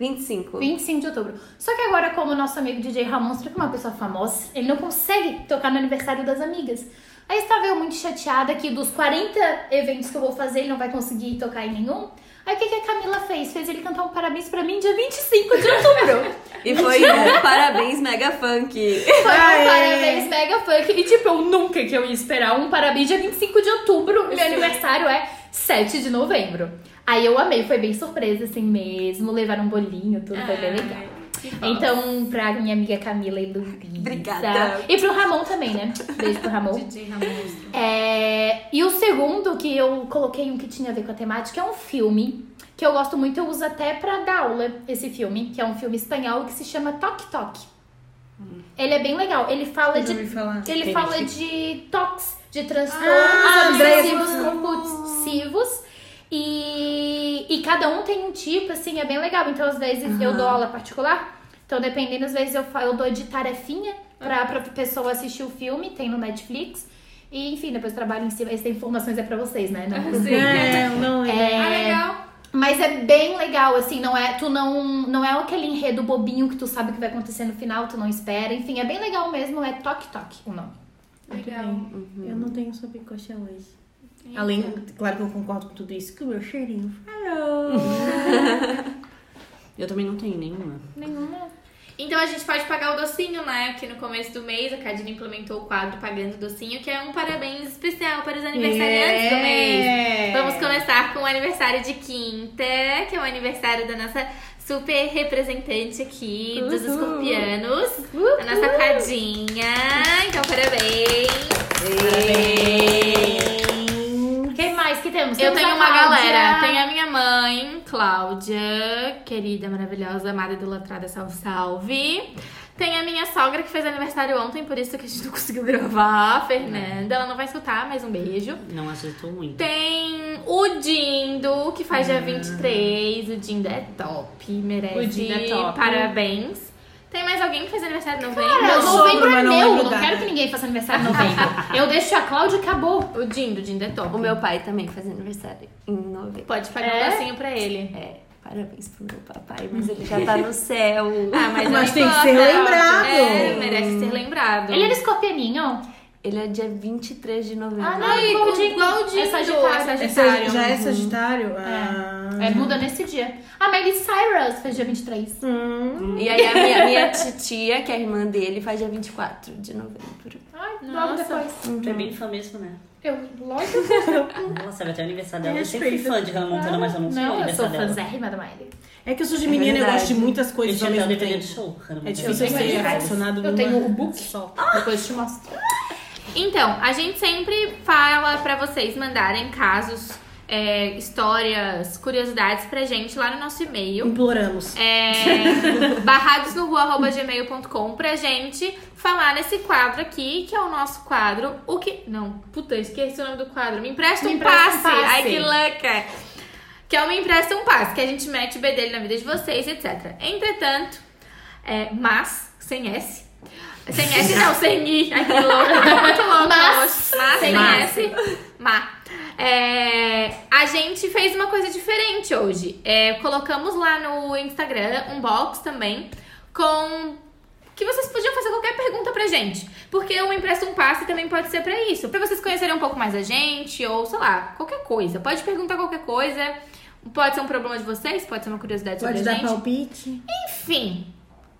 25. 25 de outubro. Só que agora, como o nosso amigo DJ Ramonstro, que é uma pessoa famosa, ele não consegue tocar no aniversário das amigas. Aí estava eu muito chateada que dos 40 eventos que eu vou fazer, ele não vai conseguir tocar em nenhum. Aí o que, que a Camila fez? Fez ele cantar um parabéns pra mim dia 25 de outubro. E foi um parabéns mega funk. Foi Aê! um parabéns mega funk. E tipo, eu nunca que eu ia esperar um parabéns dia 25 de outubro. Meu aniversário é 7 de novembro. Aí eu amei, foi bem surpresa assim mesmo. Levaram um bolinho, tudo foi Ah. bem legal. Então, pra minha amiga Camila e Luísa. Obrigada. E pro Ramon também, né? Beijo pro Ramon. DJ Ramon. É, e o segundo, que eu coloquei um que tinha a ver com a temática, é um filme que eu gosto muito, eu uso até pra dar aula esse filme, que é um filme espanhol que se chama Toque Toque. Ele é bem legal. Ele fala Hum. Já de. ouvi falar. Ele Entendi. fala de toques, de transtornos Ah, obsessivos Andréia. compulsivos. E, e cada um tem um tipo, assim, é bem legal. Então, às vezes, eu dou aula particular. Então, dependendo, às vezes eu, fa- eu dou de tarefinha pra, pra pessoa assistir o filme, tem no Netflix. E, enfim, depois trabalho em cima. Essas informações é pra vocês, né? Não, Ah, Sim. É, não é. Ah, legal. mas é bem legal, assim, não é, tu não, não é aquele enredo bobinho que tu sabe que vai acontecer no final, tu não espera, enfim, é bem legal mesmo, é Toque Toque o nome. Legal. Uhum. Eu não tenho sobrecoxa hoje. Além, claro que eu concordo com tudo isso, que o meu cheirinho. Eu também não tenho nenhuma. Nenhuma. Então a gente pode pagar o docinho, né? Que no começo do mês a Cadine implementou o quadro Pagando o Docinho, que é um parabéns especial para os É. aniversariantes É. do mês. Vamos começar com o aniversário de quinta, que é o aniversário da nossa super representante aqui dos Uhul. escorpianos, a nossa Cadinha. Então, parabéns. Quem mais que temos? Eu Temos tenho a uma Cláudia. galera. Tem a minha mãe, Cláudia, querida, maravilhosa, amada, idolatrada, salve, salve. Tem a minha sogra que fez aniversário ontem, por isso que a gente não conseguiu gravar, Fernanda. Ela não vai escutar, mas um beijo. Não acertou muito. Tem o Dindo, que faz dia 23. O Dindo é top, merece. O Dindo é top. Parabéns. Tem mais alguém que fez aniversário em novembro? Cara, Meu novembro sogro, é mas não meu, lembro não data. quero que ninguém faça aniversário em novembro. Eu deixo a Cláudia e acabou. O Dindo, o Dindo é top. O meu pai também faz aniversário em novembro. Pode pagar É? um docinho pra ele. É, parabéns pro meu papai, mas ele já tá no céu. Ah, mas, Mas não tem que importa. ser lembrado. É, merece ser lembrado. Ele é era escorpianinho? Ele é dia 23 de novembro. Ah, não, Ai, igual o Dindo. igual o Dindo, É Sagitário. é É Sagitário. sag- já é Sagitário? Ah. É, muda nesse dia. A Miley Cyrus fez dia 23. Hum. E aí a minha, minha titia, que é a irmã dele, faz dia 24 de novembro. Ai, logo Nossa. depois. Tu é bem fã mesmo, né? Eu, lógico. Ela sabe até o aniversário Me dela. Eu sempre fui fã de Hannah Montana, mas eu não sei o Não, eu sou aniversário dela. fãzérrima da Miley. É que eu sou de menina, eu verdade. gosto de muitas Eu coisas tinha ao até o mesmo DVD tempo. do show, Hannah É Montana. difícil eu um- tenho ser essa. aficionado Eu numa- tenho o book. Depois te mostro. Então, a gente sempre fala pra vocês mandarem casos, é, histórias, curiosidades pra gente lá no nosso e-mail. Imploramos. É, barradosnorua.gmail.com pra gente falar nesse quadro aqui, que é o nosso quadro. O que. Não, puta, esqueci o nome do quadro. Me empresta, Me um, empresta passe. um passe. Ai, que louca! Que é o Me Empresta um Passe, que a gente mete o bedelho na vida de vocês, etc. Entretanto, é, mas, sem S. Sem S não, sem I. Ai, que louca, tô muito louca. Mas, hoje. mas sem mas. S. Má. É, a gente fez uma coisa diferente hoje. É, colocamos lá no Instagram um box também com que vocês podiam fazer qualquer pergunta pra gente. Porque o Impresso um Passe também pode ser pra isso. Pra vocês conhecerem um pouco mais a gente, ou sei lá, qualquer coisa. Pode perguntar qualquer coisa. Pode ser um problema de vocês, pode ser uma curiosidade Pode sobre a dar gente. palpite. Enfim,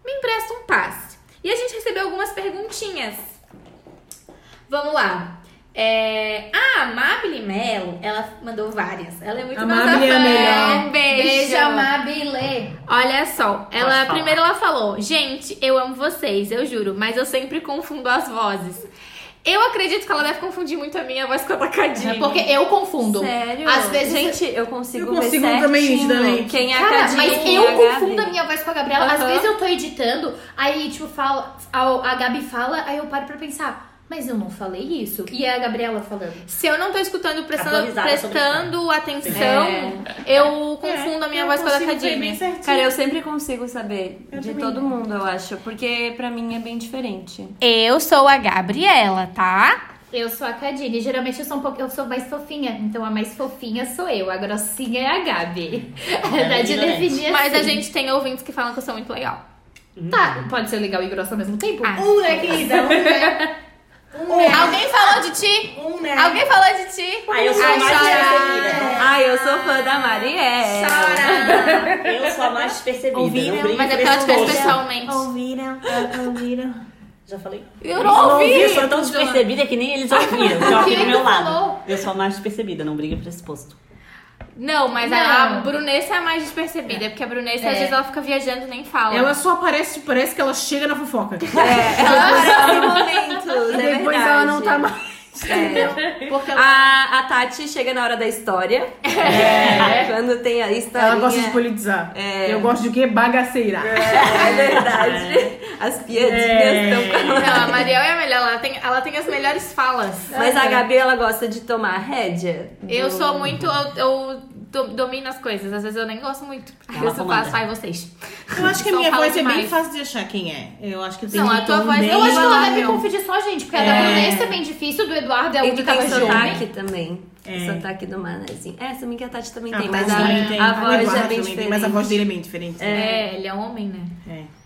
me empresta um passe. E a gente recebeu algumas perguntinhas. Vamos lá. É... Ah, a Mabile Melo, ela mandou várias. Ela é muito A nossa Mabile é fã. a melhor. Um beijo. Beijo, Mabile. Olha só, ela falar. primeiro ela falou: "Gente, eu amo vocês, eu juro, mas eu sempre confundo as vozes". Eu acredito que ela deve confundir muito a minha voz com a da Cadine. É Porque eu confundo. Sério? Às vezes. Gente, eu consigo, Eu consigo ver também isso certinho também. quem é a Cara, Cadine, mas quem eu é a Gabi. confundo a minha voz com a Gabriela. Às Aham. vezes eu tô editando, aí, tipo, fala, a, a Gabi fala, aí eu paro pra pensar, mas eu não falei isso. E é a Gabriela falando. Se eu não tô escutando, prestando, Atualizada sobre prestando atenção, eu confundo a minha É. eu voz com a da consigo ver bem Cadine. certinho. Cara, eu sempre consigo saber Eu de também. todo mundo, eu acho, porque pra mim é bem diferente. Eu sou a Gabriela, tá? Eu sou a Cadine. Geralmente eu sou um pouco. Eu sou mais fofinha. Então a mais fofinha sou eu. A grossinha é a Gabi. Dá de ignorante. definir Mas a assim. gente tem ouvintes que falam que eu sou muito legal. Tá, pode ser legal e grossa ao mesmo tempo? Ah. Um, né, querida? Um, né? Um, É. né? Alguém falou de ti? Um, né? Alguém falou de ti? Ah, eu sou Ai, a mais chora. percebida. Ai, eu sou fã da Marielle. Chora. Eu sou a mais percebida. Ouviram? não brinco Mas é porque com ela esse te fez monstro. pessoalmente. Ouviram? Ah, Ouviram? Já falei? Eu Eles não ouvi. ouviram, sou tão despercebida que nem eles ouviram. Estão aqui que do meu tu falou? lado. Eu sou a mais despercebida, não briga pra esse posto. Não, mas a Não. Brunessa é a mais despercebida, porque a Brunessa às É. vezes ela fica viajando e nem fala. Ela só aparece, parece que ela chega na fofoca. É, ela momentos, é Depois verdade. ela não tá mais. É. Porque ela... A, a Tati chega na hora da história. É. É, Quando tem a história. Ela gosta de politizar. É. Eu gosto de quê? Bagaceira. É verdade. As piadinhas É. estão com ela. Não, a Mariel é a melhor, ela tem, ela tem as melhores falas. Mas a Gabi, ela gosta de tomar a rédea. Eu do- sou muito. Eu, eu do- domino as coisas, às vezes eu nem gosto muito. Às Ela vezes eu comanda. faço, né? ai vocês. Eu acho que a Só minha fala voz é bem demais. fácil de achar quem é. Eu acho que tem Não, a um tua tom voz- é bem- eu Eu acho que ela deve Meu. confundir só a gente, porque a da Brunessa é bem difícil, do Eduardo é a E tu única tem mais jovem. sotaque também. É. Sotaque do Manazinho. É, se bem que a Tati também Ah, tem, mas a, Tadinho tem. a O voz é Eduardo bem também diferente. tem, Mas a voz dele é bem diferente. É, né? ele é um homem, né? É.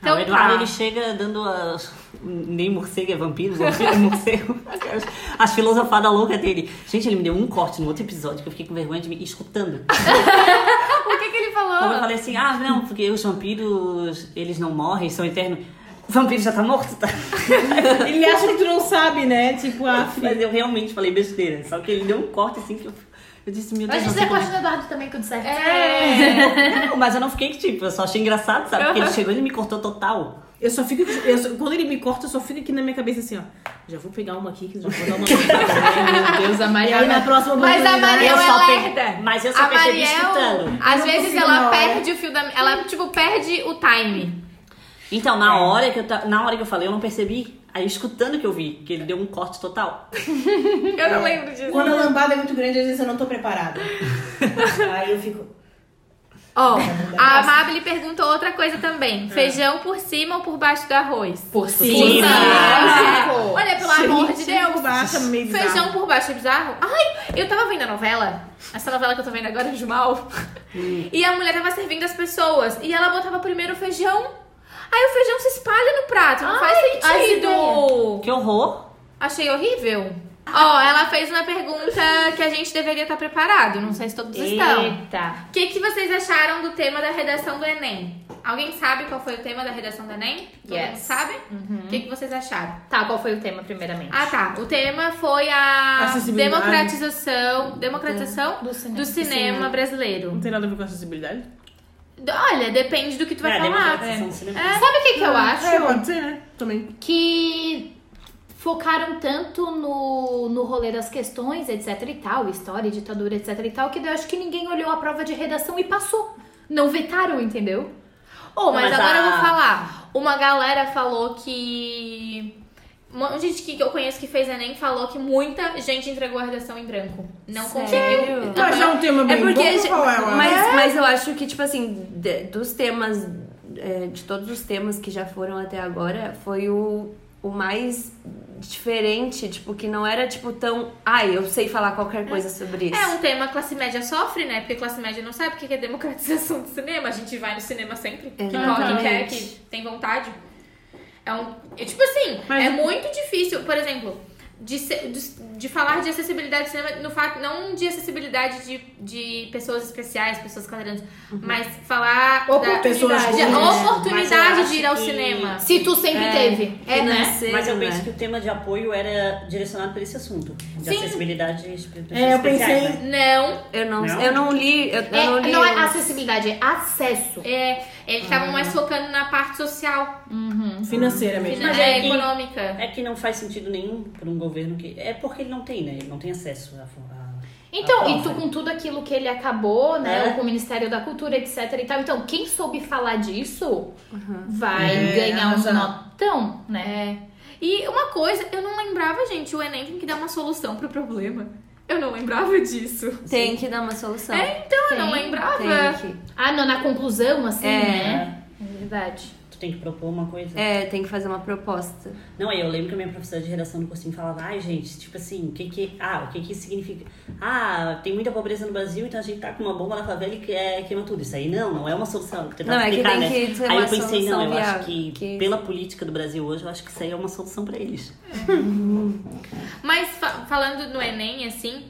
Então o Eduardo, tá. ele chega dando as... Nem morcego é vampiro, vampiro é morcego. As filosofadas loucas dele. Gente, ele me deu um corte no outro episódio que eu fiquei com vergonha de me escutando. O que, que ele Quando eu falou? falei assim, ah, não, porque os vampiros, eles não morrem, são eternos. O vampiro já tá morto, tá? Ele acha que tu não sabe, né? Tipo, a Mas eu realmente falei besteira. Só que ele deu um corte assim que eu, eu disse, meu Mas Deus, a gente não sei é como- é parte do Eduardo também, tudo certo. É. Não, mas eu não fiquei tipo, eu só achei engraçado, sabe? Porque ele chegou e ele me cortou total. Eu só fico. eu só- quando ele me corta, eu só fico aqui na minha cabeça assim, ó. Já vou pegar uma aqui, que já vou dar uma. Meu Deus, a Maria. E aí na próxima Mas a oportunidade- Maria- Eu só é pe- lerda. Mas eu só A percebi Mariel, escutando. às Eu não vezes consigo na ela hora. perde o fio da. Ela, tipo, perde o time. Então, na hora que eu ta- na hora que eu falei, eu não percebi. Aí escutando que eu vi, que ele deu um corte total. Eu não lembro disso. Quando a lambada é muito grande, às vezes eu não tô preparada. Aí eu fico. Ó, a Amabile perguntou outra coisa também: feijão por cima ou por baixo do arroz? Por cima. É. Olha, pelo amor de Gente, Deus. Baixa, meio bizarro. Feijão por baixo é bizarro? Ai, eu tava vendo a novela. Essa novela que eu tô vendo agora é de mal. Hum. E a mulher tava servindo as pessoas. E ela botava primeiro o feijão. Aí o feijão se espalha no prato. Não faz ai, sentido. Que horror. Achei horrível. Ó, ela fez uma pergunta que a gente deveria estar preparado. Não sei se todos estão. Eita. O que, que vocês acharam do tema da redação do Enem? Alguém sabe qual foi o tema da redação do Enem? Todo Yes. Uhum. mundo sabe? O que, que vocês acharam? Tá, qual foi o tema, primeiramente? Ah, tá. O tema foi a Acessibilidade. democratização, democratização Do do cinema. cinema, Cinema. Não brasileiro. tem nada a ver com acessibilidade? Olha, depende do que tu vai É, falar. democratização do cinema. Sabe o que, que eu É, acho? pode ser, né? Também. Que focaram tanto no, no rolê das questões, etc e tal, história, ditadura, etc e tal, que daí eu acho que ninguém olhou a prova de redação e passou. Não vetaram, entendeu? Oh, mas, Mas agora a- eu vou falar. Uma galera falou que. Uma gente que eu conheço que fez Enem falou que muita gente entregou a redação em branco. Não conseguiu. Sério? Mas é um tema bem É porque. bom a pra gente- falar, eu acho. mas, mas eu acho que, tipo assim, de- dos temas. é, de todos os temas que já foram até agora, foi o, o mais diferente, tipo, que não era, tipo, tão. Ai, eu sei falar qualquer coisa sobre isso. É um tema que classe média sofre, né? Porque classe média não sabe o que é democratização do cinema. A gente vai no cinema sempre. Que corre, Exatamente. quer, que tem vontade. É um. é tipo assim, Mas é o- muito difícil. Por exemplo, de, se- de, de falar de acessibilidade do cinema, no fato, não de acessibilidade de, de pessoas especiais, pessoas cadeirantes, mas falar Pessoas da de comuns. oportunidade Mas eu acho de ir ao que- cinema. Se tu sempre É. teve. É, Mas eu penso que o tema de apoio era direcionado para esse assunto. De Sim. acessibilidade e né? espiritualidade. É, eu pensei- Não, Eu não, Não? eu não li. Eu, eu É, não li. não é antes. acessibilidade, é acesso. é, eles estavam mais focando na parte social, Uhum. Hum, Financeira mesmo. finan- Mas é é, que- econômica. É que não faz sentido nenhum para um governo que. É porque ele não tem, né? Ele não tem acesso a. a- Então, a e tu prova. com tudo aquilo que ele acabou, né? É. Com o Ministério da Cultura, etc e tal. Então, quem soube falar disso vai É, ganhar um arrasar. notão, né? É. E uma coisa, eu não lembrava, gente, o Enem tem que dar uma solução pro problema. Eu não lembrava disso. Tem que dar uma solução. É, então, eu não Tem, lembrava. Tem que. Ah, não, na conclusão, assim, É. né? É verdade. Tu tem que propor uma coisa. É, tem que fazer uma proposta. Não, eu lembro que a minha professora de redação do cursinho falava, ai, gente, tipo assim, o que que. Ah, o que que isso significa? Ah, tem muita pobreza no Brasil, então a gente tá com uma bomba na favela e que- é, queima tudo. Isso aí não, não é uma solução. Tentar Não, é que explicar, tem né? que ter Aí uma eu pensei, não, solução eu acho viável, que, que- pela política do Brasil hoje, eu acho que isso aí é uma solução pra eles. Mas fa- falando no Enem, assim,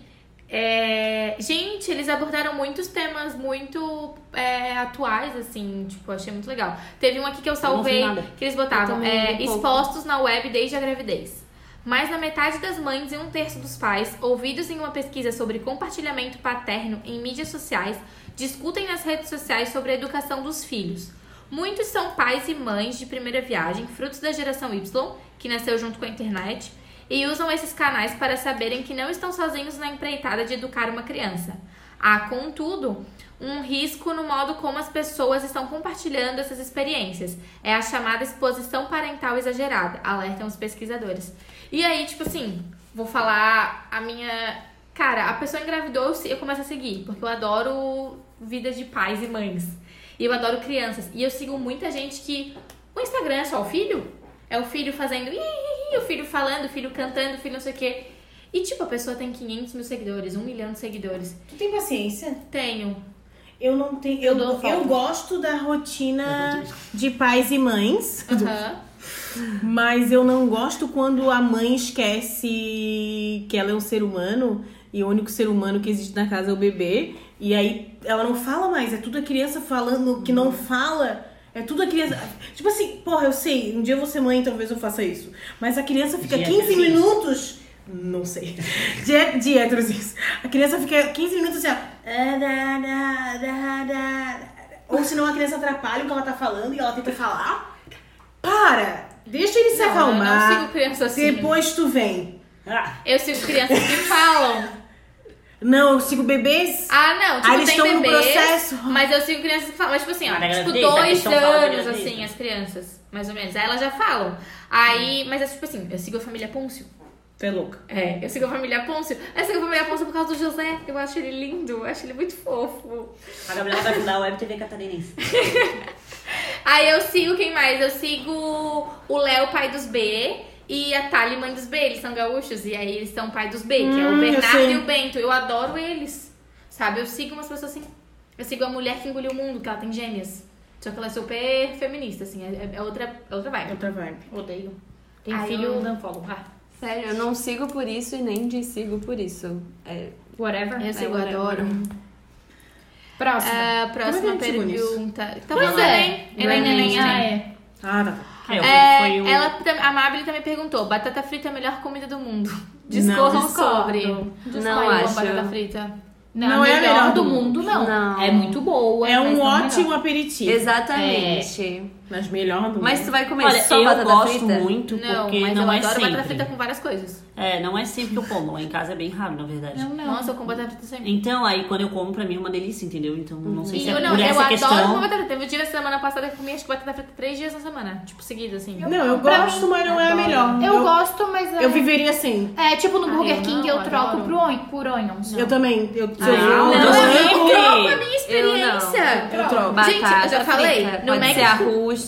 é, gente, eles abordaram muitos temas muito é, atuais, assim, tipo, eu achei muito legal. Teve um aqui que eu salvei, nada. que eles botavam, também é, li pouco. expostos na web desde a gravidez. Mais da metade das mães e um terço dos pais, ouvidos em uma pesquisa sobre compartilhamento paterno em mídias sociais, discutem nas redes sociais sobre a educação dos filhos. Muitos são pais e mães de primeira viagem, frutos da geração Y, que nasceu junto com a internet, e usam esses canais para saberem que não estão sozinhos na empreitada de educar uma criança. Há, contudo, um risco no modo como as pessoas estão compartilhando essas experiências. É a chamada exposição parental exagerada, alertam os pesquisadores. E aí, tipo assim, vou falar a minha. Cara, a pessoa engravidou, eu se- eu começo a seguir, porque eu adoro vida de pais e mães. E eu adoro crianças. E eu sigo muita gente que. O Instagram é só o filho? É o filho fazendo. "Ih, ih, ih", O filho falando, o filho cantando, o filho não sei o quê. E tipo, a pessoa tem 500 mil seguidores, 1 milhão de seguidores. Tu tem paciência? Tenho. Eu não tenho. Eu, Eu dou eu, falta. gosto da rotina de pais e mães, Aham. mas eu não gosto quando a mãe esquece que ela é um ser humano e o único ser humano que existe na casa é o bebê. E aí ela não fala mais, é tudo a criança falando que não fala. É tudo a criança. Tipo assim, porra, eu sei, um dia eu vou ser mãe, talvez eu faça isso. Mas a criança fica Dia 15 difícil. minutos. Não sei. De, de héteros isso. A criança fica 15 minutos assim, ó. Ah, da, da, da, da. Ou senão a criança atrapalha o que ela tá falando e ela tenta falar. Para! Deixa ele se Não, eu acalmar. não sigo criança assim. Depois tu vem. Ah, Eu sigo crianças que falam. Não, eu sigo bebês. Ah, não, tipo, Aí eles tem estão no bebês, processo. Mas eu sigo crianças que falam. Mas tipo assim, ó, Mas da tipo, gravidez, a dois questão fala da anos, gravidez, assim, né? as crianças, mais ou menos. Aí elas já falam. Aí, mas é tipo assim, eu sigo a família Pôncio. Tu é louca. É, eu sigo a família Pôncio. Eu sigo a família Pôncio por causa do José. Eu acho ele lindo, eu acho ele muito fofo. a Gabriela vai fundar a Web TV Catarinense. Aí eu sigo quem mais? Eu sigo o Léo, pai dos B. E a Thali, mãe dos B, eles são gaúchos. E aí eles são pai dos B, que é Hum, eu o Bernardo sei. e o Bento. Eu adoro eles. Sabe? Eu sigo umas pessoas assim. Eu sigo a mulher que engoliu o mundo, que ela tem gêmeas. Só que ela é super feminista, assim. É, é outra, é outra vibe. Outra vibe. Odeio. Tem Ai, filho eu- eu... follow. Ah, Sério, eu não sigo por isso e nem desigo por isso. É, whatever. Eu sigo, eu adoro. Próximo. Ah, próxima Como é que eu digo nisso? pergunta. Então, Pois não, é. Enem. Ela Enem, Enem, nem- Enem. ah, é. Ah, tá. bom. É, É, foi o- ela, tam- a Mabel também perguntou: batata frita é a melhor comida do mundo. Não, Discorram discordo. sobre. Não Saiu a acho. batata frita. Não, Não é a melhor do mundo. mundo, não. Não. É muito boa. É mas um não a ótimo melhor. aperitivo. exatamente. Mas melhor é. do Mas mundo. tu vai comer Olha, só eu batata gosto frita? muito Não, porque mas não eu é adoro sempre. batata frita com várias coisas. É, não é sempre que eu como. Lá em casa é bem raro, na verdade. Não, não. Nossa, eu como batata frita sempre. Então, aí quando eu como, pra mim é uma delícia, entendeu? Então, não sei E se é eu Uhum. não, por eu essa adoro questão. Ah, comer batata frita. Teve um dia da semana passada que eu comi acho que batata frita três dias na semana. Tipo, seguida, assim. Não, eu Pra gosto, mas não é a melhor. Eu, gosto, mas é... Eu viveria assim. É, tipo no Ah, Burger eu King não, eu troco adoro. pro on... por onions. Eu também. Eu, se eu Ah, ver um não, branco, não, Troca a minha experiência. Eu troco. Batata Gente, eu já falei, é frita, no pode Mac- ser a rústica.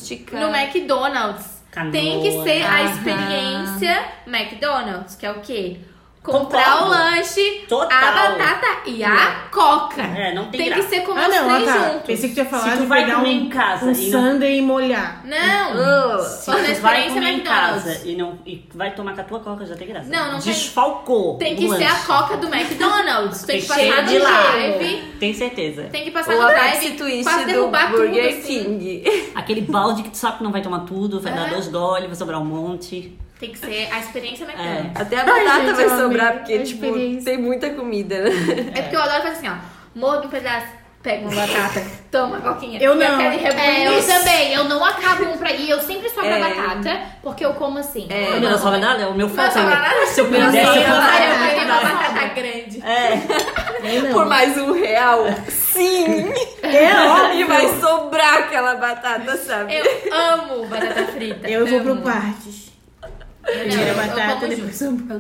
No McDonald's. Tá. Canoa. Tem que ser a Aham. experiência McDonald's, que é o quê? comprar Concordo. o lanche, Total. a batata e a coca. É, não tem Tem que graça. ser como Ah, os não, ah, três tá. juntos. Pensei que tinha falado Se tu de vai pegar comer um, em casa um e não- sundae e molhar. Oh. Não! Se Ou na tu vai experiência comer em McDonald's. casa e, não, e vai tomar com a tua coca, já tem graça. Não, não tem- Desfalcou. Tem o que ser a lanche. coca do McDonald's. Tem que Cheio passar no de lá. live. Tem certeza. Tem que passar Ou no a live. Pepsi Twist quase do derrubar tudo, Burger assim. King. Aquele balde que tu sabe que não vai tomar tudo, vai dar dois goles, vai sobrar um monte. Tem que ser a É. experiência McDonald's. Até a batata gente, vai eu amei sobrar, a porque, tipo, experiência. tem muita comida, né? É porque eu adoro fazer assim, ó. Mordo um pedaço, pega uma batata, toma uma coquinha. Eu E a não. Kelly rebunda. É, eu também, eu não acabo um pra. E eu sempre sobra É. batata, porque eu como assim. É, Olha, só vai dar, é o meu foco. sobra nada. Se eu Eu pudesse, eu saio, faria. eu peguei uma batata grande. É, Por mais um real. Sim! E vai sobrar aquela batata, sabe? Eu amo batata frita. Eu vou amo. pro partes. Não, Primeiro a eu batata, como depois samba.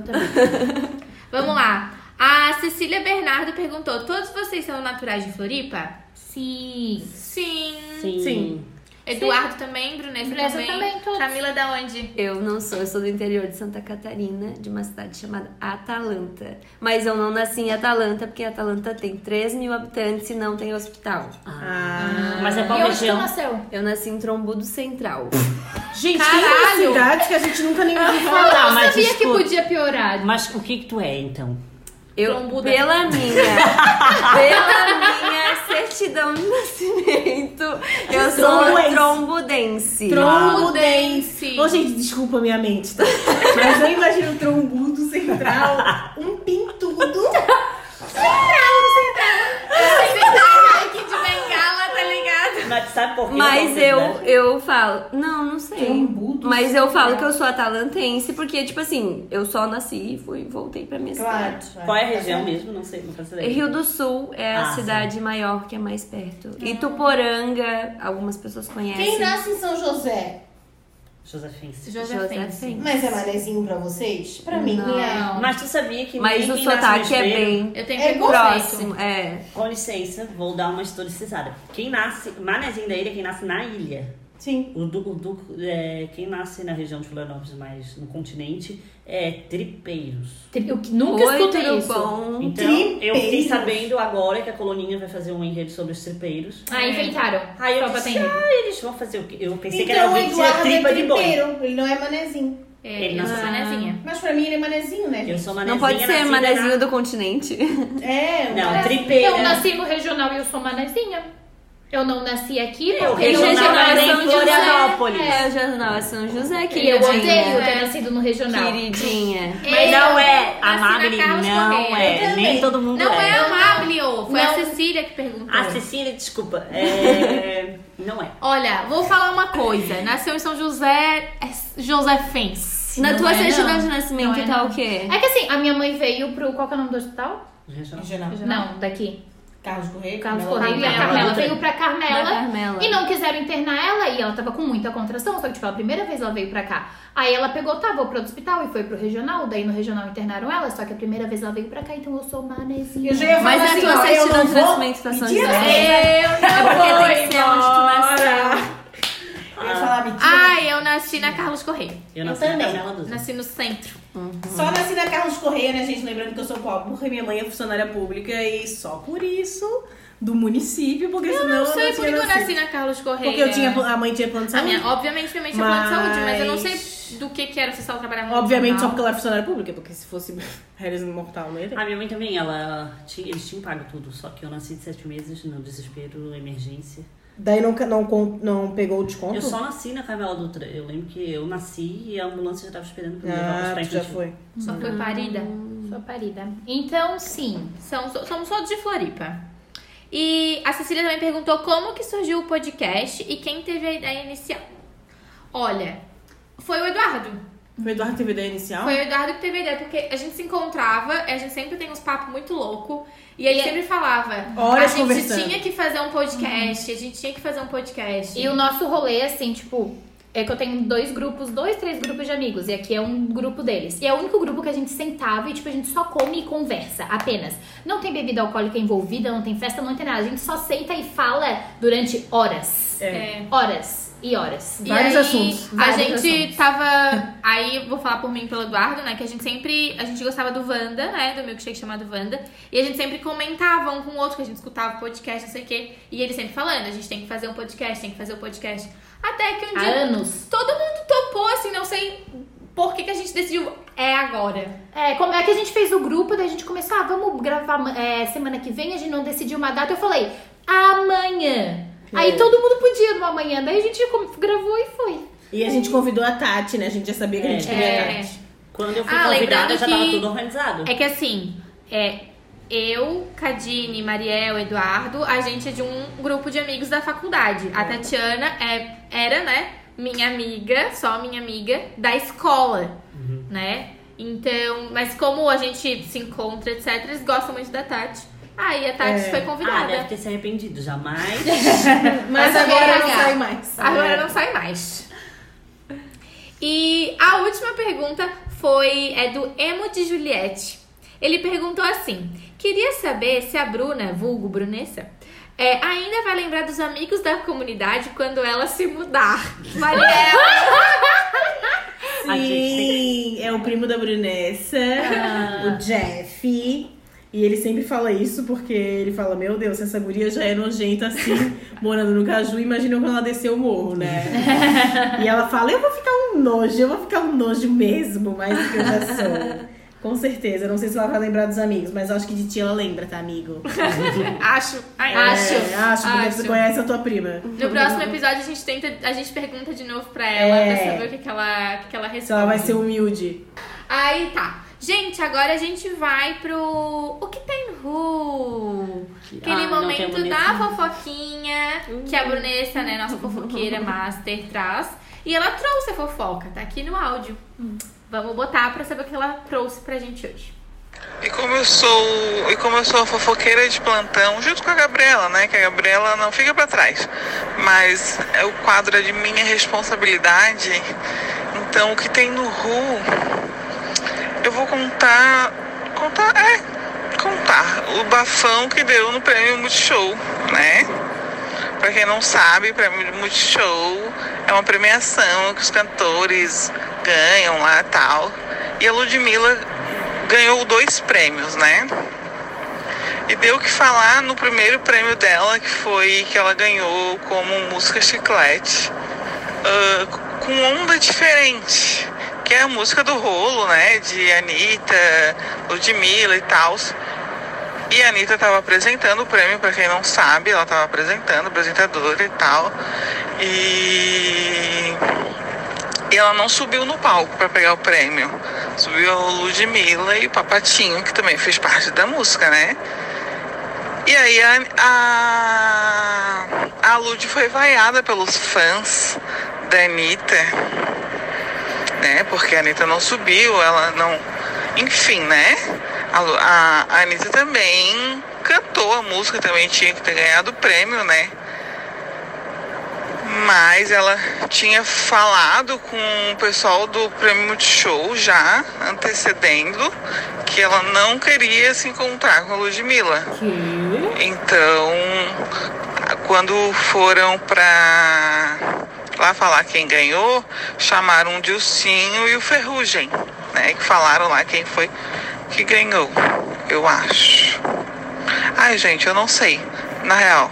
Vamos lá. A Cecília Bernardo perguntou: todos vocês são naturais de Floripa? Sim. Sim. sim. Sim. Eduardo também, Brunessa, Brunessa também. também, todos. Camila da onde? Eu não sou, eu sou do interior de Santa Catarina, de uma cidade chamada Atalanta. Mas eu não nasci em Atalanta, porque Atalanta tem 3 mil habitantes e não tem hospital. Ah. Mas é qual E onde tu região? nasceu? Eu nasci em Trombudo Central. Gente, tem uma cidade que a gente nunca nem ouviu falar. Tá, eu mas sabia que escuta. podia piorar. Mas o que que tu é, então? Eu, é pela minha, pela minha certidão de nascimento, eu sou trombudense. Trombudense. Trombudense. Ô, gente, desculpa a minha mente, tá? Mas eu imagino o trombudo central, um pintudo. é Aqui de Bengala, tá ligado? Mas sabe por quê? Mas Não, eu, né? eu falo, não, não sei. Trombudo Mas eu falo que eu sou atalantense, porque, tipo assim, eu só nasci e fui, voltei pra minha Claro. cidade. Qual é a região mesmo? Não sei, não faço ideia. Rio do Sul é a Ah, cidade maior que é mais perto. Ituporanga, algumas pessoas Quem conhecem. nasce em São José? Josefim. Josefense. Mas é manezinho pra vocês? Pra mim, não é. Mas tu sabia que Mas o ninguém que nasce no sotaque é espelho- bem Eu tenho É preconceito. próximo. É. Com licença, vou dar uma historicizada. Quem nasce, manezinho da ilha é quem nasce na ilha. Sim. O du, o du- é, quem nasce na região de Florianópolis, mas no continente, é tripeiros. Eu que nunca Oi, escutei tudo isso. bom? Então, eu fiquei Tripeiros? sabendo agora que a coloninha vai fazer um enredo sobre os tripeiros. Ah, inventaram. Aí eu Só pra disse, ter ah, eles vão fazer o quê? Eu pensei que era então o alguém que tinha Eduardo é tripa de boi. tripeiro, ele não é manezinho. É, Ele eu sou nasceu- manezinha. Mas pra mim ele é manezinho, né? Eu sou manezinha. Não pode ser nascida manezinho do continente. gente? É, Na... Não, tripeira. Eu nasci no regional e eu sou manezinha. Eu não nasci aqui, Eu porque no regional regional era é em São José. Florianópolis. É, o jornal é São José, E eu odeio né? queridinha. ter nascido no regional. Queridinha. Mas não é. nasci A na Mabri Carlos não Correia. é. Nem todo mundo Não é é. a Mablio, foi a Não. Cecília que perguntou. A Ah, Cecília, desculpa. É... não é. Olha, vou falar uma coisa. Nasceu em São José, é Josefens. Na Não tua é, certidão não. de nascimento Não é, tá não. o quê? É que assim, a minha mãe veio pro. Qual que é o nome do hospital? Regional. Regional. Não, daqui. Carlos Correia. Carlos Melo- Correia. Carmela. A Carmela Carmela. veio pra Carmela. Da Carmela. E não quiseram internar ela e ela tava com muita contração, só que tipo, a primeira vez ela veio pra cá. Aí ela pegou, tá, vou pro outro hospital e foi pro regional, daí no regional internaram ela, só que a primeira vez ela veio pra cá, então eu sou manezinha. Eu já ia falar Mas a assim, tua ó, eu certidão não de vou. nascimento tá São Mentira. José. É Eu porque tem que ser onde tu nasceu. Eu ia falar mentira. Ai, eu nasci na Carlos Correia. Eu Eu nasci na também. Carmela dos Nasci no centro. Só nasci na Carlos Correia, né, gente? Lembrando que eu sou pobre, porque minha mãe é funcionária pública e só por isso do município, porque senão Não sei eu por não que tinha eu nasci na Carlos Correia. Porque eu tinha, a mãe tinha plano de A saúde. minha, obviamente, minha mãe tinha plano de Mas- saúde, mas eu não sei do que que era se ela trabalhava no Obviamente, só jornal. porque ela é funcionária pública, porque se fosse Harris Mortal, não ia ter. A minha mãe também, ela tinha, eles tinham pago tudo, só que eu nasci de sete meses, no desespero, emergência. Daí não, não, con- não pegou o desconto? Eu só nasci na Carmela Dutra. Eu lembro que eu nasci e a ambulância já tava esperando pra me levar Ah, pra tu frente. já foi. Só foi parida. Sou parida. Então, sim. São, somos todos de Floripa. E a Cecília também perguntou como que surgiu o podcast e quem teve a ideia inicial. Olha, foi o Eduardo. Foi Eduardo teve ideia inicial? Ah. Foi o Eduardo que teve a ideia, porque a gente se encontrava, a gente sempre tem uns papos muito louco e é- ele sempre falava, a Horas gente conversando. tinha que fazer um podcast, a gente tinha que fazer um podcast. E o nosso rolê, assim, tipo, é que eu tenho dois grupos, dois, três grupos de amigos. E aqui é um grupo deles. E é o único grupo que a gente sentava e, tipo, a gente só come e conversa, apenas. Não tem bebida alcoólica envolvida, não tem festa, não tem nada. A gente só senta e fala durante horas. É. Horas. e horas. E Vários aí, assuntos, A vários gente assuntos. tava. Aí vou falar por mim e pelo Eduardo, né? Que a gente sempre. A gente gostava do Wanda, né? Do milkshake chamado Wanda. E a gente sempre comentava um com o outro, que a gente escutava podcast, não sei o quê. E ele sempre falando, a gente tem que fazer um podcast, tem que fazer um podcast. Até que um Há dia Ah, anos. todo mundo topou, assim, não sei por que, que a gente decidiu. É agora. É, como é que a gente fez o grupo, daí a gente começou, ah, vamos gravar é, semana que vem, a gente não decidiu uma data, eu falei, amanhã. Aí todo mundo podia no amanhã, daí a gente com- gravou e foi. E a gente convidou a Tati, né? A gente já sabia que a gente queria a É. Tati. Quando eu fui Ah, convidada, lembrando já tava que- tudo organizado. Ah, É que assim, é, eu, Cadine, Mariel, Eduardo, a gente é de um grupo de amigos da faculdade. A Tatiana é, era, né, minha amiga, só minha amiga, da escola, né? Então, mas como a gente se encontra, etc., eles gostam muito da Tati. Aí a Tati foi Ah, convidada. deve ter se arrependido, jamais. Mas Essa agora não BH. sai mais. Agora não sai mais. E a última pergunta foi é do Emo de Juliette. Ele perguntou assim: queria saber se a Bruna, vulgo Brunessa, é, ainda vai lembrar dos amigos da comunidade quando ela se mudar. Mariel, A gente Sim, é o primo da Brunessa, o Jeff. E ele sempre fala isso porque ele fala: Meu Deus, se essa guria já é nojenta assim, morando no Caju, imagina quando ela desceu o morro, né? e ela fala: Eu vou ficar um nojo, eu vou ficar um nojo mesmo, mais do que eu já sou. Com certeza, não sei se ela vai lembrar dos amigos, mas eu acho que de ti ela lembra, tá, amigo? acho. Ai, Acho. É, acho, porque Acho. você conhece a tua prima. No próximo episódio a gente tenta, a gente pergunta de novo pra ela É. pra saber o que, que ela, o que, que ela responde. Se ela vai ser humilde. Aí tá. Gente, agora a gente vai pro O que tem no Ru? Aquele Ah, não Hum. momento tem da fofoquinha que a Brunessa, né, nossa fofoqueira master, traz. E ela trouxe a fofoca, tá aqui no áudio. Hum. Vamos botar pra saber o que ela trouxe pra gente hoje. E como eu sou, e como eu sou a fofoqueira de plantão, junto com a Gabriela, né? Que a Gabriela não fica pra trás. Mas é o quadro é de minha responsabilidade. Então o que tem no Ru, eu vou contar, contar, é, contar o bafão que deu no prêmio Multishow, né? Pra quem não sabe, o prêmio Multishow é uma premiação que os cantores ganham lá e tal. E a Ludmilla ganhou dois prêmios, né? E deu o que falar no primeiro prêmio dela, que foi que ela ganhou como música chiclete, ah, com onda diferente, que é a música do rolo, né? De Anitta, Ludmilla e tal. E a Anitta estava apresentando o prêmio, para quem não sabe, ela estava apresentando, apresentadora e tal. E e ela não subiu no palco para pegar o prêmio. Subiu a Ludmilla e o Papatinho, que também fez parte da música, né? E aí a, a, a Lud foi vaiada pelos fãs da Anitta, né? Porque a Anitta não subiu, ela não. Enfim, né? A, Lu- a, a Anitta também cantou a música, também tinha que ter ganhado o prêmio, né? Mas ela tinha falado com o pessoal do Prêmio Multishow já, antecedendo, que ela não queria se encontrar com a Ludmilla. Então, quando foram pra lá falar quem ganhou, chamaram o Dilcinho e o Ferrugem, né? Que falaram lá quem foi que ganhou, eu acho. Ai, gente, eu não sei. Na real.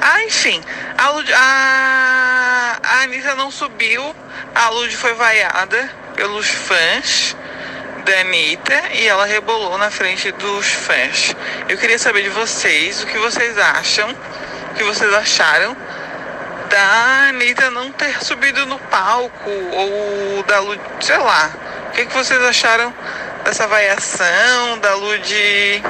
Ah, enfim. A, Lud, a, a Anitta não subiu. A Lud foi vaiada pelos fãs da Anitta e ela rebolou na frente dos fãs. Eu queria saber de vocês o que vocês acham, o que vocês acharam da Anitta não ter subido no palco ou da Lud, sei lá. O que, que vocês acharam dessa vaiação, da Lud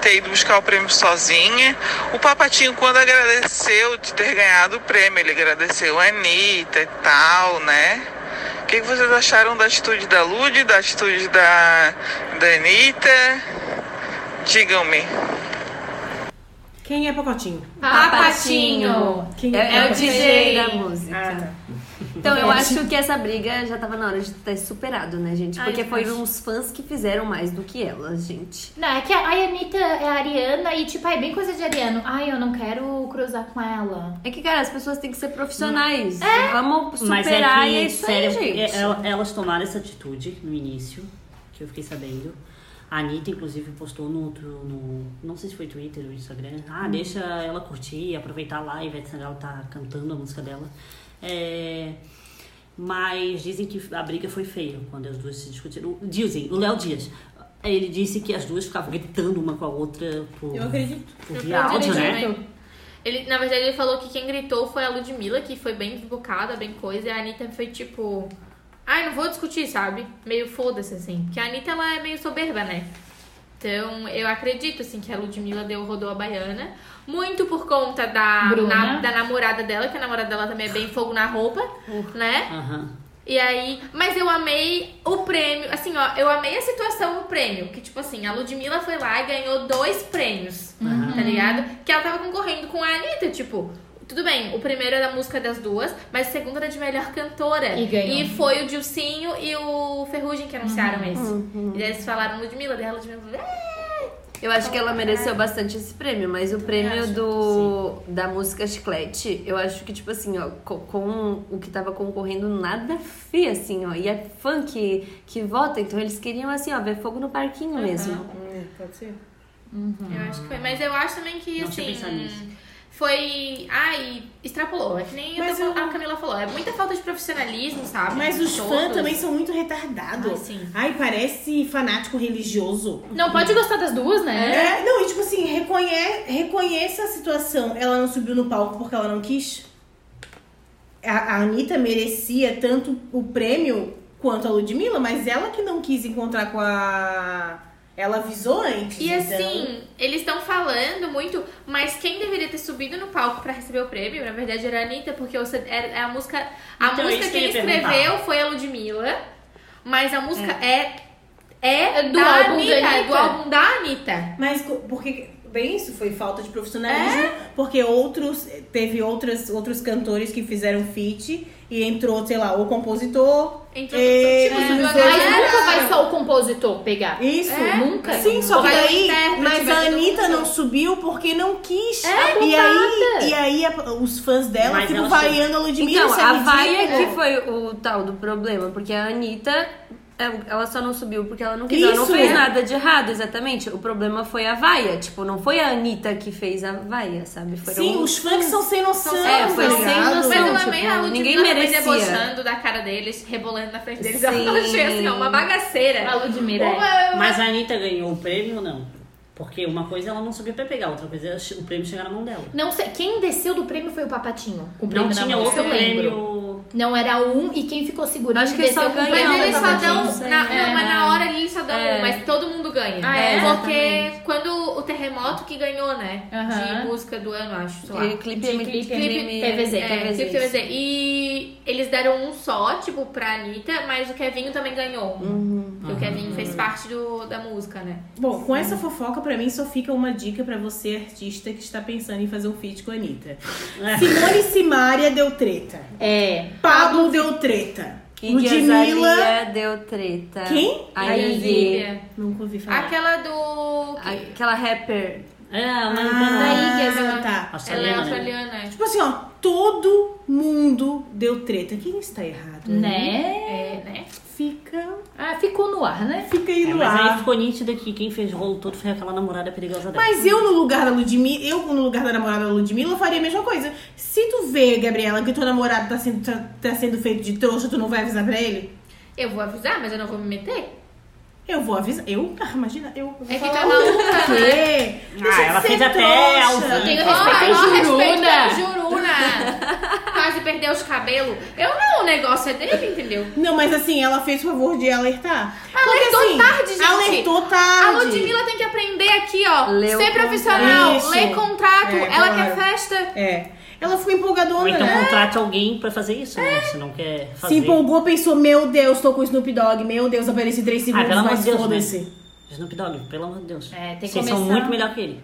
ter ido buscar o prêmio sozinha? O Papatinho, quando agradeceu de ter ganhado o prêmio, ele agradeceu a Anitta e tal, né? O que, que vocês acharam da atitude da Lud, da atitude da, da Anitta? Digam-me. Quem é Pacotinho? Papatinho. Quem É, é o Pacotinho? DJ da música. Ah, tá. Então eu acho que essa briga já tava na hora de ter superado, né, gente? Porque foram os fãs que fizeram mais do que elas, gente. Não, é que a ai, a Anitta é a Ariana e, tipo, é bem coisa de Ariano. Ai, eu não quero cruzar com ela. É que, cara, as pessoas têm que ser profissionais. Vamos Mas é superar que, e é isso sério, aí, gente. é- el- elas tomaram essa atitude no início, que eu fiquei sabendo. A Anitta, inclusive, postou no outro. No, não sei se foi Twitter ou Instagram. Ah, Hum. deixa ela curtir, aproveitar a live, etc. Ela tá cantando a música dela. É, mas dizem que a briga foi feia quando as duas se discutiram. Dizem, o Léo Dias. Ele disse que as duas ficavam gritando uma com a outra por, Eu acredito. por Eu via áudio, acredito, né? né? Ele, na verdade, ele falou que quem gritou foi a Ludmilla, que foi bem desbocada, bem coisa, e a Anitta foi tipo. Ai, não vou discutir, sabe? Meio foda-se, assim. Porque a Anitta, ela é meio soberba, né? Então, eu acredito, assim, que a Ludmilla deu rodou a baiana. Muito por conta da, Bruna. na- da namorada dela, que a namorada dela também é bem fogo na roupa, né? Aham. E aí, mas eu amei o prêmio, assim, ó, eu amei a situação do prêmio, que tipo assim, a Ludmilla foi lá e ganhou dois prêmios, Uhum. tá ligado? Que ela tava concorrendo com a Anitta, tipo, tudo bem, o primeiro era a música das duas, mas o segundo era de melhor cantora. E ganhou. foi o Dilcinho e o Ferrugem que anunciaram Uhum. esse. E aí eles falaram Ludmilla, daí a Ludmilla falou, "É". Eu acho que ela mereceu bastante esse prêmio, mas o prêmio do da música Chiclete, eu acho que, tipo assim, ó, co- com, o que tava concorrendo, nada fia, assim, ó. E é fã que, que vota, então eles queriam, assim, ó, ver fogo no parquinho mesmo. É, pode ser? eu Uhum. acho que foi. Mas eu acho também que, Não tinha assim, pensado nisso. foi, ai, extrapolou, é que nem Mas eu tô- eu- a Camila falou, é muita falta de profissionalismo, sabe? Mas os fãs Todos. também são muito Ai, retardados. sim. Ai, parece fanático religioso. Não pode gostar das duas, né? É, não, e tipo assim, reconhe- reconheça a situação. Ela não subiu no palco porque ela não quis. A, a Anitta merecia tanto o prêmio quanto a Ludmilla, mas ela que não quis encontrar com a. Ela avisou antes. E então. assim, eles estão falando muito, mas quem deveria ter subido no palco pra receber o prêmio, na verdade, era a Anitta, porque o C- era- é a música. A Então, música que isso que eu ele ia escreveu perguntar. foi a Ludmilla, mas a música é. É, É do da álbum da Anitta, é do Anitta. álbum da Anitta. Mas co- porque bem isso foi falta de profissionalismo, porque outros teve outras outros cantores que fizeram feat e entrou, sei lá, o compositor. Entrou É, tipo, subiu a mas Mas galera. nunca vai só o compositor pegar. Isso. Nunca. Sim, só que É? Vai o daí, intérprete, mas vai a todo Anitta mundo. não subiu porque não quis. É, e coitada. aí, e aí a- os fãs dela Mas ficam ela vaiando a Ludmilla. então, isso é a ridículo. vaia que foi o tal do problema, porque a Anitta. é, Ela só não subiu porque ela não quis. ela não Isso, fez é. nada de errado, exatamente. O problema foi a vaia. Tipo, não foi a Anitta que fez a vaia, sabe? um Foram Sim, os fãs que são sem noção. É, foi tá sem ligado? noção. Mas eu tipo, amei a Ludmilla ninguém também merecia. debochando da cara deles, rebolando na frente deles. Sim. Eu achei assim, ó, uma bagaceira. A Ludmilla. é. Uma- Mas a Anitta ganhou o prêmio ou não? Porque uma coisa é ela não subia pra pegar, outra coisa ela che- o prêmio chegar na mão dela. Não sei, quem desceu do prêmio foi o Papatinho. Com o Não prêmio na tinha mão, outro eu lembro. prêmio. Não era um e quem ficou segurando Acho que desceu só com o ganhou, prêmio Mas eles do só Não, dão. Papatinho. na- é. não, mas na hora eles só dão É. um, mas todo mundo ganha. Ah, é? Porque Exatamente. quando o terremoto que ganhou, né? Aham. De música do ano, acho, sei lá. E clipe, De clipe, clipe, TVZ, É, Clipe TVZ. E eles deram um só, tipo, pra Anitta, mas o Kevinho também ganhou. Porque o Kevinho fez parte do, da música, né? Bom, com essa fofoca, pra mim só fica uma dica pra você, artista, que está pensando em fazer um feat com a Anitta. Simone Simaria deu treta. É. Pablo deu treta. E Ludmilla. Rosalia deu treta. Quem? A Da Iggy. Iggy. Nunca ouvi falar. Aquela do. que- Aquela rapper. É, uma Ah, Da Iggy, ela- Ela tá. é australiana, né? australiana. Tipo assim, ó, todo mundo deu treta. Quem está errado? Né? É, né? Fica, Ah, ficou no ar, né? fica aí É, no mas aí ar. ficou nítido que quem fez rolo todo foi aquela namorada perigosa dela. Mas eu no lugar da Ludmilla, eu no lugar da namorada da Ludmilla, eu faria a mesma coisa. Se tu vê, Gabriela, que teu namorado tá sendo, tá, tá sendo feito de trouxa, tu não vai avisar pra ele? Eu vou avisar, mas eu não vou me meter. Eu vou avisar. Eu? Ah, imagina, eu. É que tu é maluca, né? Quê? Deixa Ah, de ela ser fez até trouxa. ao Eu tenho Ó, respeito ó, à respeitando Juruna. Juruna. Quase perdeu os cabelos. Eu não, o negócio é dele, entendeu? Não, mas assim, ela fez o favor de alertar. assim, Alertou tarde, gente. Alertou tarde. A Ludmilla tem que aprender aqui, ó. Lê o ser contrato. profissional, Isso. ler contrato. É, ela claro. quer festa. É. Ela ficou empolgadona, Ou então né? contrate alguém pra fazer isso, né? Se não quer fazer. Se empolgou, pensou, meu Deus, tô com o Snoop Dogg, meu Deus, apareci três segundos, Ah, pelo amor mas de Deus, foda-se. né? Snoop Dogg, pelo amor de Deus. É, tem que Vocês começar- são muito melhor que ele.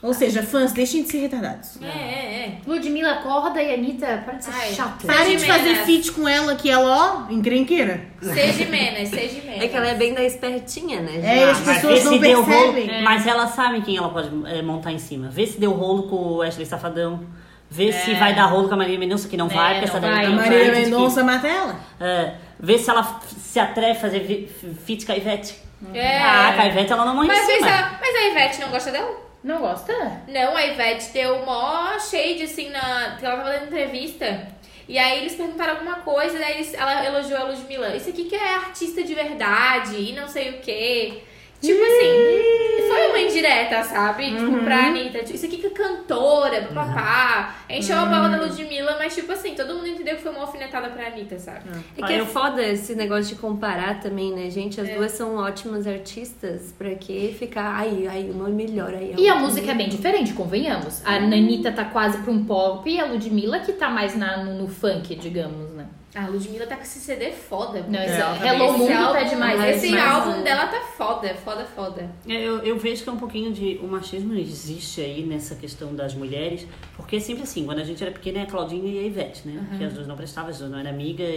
Ou seja, fãs, deixem de ser retardados. É, é, é. Ludmilla acorda e Anitta, para de ser Ai. chato. Parem de Jimenez. fazer feat com ela, que ela, ó, encrenqueira. Seja menos, seja menos. É que ela é bem da espertinha, né? É, Ah, já. as pessoas não deu percebem. É. rolo, mas ela sabe quem ela pode é, montar em cima. Vê se deu rolo com o Wesley Safadão. Vê se vai dar rolo com a Maria Mendonça, que não É, vai, porque não essa vai. daí A não tipo, Maria vai, Mendonça mata ela. É, vê se ela f- se atreve a fazer vi- f- fit com a Ivete. É. Ah, com a Ivete ela não manda em Mas, cima. pensa, mas a Ivete não gosta dela? Não gosta? Não, a Ivete deu mó shade, assim, na. que Ela tava dando entrevista. E aí eles perguntaram alguma coisa, daí eles- ela elogiou a Ludmilla. Isso aqui que é artista de verdade e não sei o quê. Tipo assim, foi uma indireta, sabe? Uhum. Tipo, pra Anitta. tipo, Isso aqui que é cantora, papá. Encheu a bola Uhum. da Ludmilla, mas tipo assim, todo mundo entendeu que foi uma alfinetada pra Anitta, sabe? É que é foda esse negócio de comparar também, né, gente? É. As duas são ótimas artistas, pra que ficar, ai, ai, uma é melhor, aí E a outra música é bem diferente, convenhamos. A Nanita tá quase pra um pop e a Ludmilla que tá mais na, no, no funk, digamos, né? A Ludmilla tá com esse CD É, foda. Não, esse ela tá Hello bem- Mundo esse tá álbum- demais, Esse mas- álbum dela tá foda, foda, foda. É, Eu, eu vejo que é um pouquinho de. O machismo existe aí nessa questão das mulheres, porque é sempre assim, quando a gente era pequena, é a Claudinha e a Ivete, né? Que as duas não prestavam, as duas não eram amigas, e,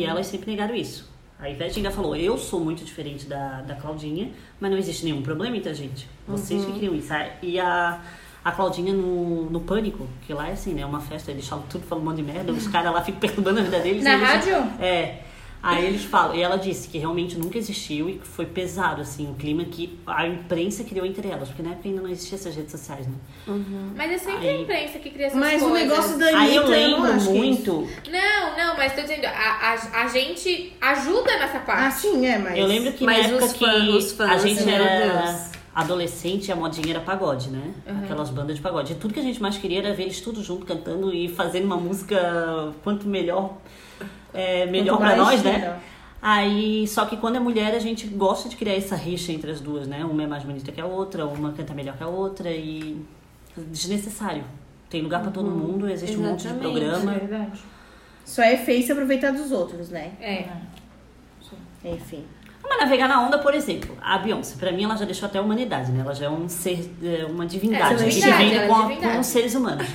e elas sempre negaram isso. A Ivete ainda falou: eu sou muito diferente da, da Claudinha, mas não existe nenhum problema, então, gente. Vocês que criam isso. Ah, E a. A Claudinha no, no Pânico, que lá é assim, né? Uma festa, eles falam tudo, falam um monte de merda, os caras lá ficam perturbando a vida deles. Na e eles- rádio? é. Aí eles falam, e ela disse que realmente nunca existiu e que foi pesado, assim, o clima que a imprensa criou entre elas, porque na época ainda não existia essas redes sociais, né? Mas é sempre a Aí- imprensa que cria essas Mas o coisas. negócio da Anitta, Aí eu não acho lembro que é isso. muito, Não, não, mas tô dizendo, a, a, a gente ajuda nessa Ah, parte. sim, é, mas... eu lembro que Mas na época os que fãs- os a fãs, assim, gente meu era Deus. adolescente, a modinha era pagode, né? Uhum. Aquelas bandas de pagode. E tudo que a gente mais queria era ver eles tudo junto cantando e fazendo uma música quanto melhor, é, melhor pra mais, nós, né? melhor. Aí, só que quando é mulher, a gente gosta de criar essa rixa entre as duas, né? Uma é mais bonita que a outra, uma canta melhor que a outra e desnecessário. Tem lugar pra Uhum. todo mundo, existe um monte de Exatamente. programa. É verdade. Só é feio se aproveitar dos outros, né? É. É. Enfim. Mas navegar na onda, por exemplo, a Beyoncé, pra mim ela já deixou até a humanidade, né? Ela já é um ser, é, uma divindade, É, que divindade, vem ela é com, a- divindade. com os seres humanos.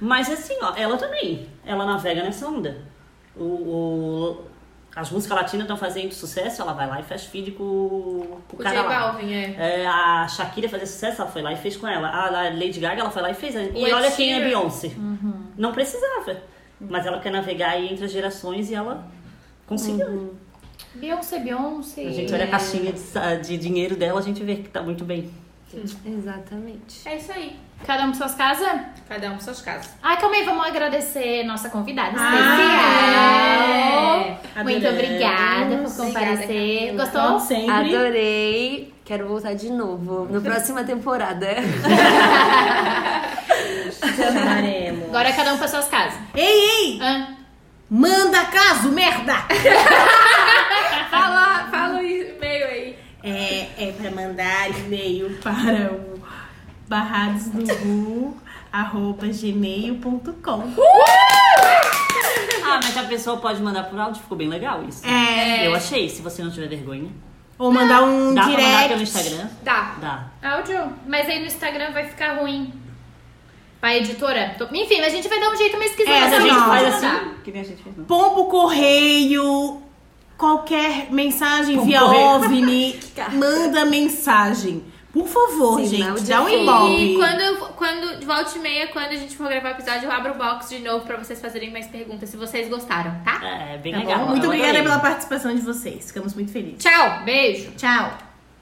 Mas assim, ó, ela também, ela navega nessa onda. O, o- as músicas latinas estão fazendo sucesso, ela vai lá e faz feed com, com o O cara J lá. Balvin, é. É, a Shakira fazia sucesso, ela foi lá e fez com ela. A a Lady Gaga, ela foi lá e fez. O E Ed olha quem é Sheeran. Beyoncé. Não precisava. Mas ela quer navegar aí entre as gerações e ela conseguiu. Uhum. Beyoncé, Beyoncé. A gente olha a caixinha de, sa- de dinheiro dela, a gente vê que tá muito bem. Exatamente. É isso aí. Cada um pra suas casas? Cada um com suas casas. Ai, calma aí, vamos agradecer nossa convidada Ah, especial. é. Muito Adoramos. obrigada por Obrigada, comparecer. Camila. Gostou? sempre. Adorei. Quero voltar de novo. Na próxima temporada. Chamaremos. Agora cada um pra suas casas. Ei, ei! Hã? Manda caso, merda! Ah, Fala, fala o e-mail aí. É, é para mandar e-mail para o barradosdogu, arroba gmail.com. Ah, mas a pessoa pode mandar por áudio, ficou bem legal isso. É, Eu achei, se você não tiver vergonha. ou mandar um Dá pra mandar direct. pelo Instagram? Dá. Dá. Áudio? Mas aí no Instagram vai ficar ruim. Pra editora? Tô- Enfim, a gente vai dar um jeito, mas quiser. É, Mas você a não, gente não, faz mandar. assim. Que nem a gente fez. não. Pombo correio, qualquer mensagem Pombo via correio. OVNI, manda mensagem. Por favor, Sinal gente, de dá um vida. E envolve. quando, quando de volta e meia, quando a gente for gravar o episódio, eu abro o box de novo pra vocês fazerem mais perguntas, se vocês gostaram, tá? É, bem Tá bom? legal. Muito Eu adorei. obrigada pela participação de vocês. Ficamos muito felizes. Tchau, beijo. Tchau.